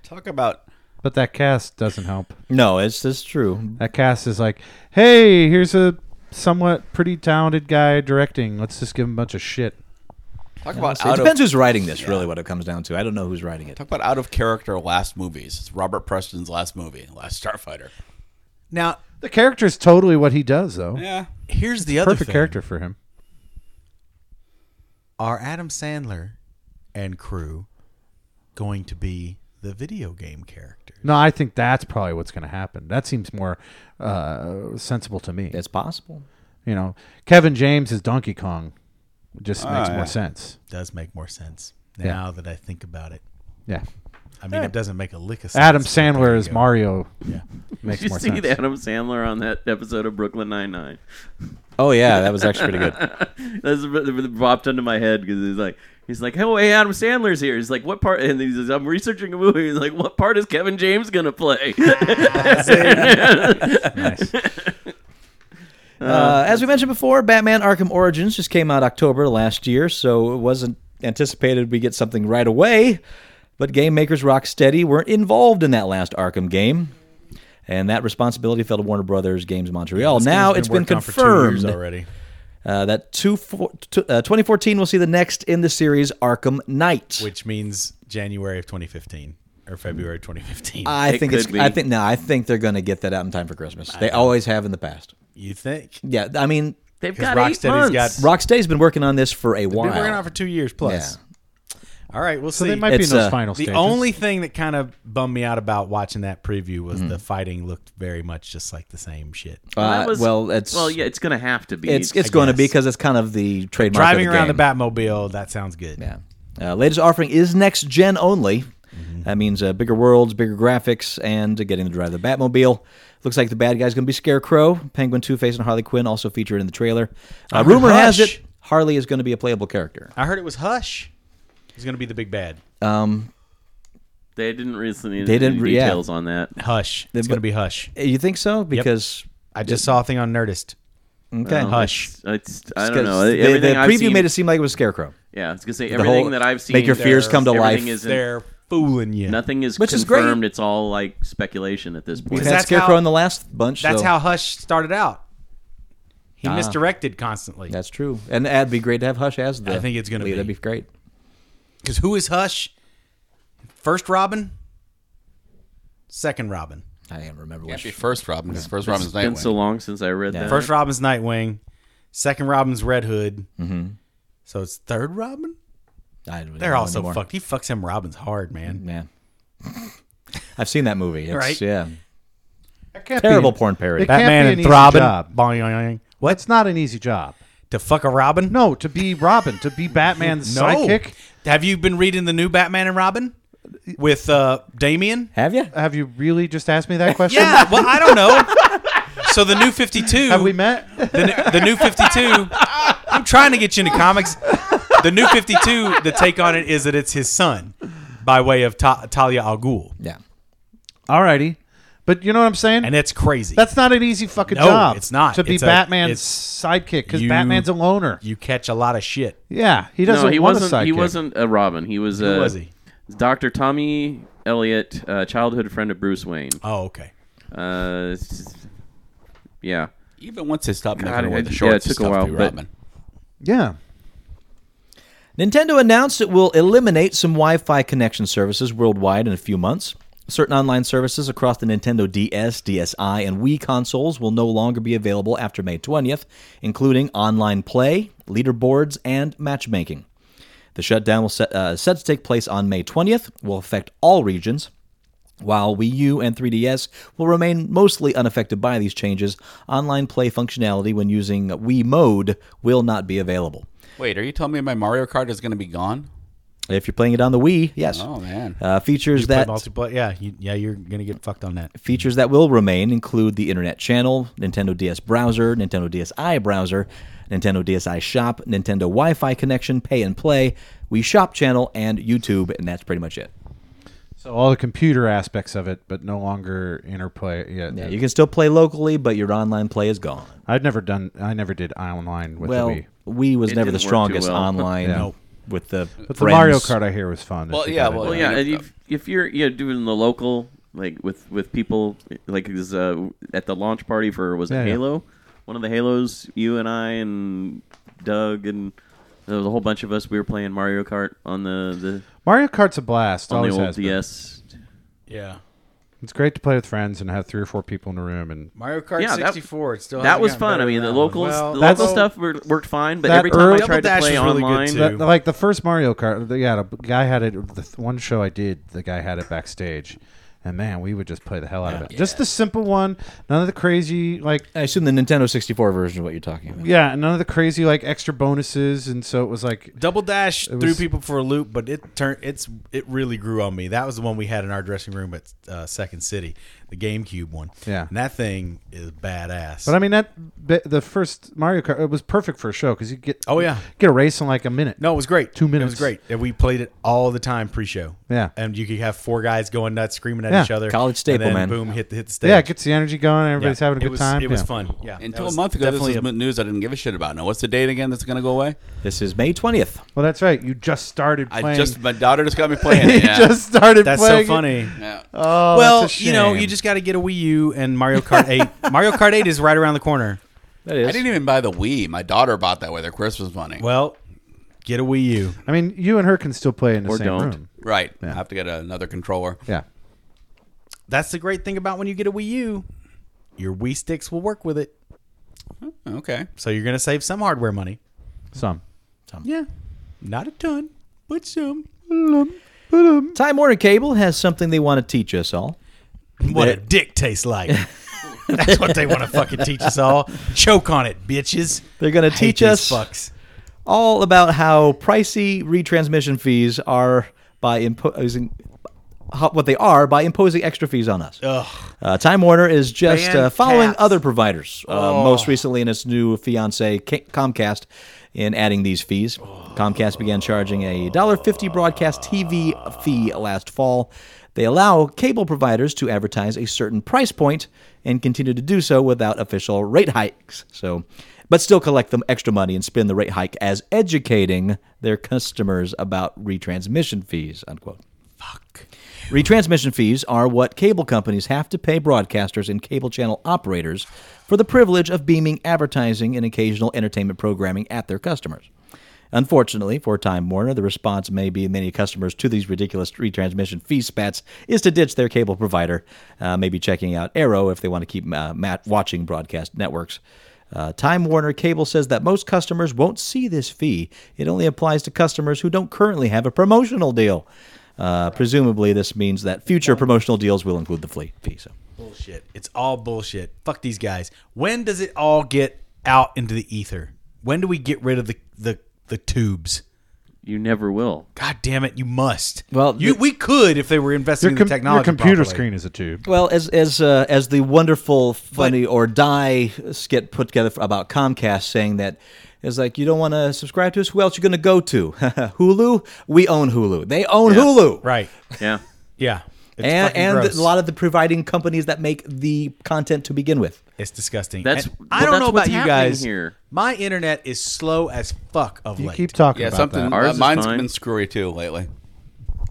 F: Talk about
E: But that cast doesn't help.
D: No, it's it's true.
E: That cast is like, hey, here's a somewhat pretty talented guy directing. Let's just give him a bunch of shit.
F: talk about
D: it
F: out
D: depends
F: of,
D: who's writing this. Really, what it comes down to. I don't know who's writing it.
F: talk about out of character last movies. It's Robert Preston's last movie, Last Starfighter.
G: Now,
E: The character is totally what he does, though.
F: Yeah.
G: here's the other
E: Perfect
G: thing.
E: character for him.
G: Are Adam Sandler and crew going to be the video game character?
E: No, I think that's probably what's going to happen. That seems more uh, sensible to me.
D: It's possible.
E: You know, Kevin James is Donkey Kong. Just makes more sense.
G: Does make more sense
E: Yeah.
G: now that I think about it.
E: Yeah.
G: I mean, it doesn't make a lick of sense.
E: Adam
G: but there
E: Sandler
G: you
E: is
G: go.
E: Mario.
G: Yeah.
E: Makes
C: Did you
E: more
C: see
E: sense.
C: the Adam Sandler on that episode of Brooklyn Nine Nine?
J: Oh yeah, that was actually pretty good.
C: That's what- that popped into my head because he's like, he's like, oh, hey, Adam Sandler's here. He's like, what part? And he says, I'm researching a movie. He's like, what part is Kevin James gonna play?
D: Uh, as we mentioned before, Batman Arkham Origins just came out October last year, so it wasn't anticipated we get something right away. But game makers Rocksteady weren't involved in that last Arkham game, and that responsibility fell to Warner Brothers Games Montreal.
G: This
D: now
G: game's
D: it's been
G: worked on for two years
D: confirmed
G: already.
D: uh, that two four, t- uh, 2014 will see the next in the series Arkham Knight.
G: which means January of 2015 or February 2015.
D: I
C: It
D: think it's.
C: could be.
D: I think no. I think they're going to get that out in time for Christmas. They always have in the past.
G: you think?
D: Yeah, I mean,
C: They've
G: 'Cause
C: got eight
G: Rocksteady's
C: months.
D: Rocksteady's been working on this for a while.
G: Been working on it for two years plus. All right, we'll
E: So
G: see.
E: they might
D: It's,
E: be in those
D: uh,
E: final
G: the
E: stages.
G: only thing that kind of bummed me out about watching that preview was
D: Mm-hmm.
G: the fighting looked very much just like the same shit.
C: Well,
D: Uh,
C: that was-
D: well, it's
C: well, yeah, it's gonna have to be.
D: It's it's going to be
G: guess.
D: because it's kind of the trademark.
G: Driving
D: of
G: around
D: game.
G: the Batmobile, that sounds good.
D: Yeah. Uh, latest offering is next gen only.
C: Mm-hmm.
D: That means uh, bigger worlds, bigger graphics, and getting to drive the Batmobile. Looks like the bad guy's going to be Scarecrow, Penguin, Two Face, and Harley Quinn, also featured in the trailer. Uh,
G: heard
D: rumor has
G: Hush.
D: it Harley is going to be a playable character.
G: I heard it was Hush. He's going to be the big bad.
C: they didn't recently.
D: They didn't
C: any
D: re- yeah.
C: details on that.
G: Hush. It's
D: but-
G: going to be Hush.
D: Uh, You think so? Because
G: I just saw a thing on Nerdist.
D: okay,
G: Hush.
C: It's, I don't
D: 'Cause
C: know.
D: The,
C: Everything
D: the
C: I've
D: preview
C: seen-
D: made it seem like it was Scarecrow,
C: Yeah, I was gonna say
D: whole-
C: everything that I've seen.
D: make your fears come to
C: everything
D: life.
C: Isn't,
G: They're fooling you.
C: nothing is
D: Which is great.
C: confirmed. It's all like speculation at this point.
D: We've had
G: that's
D: Scarecrow
G: how-
D: in the last bunch.
G: That's
D: so Ah.
G: how Hush started out. He misdirected constantly.
D: That's true, and that'd be great to have Hush as the.
G: I think it's gonna
D: lead.
G: be.
D: That'd be great.
G: Because who is Hush? First Robin, second Robin.
D: I can't remember
F: Can't
D: which.
F: be first Robin because first
C: It's
F: Robin's
C: been
F: Nightwing.
C: so long since I read that.
G: First Robin's Nightwing, second Robin's Red Hood. Mm-hmm. So it's third Robin.
D: I don't
G: They're
D: know
G: also
D: anymore.
G: fucked. He fucks him Robins hard, man.
D: Yeah. I've seen that movie. It's,
G: Right?
D: Yeah.
E: That can't be-
D: Terrible porn parody.
E: It can't
G: Batman
E: be
G: and
E: an easy
G: Throbbing.
E: job.
G: Boing, boing, boing. What?
E: It's not an easy job.
G: To fuck a Robin?
E: No, to be Robin, to be Batman's sidekick.
G: Have you been reading the new Batman and Robin with uh, Damien?
D: Have you?
E: Have you really just asked me that question?
G: Yeah. Well, I don't know. So the new Fifty Two.
E: Have we met?
G: the, new- the new 52 i'm trying to get you into comics the new 52 the take on it is that it's his son by way of Ta- talia al ghul
D: Yeah.
E: Alrighty. But you know what I'm saying?
G: and it's crazy
E: That's not an easy fucking
G: No,
E: job.
G: it's not.
E: To be
G: It's a-
E: Batman's
G: it's-
E: sidekick because
G: You-
E: Batman's a loner.
G: you catch a lot of shit
E: yeah, he doesn't
C: No, he
E: want a
C: wasn't.
E: sidekick.
C: He wasn't a Robin. He was. uh,
G: was he?
C: Doctor Tommy Elliot, uh, childhood friend of Bruce Wayne.
G: oh okay
C: Uh, s- yeah,
F: Even once they stopped
C: God,
F: making
C: it
F: away
C: had-
F: the
C: yeah,
F: shorts,
C: it took a
F: and stuff
C: while,
F: to be
C: but-
F: Robin.
E: Yeah.
D: Nintendo announced it will eliminate some Wi Fi connection services worldwide in a few months. Certain online services across the Nintendo DS, DSi, and Wii consoles will no longer be available after May 20th, including online play, leaderboards, and matchmaking. The shutdown will set, uh, set to take place on May 20th, will affect all regions, while Wii U and 3DS will remain mostly unaffected by these changes. Online play functionality when using Wii Mode will not be available.
F: Wait, are you telling me my Mario Kart is going to be gone?
D: If you're playing it on the Wii, yes.
F: Oh man,
D: Uh, features
G: Play
D: that
G: multiplayer yeah you, yeah you're gonna get fucked on that
D: features that will remain include the Internet Channel, Nintendo DS browser, Nintendo DSi browser, Nintendo DSi shop, Nintendo Wi-Fi connection, Pay and Play, Wii Shop channel, and YouTube, and that's pretty much it.
E: So all the computer aspects of it, but no longer interplay. Yeah,
D: Yeah, you can still play locally, but your online play is gone.
E: I've never done. I never did online with
D: Well,
E: the Wii.
D: Wii was
C: It
D: never the
C: didn't work too
D: strongest
C: well.
D: online.
E: Yeah. Nope.
D: With the
E: But the Mario
D: friends.
E: Kart I hear was fun.
F: Well,
E: If you
F: yeah,
E: got it
F: well,
E: done.
C: well, yeah.
F: you-
C: And if, if you're you know, doing the local, like with with people, like it was, uh, at the launch party for was it
E: Yeah, yeah.
C: Halo? One of the Halos, you and I and Doug and there was a whole bunch of us. We were playing Mario Kart on the the
E: Mario Kart's a blast.
C: on the
E: always
C: old
E: has been.
C: DS.
G: yeah
E: It's great to play with friends and have three or four people in a room. And
K: Mario Kart
C: Yeah, that-
K: 64. It still
C: that
K: hasn't
C: was
K: gotten
C: fun.
K: better
C: I mean,
K: than
C: the
K: that one.
C: locals,
K: Well,
C: the
E: that's-
C: local stuff wor- worked fine, but
E: that
C: every time
E: early-
C: I tried
K: Double
C: to
K: Dash
C: play
K: was really good,
C: online,
K: too.
E: that, like the first Mario Kart, the- yeah, the guy had it. The th- one show I did, the guy had it backstage, and man, we would just play the hell out of it. Just the simple one, none of the crazy like
D: I assume the Nintendo 64 version is what you're talking about.
E: yeah, none of the crazy like extra bonuses, and so it was like
G: Double Dash
E: was-
G: threw people for a loop, but it turned it's it really grew on me. That was the one we had in our dressing room at uh, Second City, the GameCube one.
E: Yeah.
G: and that thing is badass.
E: But I mean that bi- the first Mario Kart it was perfect for a show because you get
G: Oh, yeah.
E: get a race in like a minute.
G: no, it was great.
E: Two
G: It
E: minutes.
G: was great. And we played it all the time pre-show.
E: Yeah.
G: and you could have four guys going nuts, screaming at
E: Yeah.
G: each other.
D: College staple,
G: and
D: man.
G: then Boom! Hit the hit the stage.
E: yeah, it gets the energy going. Everybody's
G: Yeah.
E: having a
G: It
E: good
G: was-
E: time.
G: It was
E: Yeah.
G: fun. Yeah, that
F: Until a
G: was
F: month ago, this
G: definitely
F: was
G: a-
F: news I didn't give a shit about. Now, what's the date again that's going to go away?
D: This is May 20th.
E: Well, that's right. You just started playing.
F: I just my daughter just got me playing.
E: you
F: it, yeah.
E: just started.
G: That's so
E: playing it.
G: funny.
F: Yeah.
E: Oh,
G: well,
E: that's a
G: you know,
E: shame.
G: you just got to get a Wii U and Mario Kart 8. Mario Kart 8 is right around the corner.
D: That is.
F: I didn't even buy the Wii. My daughter bought that with her Christmas money.
G: Well, get a Wii U.
E: I mean, you and her can still play in the
C: Or
E: same
C: don't.
E: room.
F: right. I have to get another controller.
E: Yeah.
G: That's the great thing about when you get a Wii U. Your Wii sticks will work with it.
F: Okay.
G: So you're going to save some hardware money.
E: Some.
G: Yeah. Not a ton, but some.
D: Time Warner Cable has something they want to teach us all.
G: What a dick tastes like. That's what they want to fucking teach us all. Choke on it, bitches.
D: They're going to
G: Hate
D: teach
G: these
D: us
G: fucks.
D: all about how pricey retransmission fees are by imposing how, what they are by imposing extra fees on us. Uh, Time Warner is just uh, following other providers, uh, most recently in its new fiance Ca- Comcast, in adding these fees. Comcast began charging a $1.50 broadcast TV fee last fall. They allow cable providers to advertise a certain price point and continue to do so without official rate hikes. So, but still collect them extra money and spin the rate hike as educating their customers about retransmission fees. Unquote. Retransmission fees are what cable companies have to pay broadcasters and cable channel operators for the privilege of beaming advertising and occasional entertainment programming at their customers. Unfortunately, for Time Warner, the response may be many customers to these ridiculous retransmission fee spats is to ditch their cable provider, uh, maybe checking out Arrow if they want to keep uh, mat- watching broadcast networks. Uh, Time Warner Cable says that most customers won't see this fee. It only applies to customers who don't currently have a promotional deal. Uh, presumably, this means that future promotional deals will include the fleet fee. So.
G: Bullshit. It's all bullshit. Fuck these guys. When does it all get out into the ether? When do we get rid of the the, the tubes?
C: you never will.
G: God damn it, you must.
D: Well,
G: you,
D: the-
G: we could if they were investing
E: Your,
G: in
E: com-
G: the technology.
E: your computer
G: properly.
E: screen is a tube.
D: Well, as as uh, as the wonderful funny or die skit put together for, about Comcast, saying that it's like you don't want to subscribe to us. Who else you going to go to? Hulu. We own Hulu. They own Hulu.
G: Right.
C: Yeah.
G: Yeah. It's
D: And
G: fucking
D: and
G: gross.
D: a lot of the providing companies that make the content to begin with.
G: it's disgusting.
C: That's-
G: And
C: well,
G: I don't
C: that's
G: know about
C: what's
G: you
C: happening
G: guys.
C: here.
G: My internet is slow as fuck of
E: You
G: late.
E: keep talking
F: Yeah,
E: about
F: something.
E: that.
C: Ours
F: Uh,
C: is
F: mine's
C: fine.
F: been screwy too lately.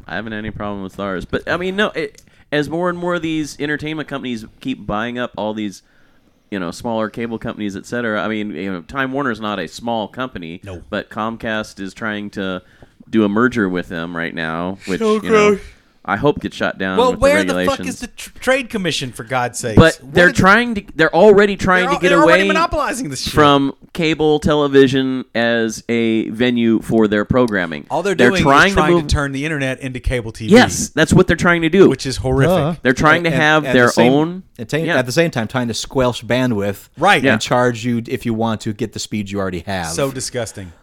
C: I haven't had any problem with ours, but I mean, no. It, as more and more of these entertainment companies keep buying up all these, you know, smaller cable companies, et cetera. I mean, you know, Time Warner's not a small company,
G: No.
C: but Comcast is trying to do a merger with them right now, which you know, I hope gets shot down.
G: well,
C: with
G: where
C: the,
G: the fuck
C: regulations.
G: is the tr- trade commission for God's sake?
C: But they're trying to. They're already trying to get
G: they're
C: away
G: already monopolizing this shit.
C: from cable television as a venue for their programming.
G: all they're doing
C: trying
G: is trying to,
C: move-
G: turn the internet into cable TV.
C: Yes, that's what they're trying to do.
G: which is horrific.
E: Duh.
C: They're trying to
D: And-
C: have
D: at
C: their
D: the same-
C: own.
D: At, ta-
C: yeah.
D: at the same time, trying to squelch bandwidth.
G: Right.
D: And
G: Yeah.
D: charge you if you want to get the speed you already have.
G: So disgusting.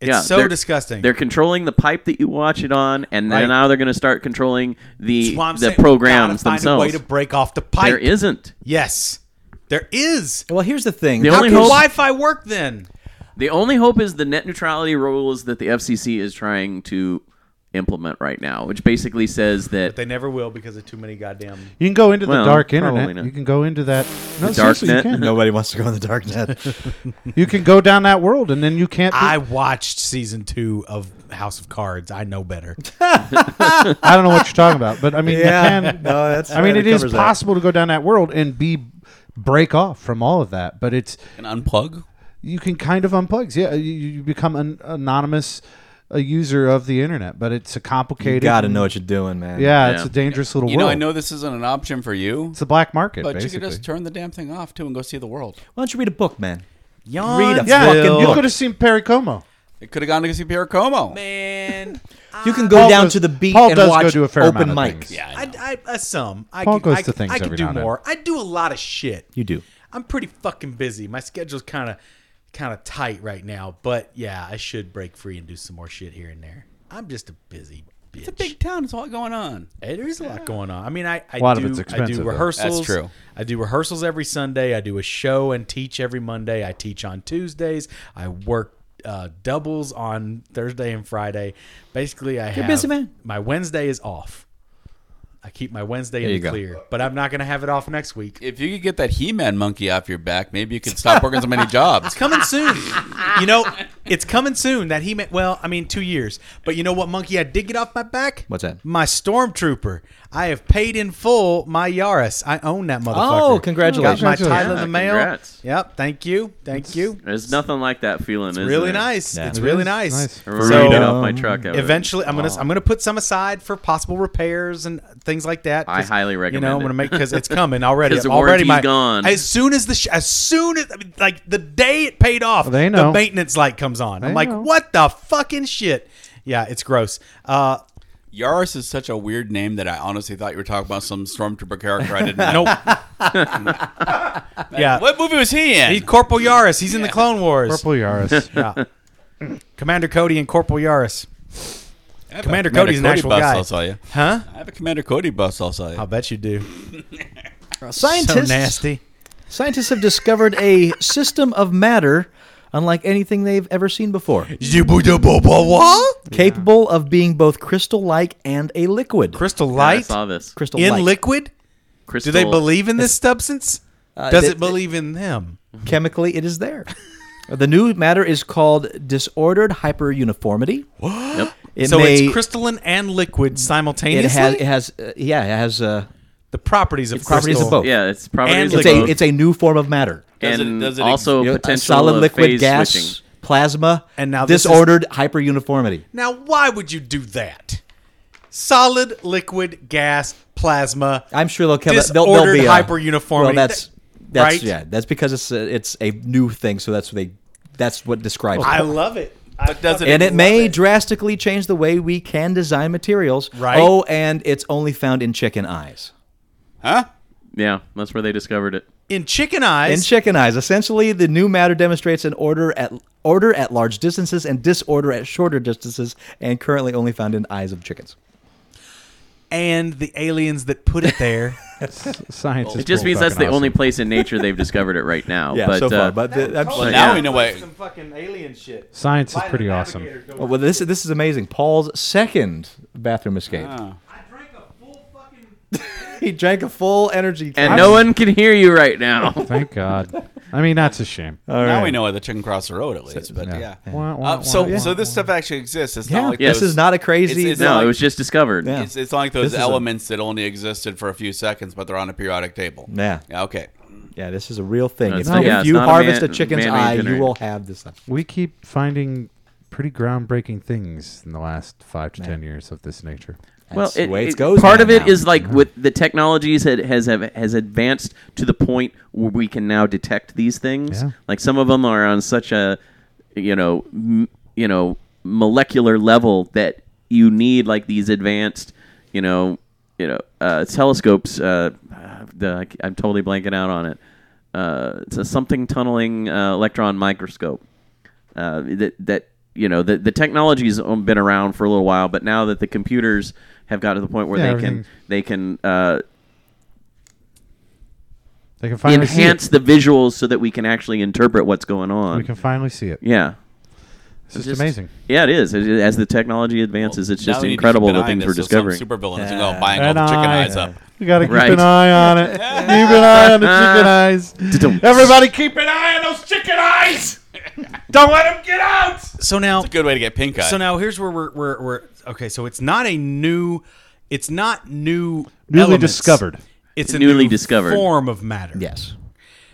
G: It's
C: Yeah,
G: so
C: they're-
G: disgusting.
C: They're controlling the pipe that you watch it on, and
G: Right.
C: then now they're going to start controlling the
G: That's why I'm
C: the
G: saying we
C: programs
G: gotta find a way
C: themselves.
G: to break off the pipe.
C: There isn't.
G: Yes, there is.
D: well, here's the thing.
C: The
G: How
C: only
G: can
C: hope-
G: Wi-Fi work then?
C: The only hope is the net neutrality rules that the FCC is trying to implement right now, which basically says that
G: They never will because of too many goddamn.
E: You can go into the
C: Well,
E: dark
C: probably
E: internet.
C: not.
E: You can go into that. No,
C: The
E: seriously,
C: dark
E: You
C: net.
E: can.
D: Nobody wants to go in the dark net.
E: you can go down that world, and then you can't. Be,
G: I
E: I,
G: watched season two of House of Cards. I know better.
E: don't know what you're talking about, but I mean,
D: Yeah.
E: you can.
D: No, that's
E: I mean,
D: right,
E: it
D: it
E: is
D: covers that.
E: possible to go down that world and be break off from all of that, but it's
F: Can unplug.
E: you can kind of unplug. Yeah, you, you become an anonymous a user of the internet, but it's a complicated.
D: Got to know what you're doing, man.
E: Yeah,
C: Yeah.
E: it's a dangerous little
F: You know,
E: world.
F: I know this isn't an option for you,
E: it's the black market,
F: but you
E: basically.
F: could just turn the damn thing off too and go see the world.
D: Why don't you read a book, man?
G: Yawn.
D: Read a
E: yeah,
D: fucking
E: you
D: book.
E: could have seen Perry Como.
F: It could have gone to see Pierre Como.
G: Man,
D: You can go
E: Uh, Paul
D: down
E: does-
D: to the beat
E: Paul
D: and
E: does go
D: watch
E: to a fair
D: open
E: amount of
D: mics.
E: things.
F: Yeah, I know.
G: I, I, I some. I
E: Paul
G: could,
E: goes
G: I,
E: to things
G: I could
E: every
G: do
E: now and then.
G: more. I do a lot of shit.
D: You do.
G: I'm pretty fucking busy. My schedule's kind of kind of tight right now, but yeah, I should break free and do some more shit here and there. I'm just a busy bitch.
F: It's a big town. It's all going on.
G: Hey, there is a lot going on. I mean, I, I
E: A lot of
G: do,
E: it's
G: I do
E: expensive, though.
G: rehearsals.
F: That's true.
G: I do rehearsals every Sunday. I do a show and teach every Monday. I teach on Tuesdays. I work uh, doubles on Thursday and Friday. Basically, I You're have
D: busy man.
G: my Wednesday is off. I keep my Wednesday
L: There
G: in
L: you
G: the
L: go.
G: clear, but I'm not going to have it off next week.
F: If you could get that He-Man monkey off your back, maybe you could stop working so many jobs.
G: coming soon. you know, it's coming soon. That he meant. Well, I mean, two years. But you know what, monkey? I did get off my back.
D: What's that?
G: My stormtrooper. I have paid in full my Yaris. I own that motherfucker.
D: Oh, congratulations.
G: Got my title in
C: Yeah,
G: the mail.
C: congrats.
G: Yep. Thank you. Thank you.
C: There's nothing like that feeling. It's
G: Really nice.
D: Yeah.
G: It's
D: It
G: really
E: is
G: nice.
E: nice.
C: I remember
G: So-
C: you got off my truck. I was-
G: Eventually, I'm gonna
C: Oh.
G: I'm gonna put some aside for possible repairs and things like that. 'cause,
C: I highly
G: You
C: recommend
G: know, I'm
C: it.
G: gonna make because it's coming already.
C: 'Cause the
G: already,
C: warranty's
G: my
C: gone.
G: As soon as the sh- as soon as I mean, like the day it paid off,
E: They know.
G: the maintenance light comes on. I'm like,
E: know.
G: what the fucking shit? Yeah, it's gross. Uh,
F: Yaris is such a weird name that I honestly thought you were talking about some stormtrooper character I didn't know.
G: nope. yeah,
F: What movie was he in?
G: he's Corporal Yaris. He's in the Clone Wars.
E: Purple Yaris.
G: Yeah. Commander Cody and Corporal Yaris.
F: I have a
G: Commander Cody's an actual
F: bus
G: guy.
F: I'll sell you.
G: Huh?
F: I have a Commander Cody bus. I'll sell you.
G: I'll bet you do. So
D: Scientists,
G: nasty.
D: scientists have discovered a system of matter unlike anything they've ever seen before, capable of being both crystal-like and a liquid.
G: Crystal
C: Yeah, I
G: light
C: saw this.
D: crystal
G: in liquid. Do
C: Crystal.
G: they believe in this substance? Does
D: Uh, they-
G: it believe in them?
D: Chemically, it is there. the new matter is called disordered hyperuniformity.
C: Yep.
D: It
G: so
D: may,
G: it's crystalline and liquid simultaneously.
D: It has. It has. Uh, yeah, it has uh,
G: the properties of crystal.
D: properties of both.
C: Yeah, it's probably
G: And
D: It's a. It's a new form of matter.
F: Does it-
C: and
F: does it ex-
C: also
D: You know, a
C: potential
D: solid,
C: of
D: liquid,
C: phase
D: gas,
C: switching.
D: plasma,
G: And now this is-
D: disordered hyperuniformity.
G: Now, why would you do that? Solid, liquid, gas, plasma.
D: I'm sure they'll come. They'll, they'll
G: Disordered
D: be a-
G: hyperuniformity.
D: Well, that's that's
G: Right?
D: yeah. That's because it's a, it's a new thing. So that's what they. That's what describes.
G: I
D: it.
G: love it. I
F: does it
D: And it
F: love
D: may
F: it.
D: drastically change the way we can design materials.
G: Right.
D: Oh, and it's only found in chicken eyes.
F: Huh?
C: Yeah, that's where they discovered it.
G: in chicken
D: In
G: eyes.
D: chicken eyes, essentially, the new matter demonstrates an order at order at large distances and disorder at shorter distances, and currently only found in eyes of chickens.
G: and the aliens that put it there.
E: Science is
C: It just
E: cool
C: means that's
E: fucking
C: the only
E: awesome.
C: place in nature they've discovered it right now.
D: Yeah,
C: but,
D: so far.
C: uh,
D: but the- I'm sure-
F: Well, now
C: yeah.
F: we know what.
G: fucking alien shit.
E: Science is pretty awesome.
D: Oh, well, this this is amazing. Paul's second bathroom escape.
G: I drank a full fucking.
D: He drank a full energy.
C: and no one can hear you right now.
E: Thank God. I mean, that's a shame.
F: now we know that chicken cross the road at least. But yeah.
E: Wah, wah,
F: Uh, so
E: wah, wah,
F: so this
E: wah.
F: stuff actually exists. It's
D: Yeah,
F: not like
D: this
F: those,
D: is not a crazy.
F: It's
C: no,
F: not
C: it
F: like-
C: was just discovered.
D: Yeah.
F: It's, it's not like
D: This
F: those
D: is a-
F: elements that only existed for a few seconds, but they're on a periodic table.
D: Yeah.
F: Yeah. Okay.
D: yeah, this is a real thing.
C: No,
D: If,
C: it's not-
D: if
C: yeah, it's
D: you
C: not a
D: harvest
C: man-
D: a chicken's
C: man-made
D: eye, you
C: generator.
D: will have this stuff.
E: we keep finding pretty groundbreaking things in the last five to ten years of this nature.
C: Well,
D: That's
C: it,
D: the way it
C: it-
D: goes
C: part
D: now,
C: of it is
D: now.
C: like with the technologies that has have, has advanced to the point where we can now detect these things.
E: Yeah.
C: Like some of them are on such a you know m- you know molecular level that you need like these advanced you know you know uh, telescopes. Uh, the, I'm totally blanking out on it. Uh, it's a something tunneling uh, electron microscope uh, that that you know the the technology's um, been around for a little while, but now that the computers have got to the point where
E: Yeah,
C: they can
E: everything's-
C: they can uh,
E: They can finally see
C: enhance
E: it.
C: the visuals so that we can actually interpret what's going on.
E: We can finally see it.
C: yeah,
E: It's just,
C: Just-
E: amazing.
C: Yeah, it is. It- it- as the technology advances, it's
F: Now
C: just
F: we need to
C: incredible
F: keep an
C: the
F: eye
C: things
F: on
C: we're
F: this so some
C: discovering.
F: Super villains and
D: Yeah.
F: go buying all the
E: An
F: chicken
E: eye.
F: eyes up.
E: You gotta keep
C: Right.
E: an eye on it. keep an eye on the chicken eyes. Everybody, keep an eye on those chicken eyes. Don't let them get out.
G: So now,
F: Good way to get pink eye.
G: so now here's where we're, we're we're okay. So it's not a new, it's not new.
E: Newly
G: elements.
E: discovered.
G: It's a
C: Newly
G: new
C: discovered.
G: form of matter.
D: Yes.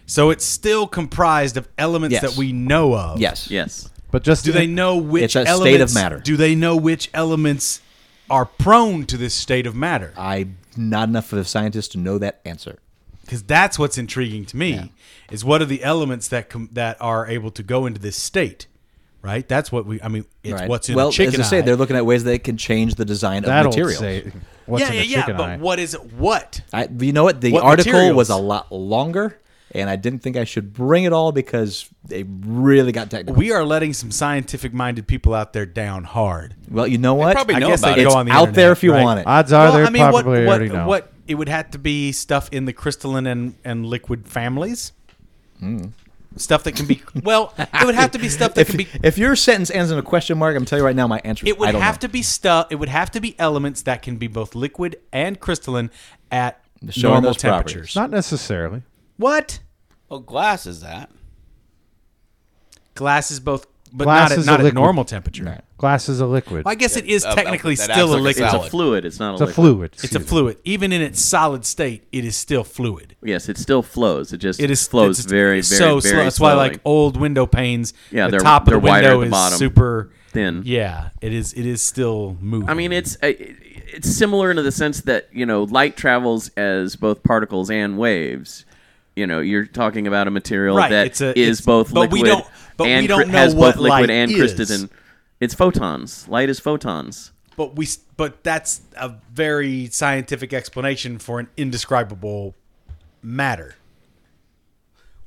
G: So it's still comprised of elements
D: Yes.
G: that we know of.
D: Yes.
C: Yes,
E: But just
G: Do they know which
D: It's a state of
G: elements,
D: matter.
G: Do they know which elements are prone to this state of matter?
D: I'm not enough of a scientist to know that answer.
G: because that's what's intriguing to me is what are the elements that com- that are able to go into this state right that's what we i mean it's
D: Right.
G: what's in
D: well,
G: a chicken
D: as I say,
G: eye.
D: they're looking at ways they can change the design of
E: that'll
D: materials.
E: say what's
G: yeah
E: in
G: yeah
E: the
G: yeah
E: chicken
G: but
E: eye.
G: what is it what
D: I, you know what? The
G: What
D: article was
G: materials?
D: a lot longer, and I didn't think I should bring it all because they really got technical.
G: we are letting some scientific minded people out there down hard
D: well, you know what?
F: probably
G: I
F: know
G: guess they
F: about
G: go
F: it.
D: it's
G: on the
D: out
G: internet,
D: there if you
G: right?
D: want it.
E: Odds are
G: well,
E: they
G: I mean, what,
E: probably
G: what,
E: already know.
G: what it would have to be stuff in the crystalline and, and liquid families stuff that can be well it would have to be stuff that
D: Hmm. if,
G: can be
D: if your sentence ends in a question mark, I'm telling you right now, my answer. is
G: It would
D: I don't
G: have
D: know.
G: to be stuff. It would have to be elements that can be both liquid and crystalline at
D: Showing
G: normal
D: those properties.
G: temperatures.
E: Not necessarily.
G: What
F: Well, glass is Oh, that.
G: glass is both, but
E: Glass
G: not at,
E: is a
G: not at
E: liquid.
G: normal temperature.
E: Glass is a liquid.
G: Well, I guess it is
F: Uh,
G: technically
F: that acts
G: still a
F: like a
G: liquid.
C: It's a
F: Solid.
C: fluid. It's not a
E: it's a
C: liquid.
E: fluid.
G: It's a
E: excuse me.
G: fluid, even in its solid state. It is still fluid.
C: Yes, it still flows. It just
G: It is
C: flows
G: it's-
C: very, very,
G: it's
C: very
G: so slow. That's why, like
C: slowly.
G: old window panes,
C: Yeah,
G: the
C: they're-
G: top of the
C: they're wider at
G: window
C: the
G: is
C: bottom.
G: super
C: Thin.
G: Yeah, it is. It is still moving.
C: I mean, it's uh, it's similar in the sense that you know light travels as both particles and waves. You know, you're talking about a material
G: Right,
C: that
G: it's
C: is
G: a- it's-
C: both
G: but we
C: liquid
G: don't- but we
C: and
G: don't
C: cri-
G: know
C: has
G: what
C: both liquid
G: light
C: and
G: is.
C: crystalline. It's photons. Light is photons.
G: But we, but that's a very scientific explanation for an indescribable matter.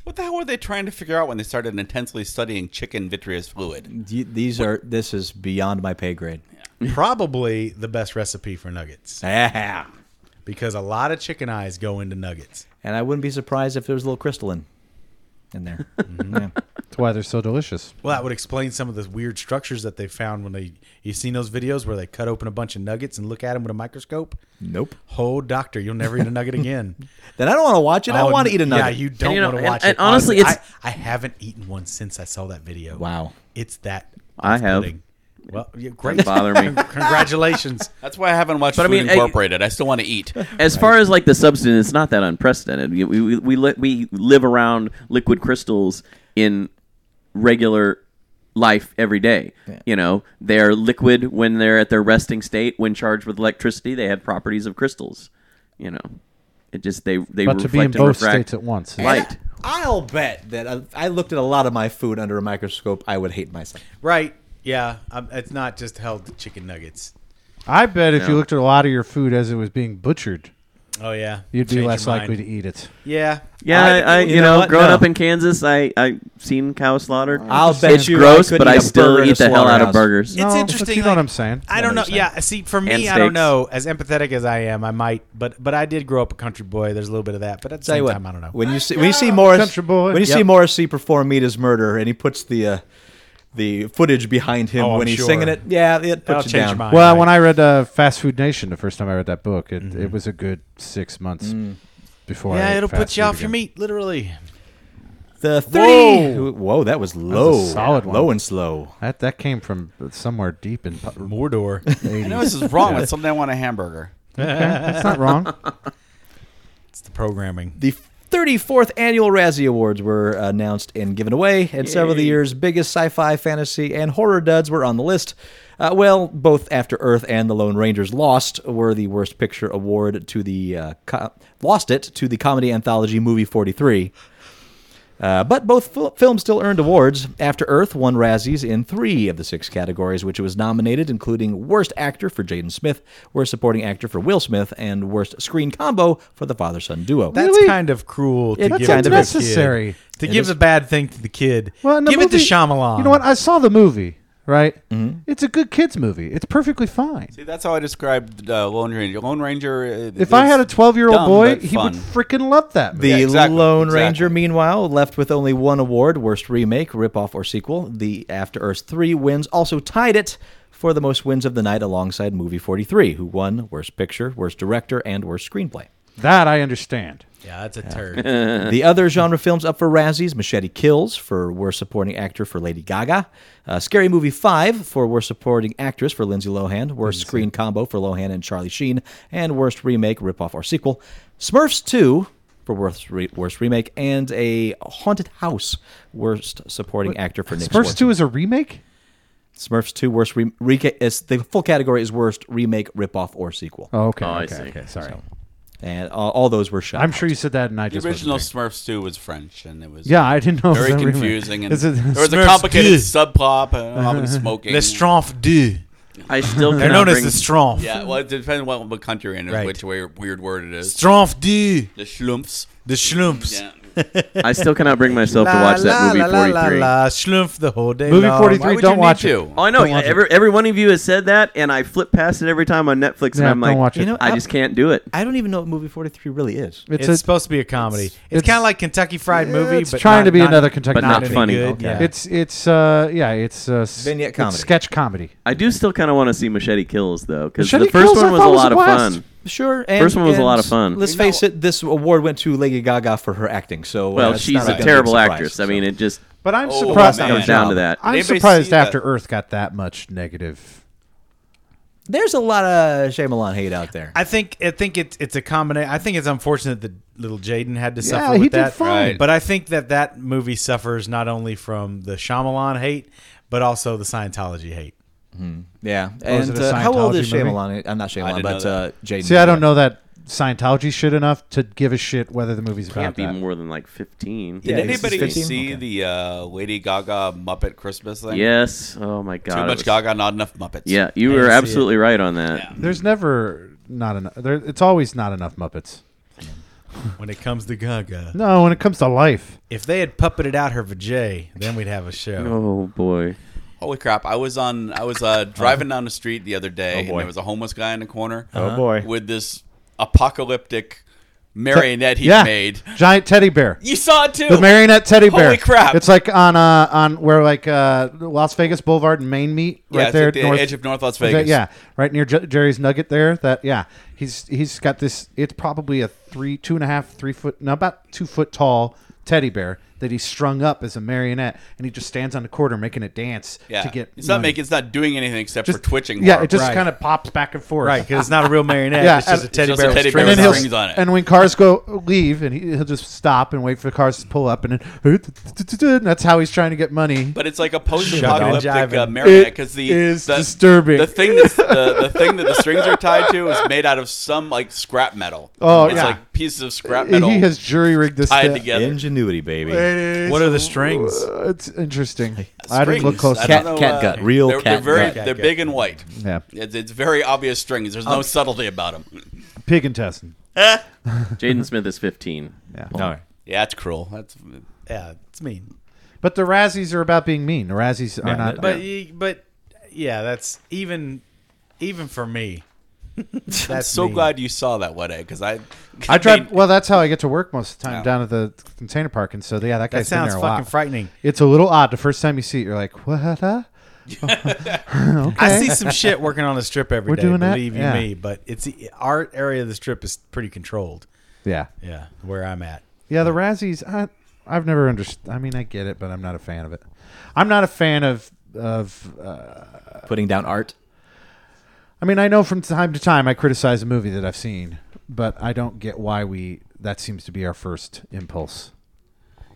F: What the hell were they trying to figure out when they started intensely studying chicken vitreous fluid?
D: You- These are. This is beyond my pay grade.
G: Probably the best recipe for nuggets
D: Yeah.
G: because a lot of chicken eyes go into nuggets.
D: And I wouldn't be surprised if there was a little crystalline in there.
G: Mm-hmm.
D: Yeah.
E: That's why they're so delicious.
G: Well, that would explain some of the weird structures that they found when they. You've seen those videos where they cut open a bunch of nuggets and look at them with a microscope.
D: Nope.
G: Oh, doctor, you'll never eat a nugget again.
D: Then I don't want to watch it. I
G: Oh,
D: want to eat a nugget.
G: Yeah, you don't
C: you know,
G: want to
C: and-
G: watch it.
C: and honestly, it's-
G: I, I haven't eaten one since I saw that video.
D: Wow.
G: it's that.
C: I have.
G: off-putting. Well, yeah, great.
C: Doesn't bother me.
G: Congratulations.
F: That's why I haven't watched
C: But I
F: Food
C: mean, I-
F: Incorporated. I, still want to eat.
C: As far as like the substance, it's not that unprecedented. We we we, li- we live around liquid crystals in regular life every day. You know, they're liquid when they're at their resting state. When charged with electricity, they have properties of crystals. You know, it just they they reflect
E: But to be in
C: and
E: both
C: refract
E: states at once. is-
C: light.
D: I'll bet that I, I looked at a lot of my food under a microscope. I would hate myself.
G: Right. Yeah. Um, it's not just held to chicken nuggets.
E: I bet if you
C: No.
E: looked at a lot of your food as it was being butchered,
G: Oh yeah.
E: you'd be
G: Change
E: less
G: your
E: likely
G: mind.
E: to eat it.
G: Yeah.
C: Yeah, I, I you,
D: you know
C: know,
D: what?
C: growing
D: No.
C: up in Kansas, I I seen cow slaughtered.
D: I'll bet
C: it's
D: you I
C: gross,
D: couldn't
C: but
D: eat
C: I
D: a
C: still
D: burger at a
C: eat the hell out of
D: slaughterhouse.
C: burgers.
G: It's
E: No,
G: interesting.
E: But you know
G: like,
E: what I'm saying?
G: I don't know. Yeah. See, for me,
C: And
G: I don't
C: steaks.
G: know. As empathetic as I am, I might. But but I did grow up a country boy. There's a little bit of that. But at the
D: Tell you
G: same
D: what,
G: time, I don't know.
D: when you see when you see Morris
E: Country boy.
D: when you see
E: Yep.
D: Morrissey perform "Meet His Murder" and he puts the uh, the footage behind him
G: Oh, I'm
D: when he's
G: sure.
D: singing it, yeah, it
G: That'll
D: puts you
G: change your
D: down.
G: mind.
E: Well,
G: right?
E: when I read uh, Fast Food Nation, the first time I read that book, it, it was a good six months before. I
G: yeah,
E: ate
G: it'll
E: fast
G: put you
E: food
G: off your
E: again.
G: meat, literally.
D: The three, whoa, that was low,
E: solid one.
D: low and slow.
E: That that came from somewhere deep in. the
G: Mordor.
E: 80s.
F: I know this is wrong, but someday I want a hamburger.
E: That's not wrong.
G: it's the programming.
D: The 34th annual Razzie Awards were announced and given away, and several of the year's biggest sci-fi, fantasy, and horror duds were on the list. Uh, well, both After Earth and The Lone Rangers Lost were the Worst Picture award to the uh, co- lost it to the comedy anthology movie 43. Uh, but both fil- films still earned awards. After Earth won Razzies in three of the six categories which it was nominated, including Worst Actor for Jaden Smith, Worst Supporting Actor for Will Smith, and Worst Screen Combo for the father son duo.
G: That's
E: Really?
G: kind of cruel to
D: It's
G: give
D: kind
G: to
D: of
G: the
E: necessary.
G: kid. To give the bad thing to the kid.
E: Well, in the
G: give it to
E: movie-
G: Shyamalan.
E: You know what? I saw the movie. Right? Mm-hmm. It's a good kids movie. It's perfectly fine.
F: See, that's how I described uh, Lone Ranger. Lone Ranger. uh,
E: If I
F: is
E: had a 12 year old
F: dumb,
E: boy,
F: but
E: he would
F: fun.
E: freaking love that movie.
D: The
F: Yeah, exactly,
D: Lone
F: exactly.
D: Ranger, meanwhile, left with only one award worst remake, ripoff, or sequel. The After Earth 3 wins also tied it for the most wins of the night alongside Movie 43, who won worst picture, worst director, and worst screenplay.
E: That I understand.
G: Yeah, that's a turd.
D: the other genre films up for Razzies Machete Kills for Worst Supporting Actor for Lady Gaga, uh, Scary Movie 5 for Worst Supporting Actress for Lindsay Lohan, Worst Screen Combo for Lohan and Charlie Sheen, and Worst Remake, Ripoff, or Sequel. Smurfs 2 for worst re- worst remake, and a Haunted House worst supporting actor for Nick.
E: Smurfs
D: Swardson.
E: 2 is a remake?
D: Smurfs two worst re- reca- is the full category is worst remake, ripoff, or sequel,
E: Oh, okay.
C: Oh, I
E: okay,
C: see.
E: okay, Sorry.
D: and all, all those were shot.
E: I'm sure you said that and I
F: The
E: just. wasn't
F: original
E: there.
F: Smurfs 2 was French, and it was
E: Yeah, I didn't know. it was
F: very
E: a remake.
F: confusing. And
E: Is it-
F: there was a
H: Smurfs
F: complicated
H: 2.
F: sub pop and all the smoking.
H: Les Stranf deux.
C: I still
H: They're
C: cannot
H: known as
C: bring.
H: the Stranf.
F: Yeah, well, it depends what, what country you're in,
H: Right.
F: which weird, weird word it is.
H: Stranf deux.
F: The schlumpfs.
H: The Schlumpfs.
F: Yeah.
C: I still cannot bring myself to watch that movie. Forty three.
H: Schlumpf the whole day.
E: Movie
H: long.
E: 43,
F: Why would
E: don't
F: you need
E: watch
F: to?
C: Oh, I know.
E: Don't watch it.
C: Every, every one of you has said that, and I flip past it every time on Netflix, and
E: Yeah,
C: I'm
E: don't
C: like,
E: watch it.
D: You know,
C: I just can't do it.
D: I don't even know what movie forty three really is.
E: It's,
H: It's,
E: a,
H: supposed to be a comedy. It's,
E: it's-
H: kind of like Kentucky Fried Movie,
E: it's
H: but
E: trying
H: not-
E: to be
H: not-
E: another Kentucky
C: but not
E: Fried
H: any
C: funny.
H: good,
D: Okay.
H: yeah.
E: It's it's uh yeah it's uh, s-
D: Vignette
E: it's
D: comedy.
E: sketch comedy.
C: I do still kind of want to see Machete Kills though, because the
E: Machete
C: first
E: Kills, I
C: one was a
E: thought, was
C: lot
E: a
C: of
E: blast.
C: fun.
D: Sure. And,
C: First one was a
D: and
C: lot of fun.
D: Let's face it, this award went to Lady Gaga for her acting. So uh,
C: Well,
D: it's
C: she's
D: not
C: a
D: gonna be
C: terrible
D: surprise,
C: actress.
D: so.
C: I mean, it just
E: But I'm
F: Oh,
E: surprised.
F: man.
E: that
C: comes down to that.
E: I'm
F: Anybody
E: surprised
F: see
E: After
F: that?
E: Earth got that much negative.
D: there's a lot of Shyamalan hate out there.
H: I think I think it's it's a combination. I think it's unfortunate that little Jaden had to suffer
E: he
H: with
E: did
H: that.
E: fine.
F: Right.
H: But I think that that movie suffers not only from the Shyamalan hate, but also the Scientology hate.
D: yeah.
E: Oh, is
D: And
E: it a
D: uh, how old is
E: Scientology movie?
D: Shyamalan? I'm not Shyamalan,
F: didn't
D: but
F: know
D: uh, Jaden.
E: See, I don't know that Scientology shit enough to give a shit whether the movie's about
C: can't be
E: that.
C: more than like fifteen.
D: Yeah,
F: Did
D: this is
F: anybody
D: 15?
F: see
D: Okay.
F: the uh, Lady Gaga Muppet Christmas thing?
C: Yes. Oh my God.
F: Too
C: it
F: much
C: was-
F: Gaga, not enough Muppets.
C: Yeah, you were absolutely right on that.
F: Yeah.
E: There's never not enough. There, it's always not enough Muppets.
H: When it comes to Gaga,
E: No, when it comes to life,
H: if they had puppeted out her vajay, then we'd have a show.
C: Oh boy.
F: Holy crap! I was on. I was
E: Uh-huh.
F: uh, driving down the street the other day, and there was a homeless guy in the corner. Oh
E: Oh, boy.
F: With this apocalyptic marionette he
E: yeah,
F: made.
E: giant teddy bear.
F: You saw it too.
E: The marionette teddy
F: Holy
E: bear.
F: crap.
E: It's like on uh on where like uh Las Vegas Boulevard and Main meet
F: Yeah,
E: right
F: it's
E: there
F: at the
E: north-
F: edge of North Las Vegas.
E: Yeah, right near J- Jerry's Nugget there. That yeah, he's he's got this. It's probably a three, two and a half, three foot, no, about two foot tall teddy bear that he's strung up as a marionette, and he just stands on the corner making it dance
F: Yeah.
E: to get.
F: it's not
E: money.
F: making. It's not doing anything except
E: Just-
F: for twitching.
E: Yeah,
F: more.
E: it just
F: Right.
E: kind of pops back and forth.
H: Right, because it's not a real marionette;
E: Yeah,
H: it's just a
E: and-
H: teddy
F: It's just
H: bear.
F: a
H: with
F: teddy bear
H: strings
E: and then
F: with
H: on
E: he'll
H: it.
F: strings on it.
E: and when cars go leave, and he, he'll just stop and wait for the cars to pull up, and then and that's how he's trying to get money.
F: But it's like a
H: Shut
F: post-apocalyptic uh,
H: up.
F: marionette
E: It
F: because the
E: is
F: the,
E: disturbing.
F: The thing that's the, the thing that the strings are tied to is made out of some like scrap metal.
E: Oh,
F: it's
E: yeah.
F: like pieces of scrap metal
E: he has jury rigged this.
F: tied
E: to-
F: together.
D: Ingenuity, baby.
H: What are the strings?
E: Uh, it's interesting. I didn't look
F: Strings.
E: close.
F: I
E: enough.
D: Cat,
F: don't know,
D: cat
F: uh,
D: gut. Real
F: They're, they're
D: cat
F: very
D: gut.
F: they're big and white.
E: Yeah,
F: It's, it's very obvious strings. There's
E: Um,
F: no subtlety about them.
E: pig intestine.
C: Jaden Smith is fifteen.
E: Yeah.
D: All right.
F: Yeah, it's cruel. That's
H: Yeah, it's mean.
E: But the Razzies are about being mean. The Razzies are not.
H: But y but yeah, that's even even for me.
F: I'm
H: That's
F: so
H: mean.
F: glad you saw that one, Ed, because I
E: I drive.
F: mean,
E: Well, that's how I get to work most of the time
F: Yeah.
E: down at the container park, and so yeah, that
H: That
E: guy's been
H: sounds
E: there a
H: fucking
E: lot.
H: frightening.
E: It's a little odd. The first time you see it, you're like, what? huh?
H: I see some shit working on a strip every
E: We're
H: day,
E: doing that?
H: Believe you
E: Yeah.
H: me, but it's our area of the strip is pretty controlled.
E: Yeah,
H: Yeah, where I'm at.
E: yeah. The Razzies. I, I've never understood. I mean, I get it, but I'm not a fan of it. I'm not a fan of of. Uh,
D: Putting down art.
E: I mean, I know from time to time I criticize a movie that I've seen, but I don't get why we. That seems to be our first impulse.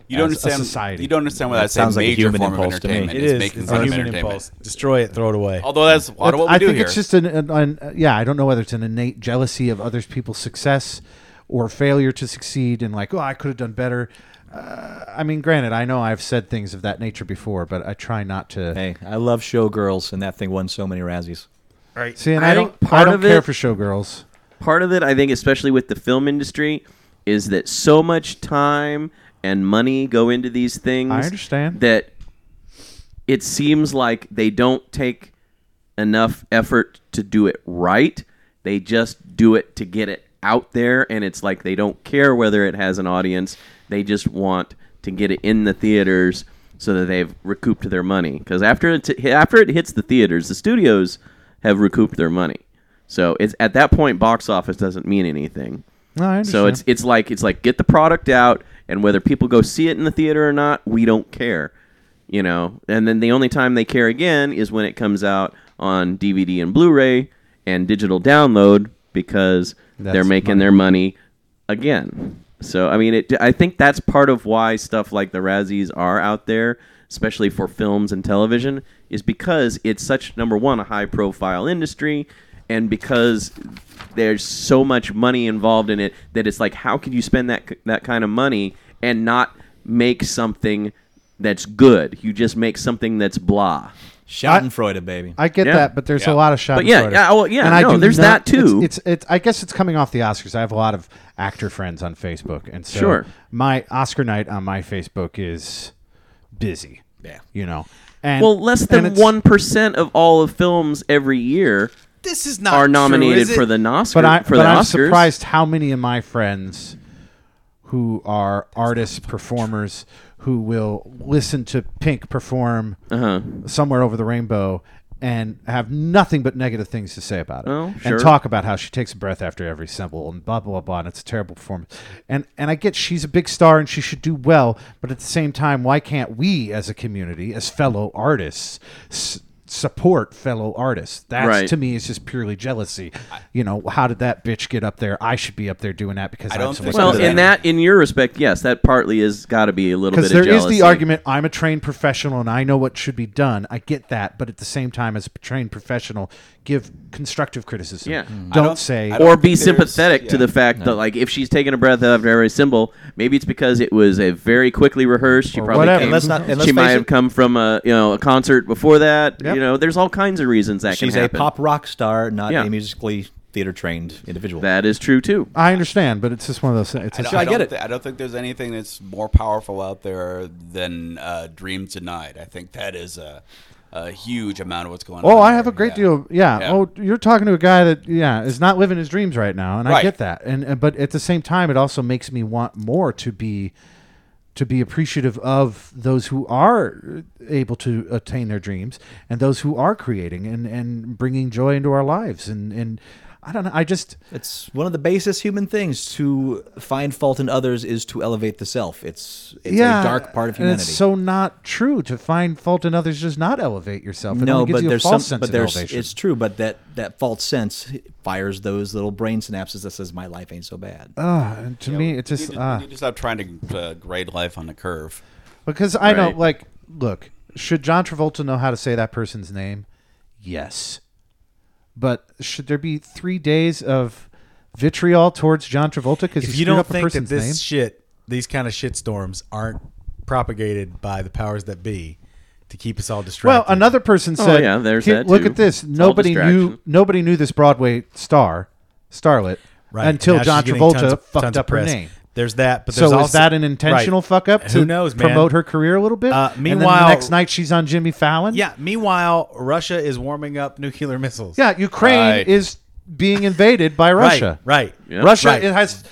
F: you don't
E: as a
F: understand.
E: society.
F: You don't understand what
D: That
F: that's a
D: sounds like a
F: major
D: human
F: form of
D: impulse to me.
F: entertainment.
H: It
F: is,
H: is.
F: making
H: it's
F: fun
H: a
F: of
H: human
F: entertainment.
H: impulse. Destroy it. Throw it away.
F: Although that's a lot of what we
E: I
F: do
E: think
F: here.
E: it's just an, an, an yeah. I don't know whether it's an innate jealousy of other people's success or failure to succeed, and like, oh, I could have done better. Uh, I mean, granted, I know I've said things of that nature before, but I try not to.
D: Hey, I love Showgirls, and that thing won so many Razzies.
E: See, and I,
C: I
E: don't.
C: think
E: I
C: part
E: don't
C: of
E: care
C: it-
E: for showgirls.
C: Part of it, I think, especially with the film industry, is that so much time and money go into these things.
E: I understand.
C: that it seems like they don't take enough effort to do it right. They just do it to get it out there, and it's like they don't care whether it has an audience. They just want to get it in the theaters so that they've recouped their money. Because after it after it hits the theaters, the studios have recouped their money. So it's at that point, box office doesn't mean anything.
E: No, I
C: So it's it's like it's like get the product out, and whether people go see it in the theater or not, we don't care, you know. And then the only time they care again is when it comes out on DVD and Blu-ray and digital download because
E: That's
C: they're making
E: money.
C: their money again. So I mean, it. I think that's part of why stuff like the Razzies are out there, especially for films and television, is because it's such number one a high profile industry, and because there's so much money involved in it that it's like, how could you spend that k- that kind of money and not make something that's good? You just make something that's blah.
D: Schadenfreude, baby.
E: I get
C: Yeah.
E: that, but there's a lot of shots.
C: But yeah, yeah, oh, yeah, no, there's that too.
E: It's, it's it's- I guess it's coming off the Oscars. I have a lot of actor friends on Facebook, and so
C: Sure.
E: my Oscar night on my Facebook is busy. Yeah, you know, and
C: Well, less
E: and
C: than
E: it's-
C: one percent of all of films every year
H: This is not
C: are
H: true,
C: nominated
H: is it?
C: for the Oscar
E: But I
C: for
E: but
C: the
E: I'm
C: Oscars.
E: surprised how many of my friends who are artists performers who will listen to Pink perform
C: Uh-huh.
E: somewhere over the rainbow and have nothing but negative things to say about it
C: Oh, sure.
E: and talk about how she takes a breath after every symbol and blah blah blah and it's a terrible performance and and i get she's a big star and she should do well but at the same time why can't we as a community as fellow artists s- support fellow artists that's
C: Right.
E: to me is just purely jealousy you know how did that bitch get up there i should be up there doing that because i
F: don't
E: am so
F: think
E: much
F: so.
C: Well,
E: better
F: Yeah.
C: in
E: than
C: that, in your respect, yes, that partly is got to be a little bit
E: because
C: of
E: there is
C: jealousy.
E: the argument i'm a trained professional and i know what should be done i get that but at the same time as a trained professional give constructive criticism
C: Yeah.
E: don't,
C: Mm.
F: don't-
E: say
F: Mm-hmm. I don't
C: Or
F: think
C: be
F: there's-
C: sympathetic to
F: yeah.
C: the fact that, like, if she's taking a breath after every symbol, maybe it's because it was a very quickly rehearsed. She probably
E: whatever.
C: came-
E: And
D: let's not- and let's
C: she might
D: face
C: have
D: it-
C: come from a you know a concert before that.
E: Yep.
C: You know, there's all kinds of reasons that
D: She's
C: can
D: a
C: happen.
D: pop rock star, not
C: Yeah.
D: a musically theater trained individual.
C: that is true too.
E: I understand, but it's just one of those things. It's
F: I
E: just-
F: don't,
D: I get
F: don't
D: it.
F: thi- I don't think there's anything that's more powerful out there than uh, "Dream Tonight." I think that is a, a huge amount of what's going on.
E: oh, I have a
F: there.
E: great
F: Yeah.
E: deal. Yeah.
F: Yeah.
E: Oh, you're talking to a guy that yeah is not living his dreams right now, and I
F: Right.
E: get that. And, and but at the same time, it also makes me want more to be to be appreciative of those who are able to attain their dreams and those who are creating and and bringing joy into our lives. And and I don't know. I just
D: It's one of the basest human things to find fault in others is to elevate the self. It's it's a dark part of
E: and
D: humanity.
E: it's so not true to find fault in others. Does not elevate yourself. It
D: no,
E: only gives
D: but
E: you a
D: there's
E: false
D: some,
E: sense
D: but
E: of
D: there's
E: elevation.
D: it's true, but that that false sense fires those little brain synapses that says my life ain't so bad.
E: Ah, and to me, it
F: You
E: just
F: need to,
E: ah.
F: you need to stop trying to uh, grade life on a curve.
E: Because I don't
C: Right.
E: like look, should John Travolta know how to say that person's name? Yes. But should there be three days of vitriol towards John Travolta because he
H: If
E: screwed
H: you don't
E: up a
H: think that
E: person's
H: this
E: name?
H: shit, these kind of shit storms aren't propagated by the powers that be to keep us all distracted.
E: well, another person said,
C: Oh, yeah, there's
E: "Here,
C: that
E: Look
C: too.
E: at this.
C: It's all
E: Nobody knew.
C: distraction.
E: Nobody knew this Broadway star, starlet,
H: Right,
E: until
H: now she's
E: John
H: getting
E: Travolta
H: tons of-
E: fucked
H: tons of
E: up her
H: press.
E: name."
H: There's that, but
E: So
H: there's
E: is
H: also,
E: that an intentional
H: right.
E: fuck up to
H: Who knows, man?
E: promote her career a little bit?
H: Uh,
E: And then the
H: meanwhile-
E: next night she's on Jimmy Fallon.
H: Yeah. Meanwhile, Russia is warming up nuclear missiles.
E: Yeah, Ukraine
F: Right.
E: is being invaded by Russia.
H: Right. right.
C: Yeah.
E: Russia
H: Right.
E: it has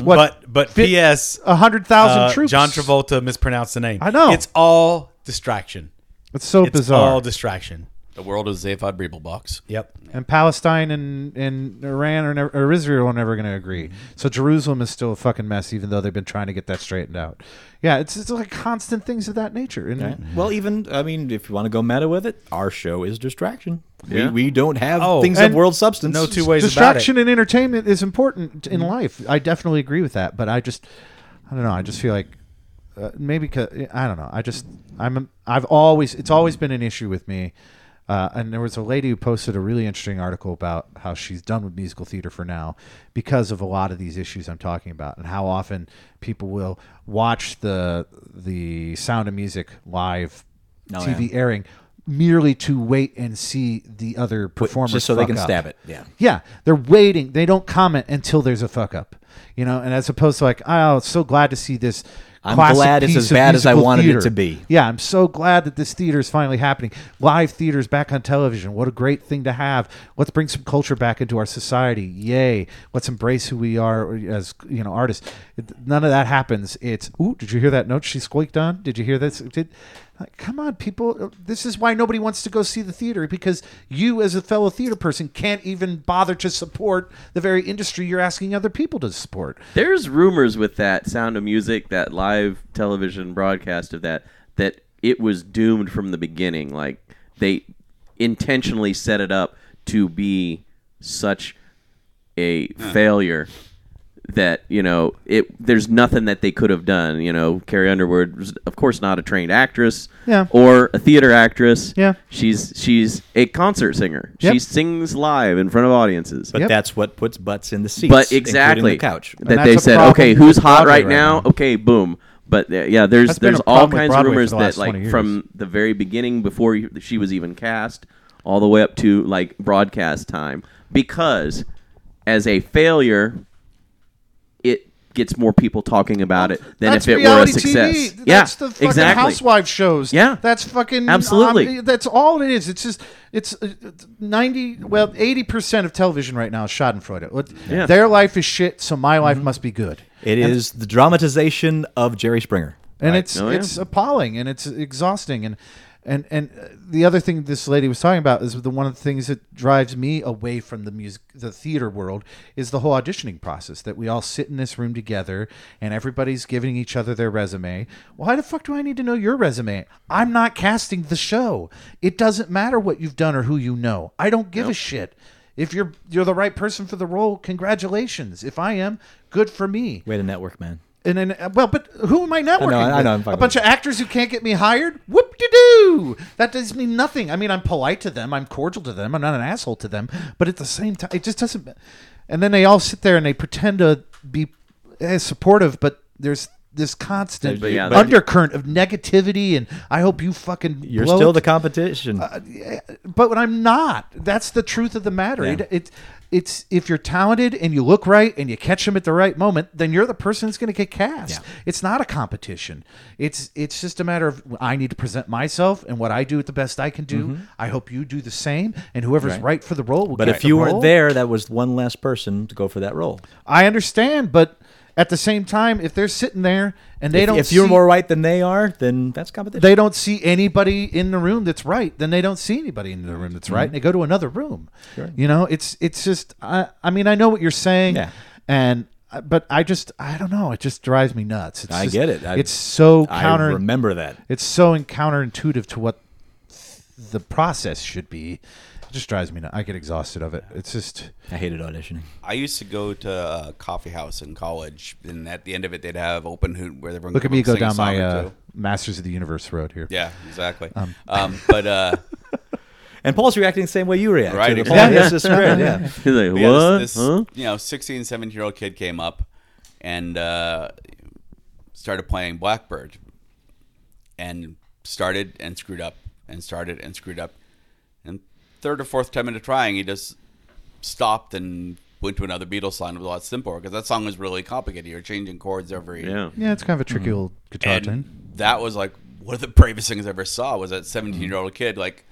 E: what
H: but but P.S.
E: a hundred thousand
H: uh,
E: troops.
H: John Travolta mispronounced the name.
E: I know.
H: It's all distraction.
E: It's so
H: It's
E: bizarre.
H: all distraction.
F: The world is Zaphod Beeblebox.
H: Yep.
E: and Palestine and, and Iran are never, or Israel are never going to agree. So Jerusalem is still a fucking mess, even though they've been trying to get that straightened out. Yeah, it's, it's like constant things of that nature. And
D: Well, even I mean, if you want to go meta with it, our show is distraction.
C: Yeah.
D: We, we don't have
H: Oh,
D: things
E: and
D: of world substance.
H: No two ways
E: distraction and entertainment is important in
D: Mm-hmm.
E: life. I definitely agree with that, but I just, I don't know. I just feel like uh, maybe 'cause- I don't know. I just I'm I've always it's always been an issue with me. Uh, and there was a lady who posted a really interesting article about how she's done with musical theater for now because of a lot of these issues I'm talking about, and how often people will watch the the Sound of Music live
D: Oh,
E: TV airing merely to wait and see the other performers
D: just so they
E: fuck
D: can
E: up.
D: stab it. Yeah.
E: Yeah, they're waiting. They don't comment until there's a fuck up, you know. And as opposed to like, oh, so glad to see this.
D: I'm
E: classic
D: glad it's
E: piece
D: as
E: of
D: bad as I
E: musical
D: wanted it
E: theater.
D: to be.
E: Yeah, I'm so glad that this theater is finally happening. Live theater is back on television. What a great thing to have. Let's bring some culture back into our society. Yay! Let's embrace who we are as you know artists. It- None of that happens. It's ooh, did you hear that note she squeaked on? Did you hear this? Did like, come on, people. This is why nobody wants to go see the theater because you, as a fellow theater person, can't even bother to support the very industry you're asking other people to support.
C: There's rumors with that Sound of Music, that live television broadcast of that, that it was doomed from the beginning. Like they intentionally set it up to be such a failure that you know it. There's nothing that they could have done. You know, Carrie Underwood was, of course, not a trained actress,
E: Yeah.
C: or a theater actress.
E: Yeah.
C: she's she's a concert singer. She
E: Yep.
C: sings live in front of audiences.
D: But
E: Yep.
D: that's what puts butts in the seats.
C: But
D: including
C: exactly
D: the couch.
E: And
C: that they
E: that's a
C: said,
E: problem
C: okay,
E: with
C: who's hot
E: Broadway
C: right,
E: right
C: now?
E: now.
C: Okay, boom. But uh, yeah, there's
E: That's been
C: there's
E: a
C: all
E: problem with
C: kinds of
E: Broadway for
C: rumors
E: the
C: that
E: last
C: like
E: 20 years.
C: from the very beginning before you- she was even cast, all the way up to like broadcast time, because as a failure, it gets more people talking about it than
E: That's
C: if it were a
E: reality
C: success.
E: TV.
C: yeah,
E: That's the fucking
C: exactly.
E: housewife shows.
C: Yeah.
E: That's fucking
C: Absolutely.
E: um, that's all it is. It's just it's uh, uh, 90 well 80% of television right now is schadenfreude. What-
C: Yeah. Mm-hmm.
E: Their life is shit, so my life must be good.
D: It is the dramatization of Jerry Springer.
E: and it's
C: Oh, yeah.
E: it's appalling and it's exhausting and and and uh, the other thing this lady was talking about is the one of the things that drives me away from the music the theater world is the whole auditioning process that we all sit in this room together and everybody's giving each other their resume why the fuck do i need to know your resume i'm not casting the show it doesn't matter what you've done or who you know i don't give a shit if you're you're the right person for the role congratulations if i am good for me
D: Way to network, man.
E: and then, uh, well, but who am I networking?
D: know, I
E: with?
D: know, I'm fucking
E: a bunch
D: with
E: of actors who can't get me hired. Whoop de doo. That does mean nothing. I mean, I'm polite to them. I'm cordial to them. I'm not an asshole to them. But at the same time, it just doesn't. And then they all sit there and they pretend to be eh, supportive, but there's this constant
C: But yeah, that-
E: undercurrent of negativity. And I hope you fucking
D: You're
E: blow
D: still
E: it
D: the
E: Uh,
D: competition.
E: but when I'm not, that's the truth of the matter. It, it, it's if you're talented and you look right and you catch them at the right moment, then you're the person that's going to get cast. It's not a competition. It's it's just a matter of I need to present myself and what I do at the best I can do. I hope you do the same, and whoever's right, for the role will.
D: Mm-hmm. but
E: get
D: if
E: the
D: you weren't
E: role.
D: there, that was one less person to go for that role.
E: I understand. But at the same time, if they're sitting there and they
D: if,
E: don't,
D: if you're
E: see-
D: more right than they are, then that's competition.
E: they don't see anybody in the room that's right, then they don't see anybody in the room that's right, and they go to another room. You know, it's it's just I I mean I know what you're saying,
D: Yeah.
E: and uh, but I just I don't know, it just drives me nuts. It's
D: I
E: just-
D: get it. I-
E: it's so
D: I
E: counter.
D: remember that.
E: it's so counterintuitive to what the process should be. It just drives me nuts. I get exhausted of it. It's just
D: I hated auditioning.
F: I used to go to a coffee house in college, and at the end of it, they'd have open hoot where everyone
E: look at
F: could
E: me go
F: sing a
E: down
F: song
E: my
F: or
E: uh,
F: two.
E: Masters of the Universe road here.
F: Yeah, exactly. Um, but uh,
D: And Paul's reacting the same way you react. "Oh,
F: Right,
D: To the
F: exactly.
D: Paul Gets the Spirit, yeah.
C: He's like, what?
F: yeah, this, this
C: Huh?
F: you know 16 17 year old kid came up and uh, started playing blackbird and started and screwed up and started and screwed up and third or fourth time into trying he just stopped and went to another beatles song it was a lot simpler because that song was really complicated you're changing chords every
C: Yeah.
E: Yeah, it's kind of a
D: Mm.
E: tricky old guitar
F: and
E: tune.
F: that was like one of the bravest things I ever saw was that 17 year old kid like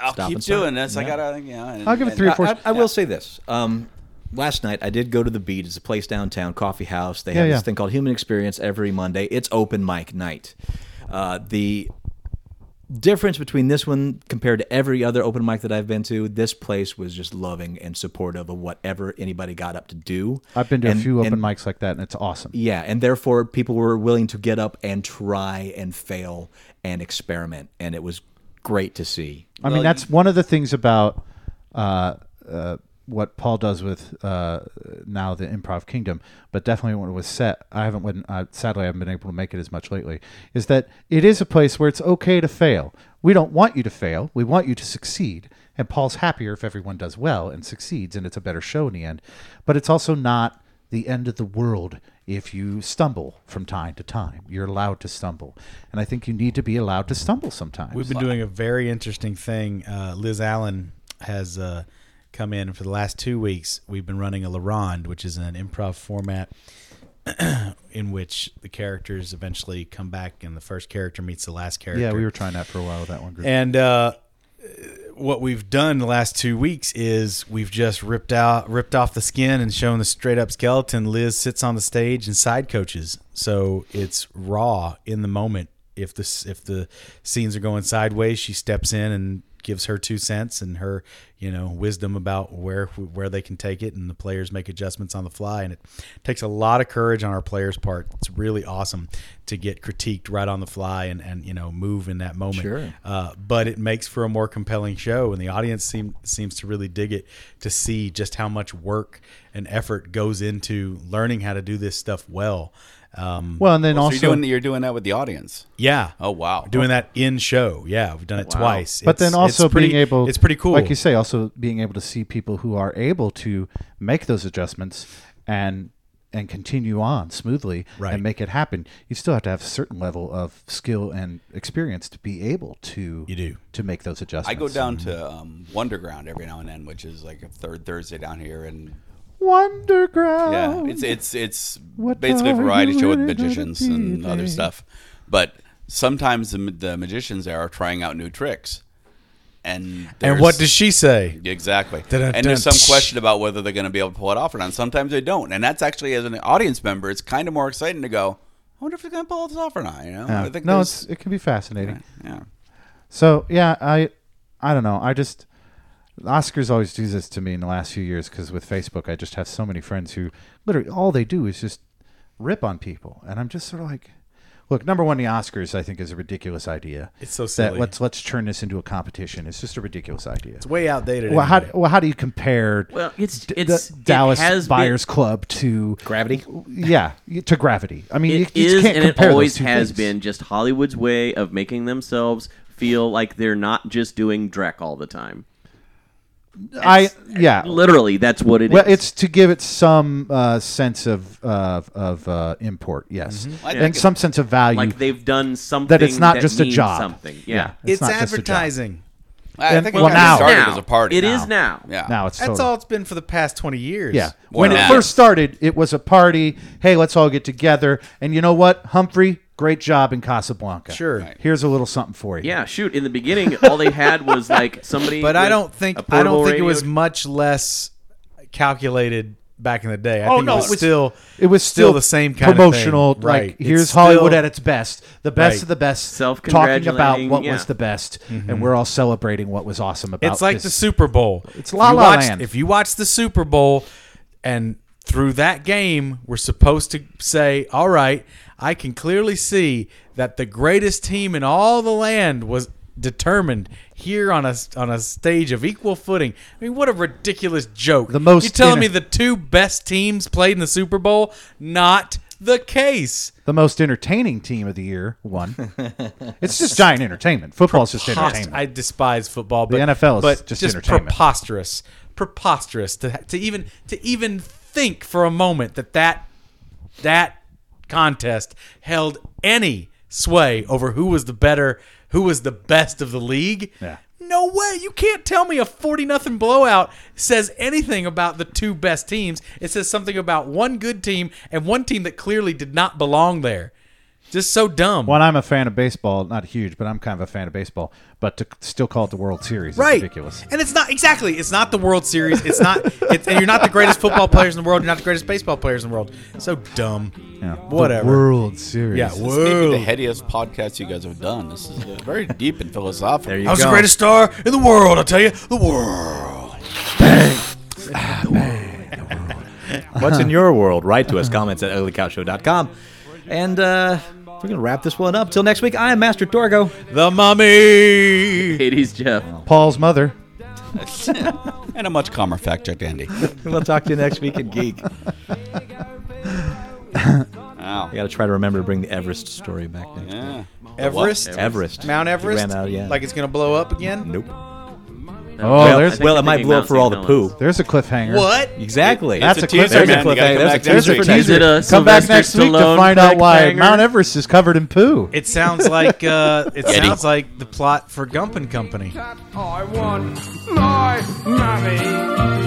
F: I'll
D: Stop
F: keep
D: and start.
F: doing this I gotta you know and-
E: I'll give it
F: and-
E: three or four-
D: I, I will say this. Um, last night I did go to the Beat. It's a place downtown, coffee house. They have
E: Yeah,
D: this
E: yeah.
D: thing called Human Experience every Monday. It's open mic night. Uh, the difference between this one compared to every other open mic that I've been to, this place was just loving and supportive of whatever anybody got up to do.
E: I've been to
D: And-
E: a few open
D: and-
E: mics like that, and it's awesome.
D: Yeah, and therefore people were willing to get up and try and fail and experiment, and it was great to see.
E: I mean, that's one of the things about uh, uh, what Paul does with uh, now the Improv Kingdom, but definitely when it was set, I haven't. When uh, sadly, I haven't been able to make it as much lately. Is that it is a place where it's okay to fail. We don't want you to fail. We want you to succeed. And Paul's happier if everyone does well and succeeds, and it's a better show in the end. But it's also not the end of the world if you stumble from time to time. You're allowed to stumble, and I think you need to be allowed to stumble sometimes.
H: We've been doing a very interesting thing. Uh, Liz Allen has uh, come in for the last two weeks. We've been running a La Ronde, which is an improv format in which the characters eventually come back, and the first character meets the last character.
E: yeah, we were trying that for a while with that one group.
H: And uh, what we've done the last two weeks is we've just ripped out, ripped off the skin and shown the straight up skeleton. Liz sits on the stage and side coaches, so it's raw in the moment. If the if the scenes are going sideways, she steps in and
G: gives her two cents and her you know wisdom about where where they can take it, and the players make adjustments on the fly. And it takes a lot of courage on our players' part. It's really awesome to get critiqued right on the fly and and you know move in that moment.
D: Sure.
G: Uh, but it makes for a more compelling show, and the audience seem, seems to really dig it to see just how much work and effort goes into learning how to do this stuff well. Um,
E: Well, and then
F: So
E: also,
F: you're doing you're doing that with the audience.
G: yeah.
F: Oh wow.
G: Doing that in show, yeah, we've done it twice.
E: but
G: It's-
E: then also
G: it's pretty,
E: being able,
G: it's pretty cool.
E: Like you say, also being able to see people who are able to make those adjustments and and continue on smoothly
G: Right.
E: and make it happen. You still have to have a certain level of skill and experience to be able to
G: You do.
E: to make those adjustments.
F: I go down to um, Wonderground every now and then, which is like a third Thursday down here, and
E: Wonderground.
F: yeah, it's it's it's
E: Oh, What
F: basically a
E: are
F: variety
E: you
F: show with
E: really gonna
F: magicians
E: be
F: and other
E: today?
F: stuff. But sometimes the, the magicians there are trying out new tricks, and
G: and
F: there's-
G: what does she say?
F: Exactly.
G: Dun-dun-dun.
F: And there's some question about whether they're going to be able to pull it off or not. Sometimes they don't. And that's actually, as an audience member, it's kind of more exciting to go, I wonder if they're going to pull this off or not. You know?
E: Yeah.
F: I think
E: no,
F: there's-
E: it's it can be fascinating.
F: Yeah.
E: So yeah, I I don't know. I just Oscars always do this to me in the last few years because with Facebook, I just have so many friends who literally all they do is just rip on people, and I'm just sort of like, look, number one, the Oscars I think is a ridiculous idea.
G: It's so
E: That
G: silly.
E: let's let's turn this into a competition. It's just a ridiculous idea.
G: It's way outdated.
E: well, how,
G: anyway.
E: well, how do you compare
C: Well, it's-
E: d-
C: it's-
E: the
C: it
E: Dallas
C: has been-
E: Buyers Club to
D: Gravity?
E: Yeah, to Gravity. I mean,
C: It
E: you, you
C: is,
E: can't
C: and it
E: compare those
C: always
E: two
C: has
E: things.
C: been just Hollywood's way of making themselves feel like they're not just doing Drek all the time.
E: I yeah,
C: Literally, that's what it is.
E: Well, it's to give it some uh, sense of of, of uh, import, yes,
F: I
E: and
F: think
E: some sense of value.
C: like they've done something
E: that it's not just a
C: means
E: job.
C: Something, yeah.
G: it's
E: not just a job.
G: advertising.
F: I
E: And-
F: think
E: well,
F: it kinda
E: now-
F: started
C: Now.
F: as a party.
C: It is now.
F: Yeah.
E: Now it's
G: That's
E: total-
G: all it's been for the past twenty years.
E: Yeah,
F: Why
E: when it
F: not?
E: first started, it was a party. Hey, let's all get together, and you know what, Humphrey, great job in Casablanca.
G: Sure.
E: here's a little something for you.
C: Yeah, shoot. In the beginning, all they had was like somebody.
G: But I
C: with
G: don't think
C: a
G: I don't
C: portable
G: think it
C: radio.
G: was much less calculated back in the day. I
E: Oh,
G: think
E: no,
G: it was,
E: it was-
G: still
E: It was
G: still,
E: still
G: the same kind
E: promotional.
G: of thing. right?
E: Like here's
G: It's
E: Hollywood
G: still-
E: at its best, the best
G: Right. Mm-hmm.
E: of the best, talking
C: Self-congratulating,
E: about what
C: yeah.
E: was the best, and we're all celebrating what was awesome about.
G: It's like
E: this.
G: the Super Bowl. It's
E: La
G: if you
E: La
G: watched-
E: Land.
G: If you watch the Super Bowl and through that game, we're supposed to say, all right, I can clearly see that the greatest team in all the land was determined here on a on a stage of equal footing. I mean, what a ridiculous joke.
E: The most
G: You're telling
E: inter-
G: me the two best teams played in the Super Bowl? Not the case.
E: the most entertaining team of the year won. it's just giant entertainment. Football's just
G: Prepost-
E: entertainment.
G: I despise football. But,
E: The NFL is
G: but
E: just
G: just,
E: entertainment.
G: preposterous, preposterous to to even to even think for a moment that that that contest held any sway over who was the better, who was the best of the league.
E: Yeah.
G: No way! You can't tell me a forty nothing blowout says anything about the two best teams. It says something about one good team and one team that clearly did not belong there. Just so dumb.
E: When I'm a fan of baseball, not huge, but I'm kind of a fan of baseball. But to still call it the World Series
G: right.
E: is ridiculous.
G: And it's not exactly. It's not the World Series. It's not. It's, and you're not the greatest football players in the world. You're not the greatest baseball players in the world. So dumb.
E: Yeah.
G: Whatever.
E: The World Series.
G: Yeah.
F: This may be the
G: Whoa.
F: headiest podcast you guys have done. This is uh, very deep and philosophical.
M: There you
G: I was
M: go.
G: the greatest star in the world. I tell you, the world.
M: What's in your world? Write to us. Comments at uglycouchshow.com.
D: And uh, we're going to wrap this one up. Till next week, I am Master Dorgo.
G: The mummy.
C: Hades Jeff.
E: Paul's mother.
F: and a much calmer fact check, Andy.
D: We'll talk to you next week in Geek. I
F: Wow.
D: got to try to remember to bring the Everest story back next.
F: Yeah.
G: Everest.
D: Everest.
G: Mount Everest.
D: Ran out, yeah.
G: Like it's gonna blow up again.
D: Nope.
C: Oh,
E: Well, there's-
D: well, it might blow up for all the poo.
E: There's a cliffhanger.
G: What?
D: Exactly.
E: That's
F: It's
E: a
F: a teaser,
E: cliffhanger.
F: man. You gotta come
D: There's a
F: back next
E: There's a
F: week.
E: teaser.
C: Is it a
E: Come back
C: Sylvester
E: next week to
C: Stallone
E: find out why
C: cliffhanger?
E: Mount Everest is covered in poo.
G: It sounds like uh, it sounds like the plot for Gump and Company.
N: I want my money.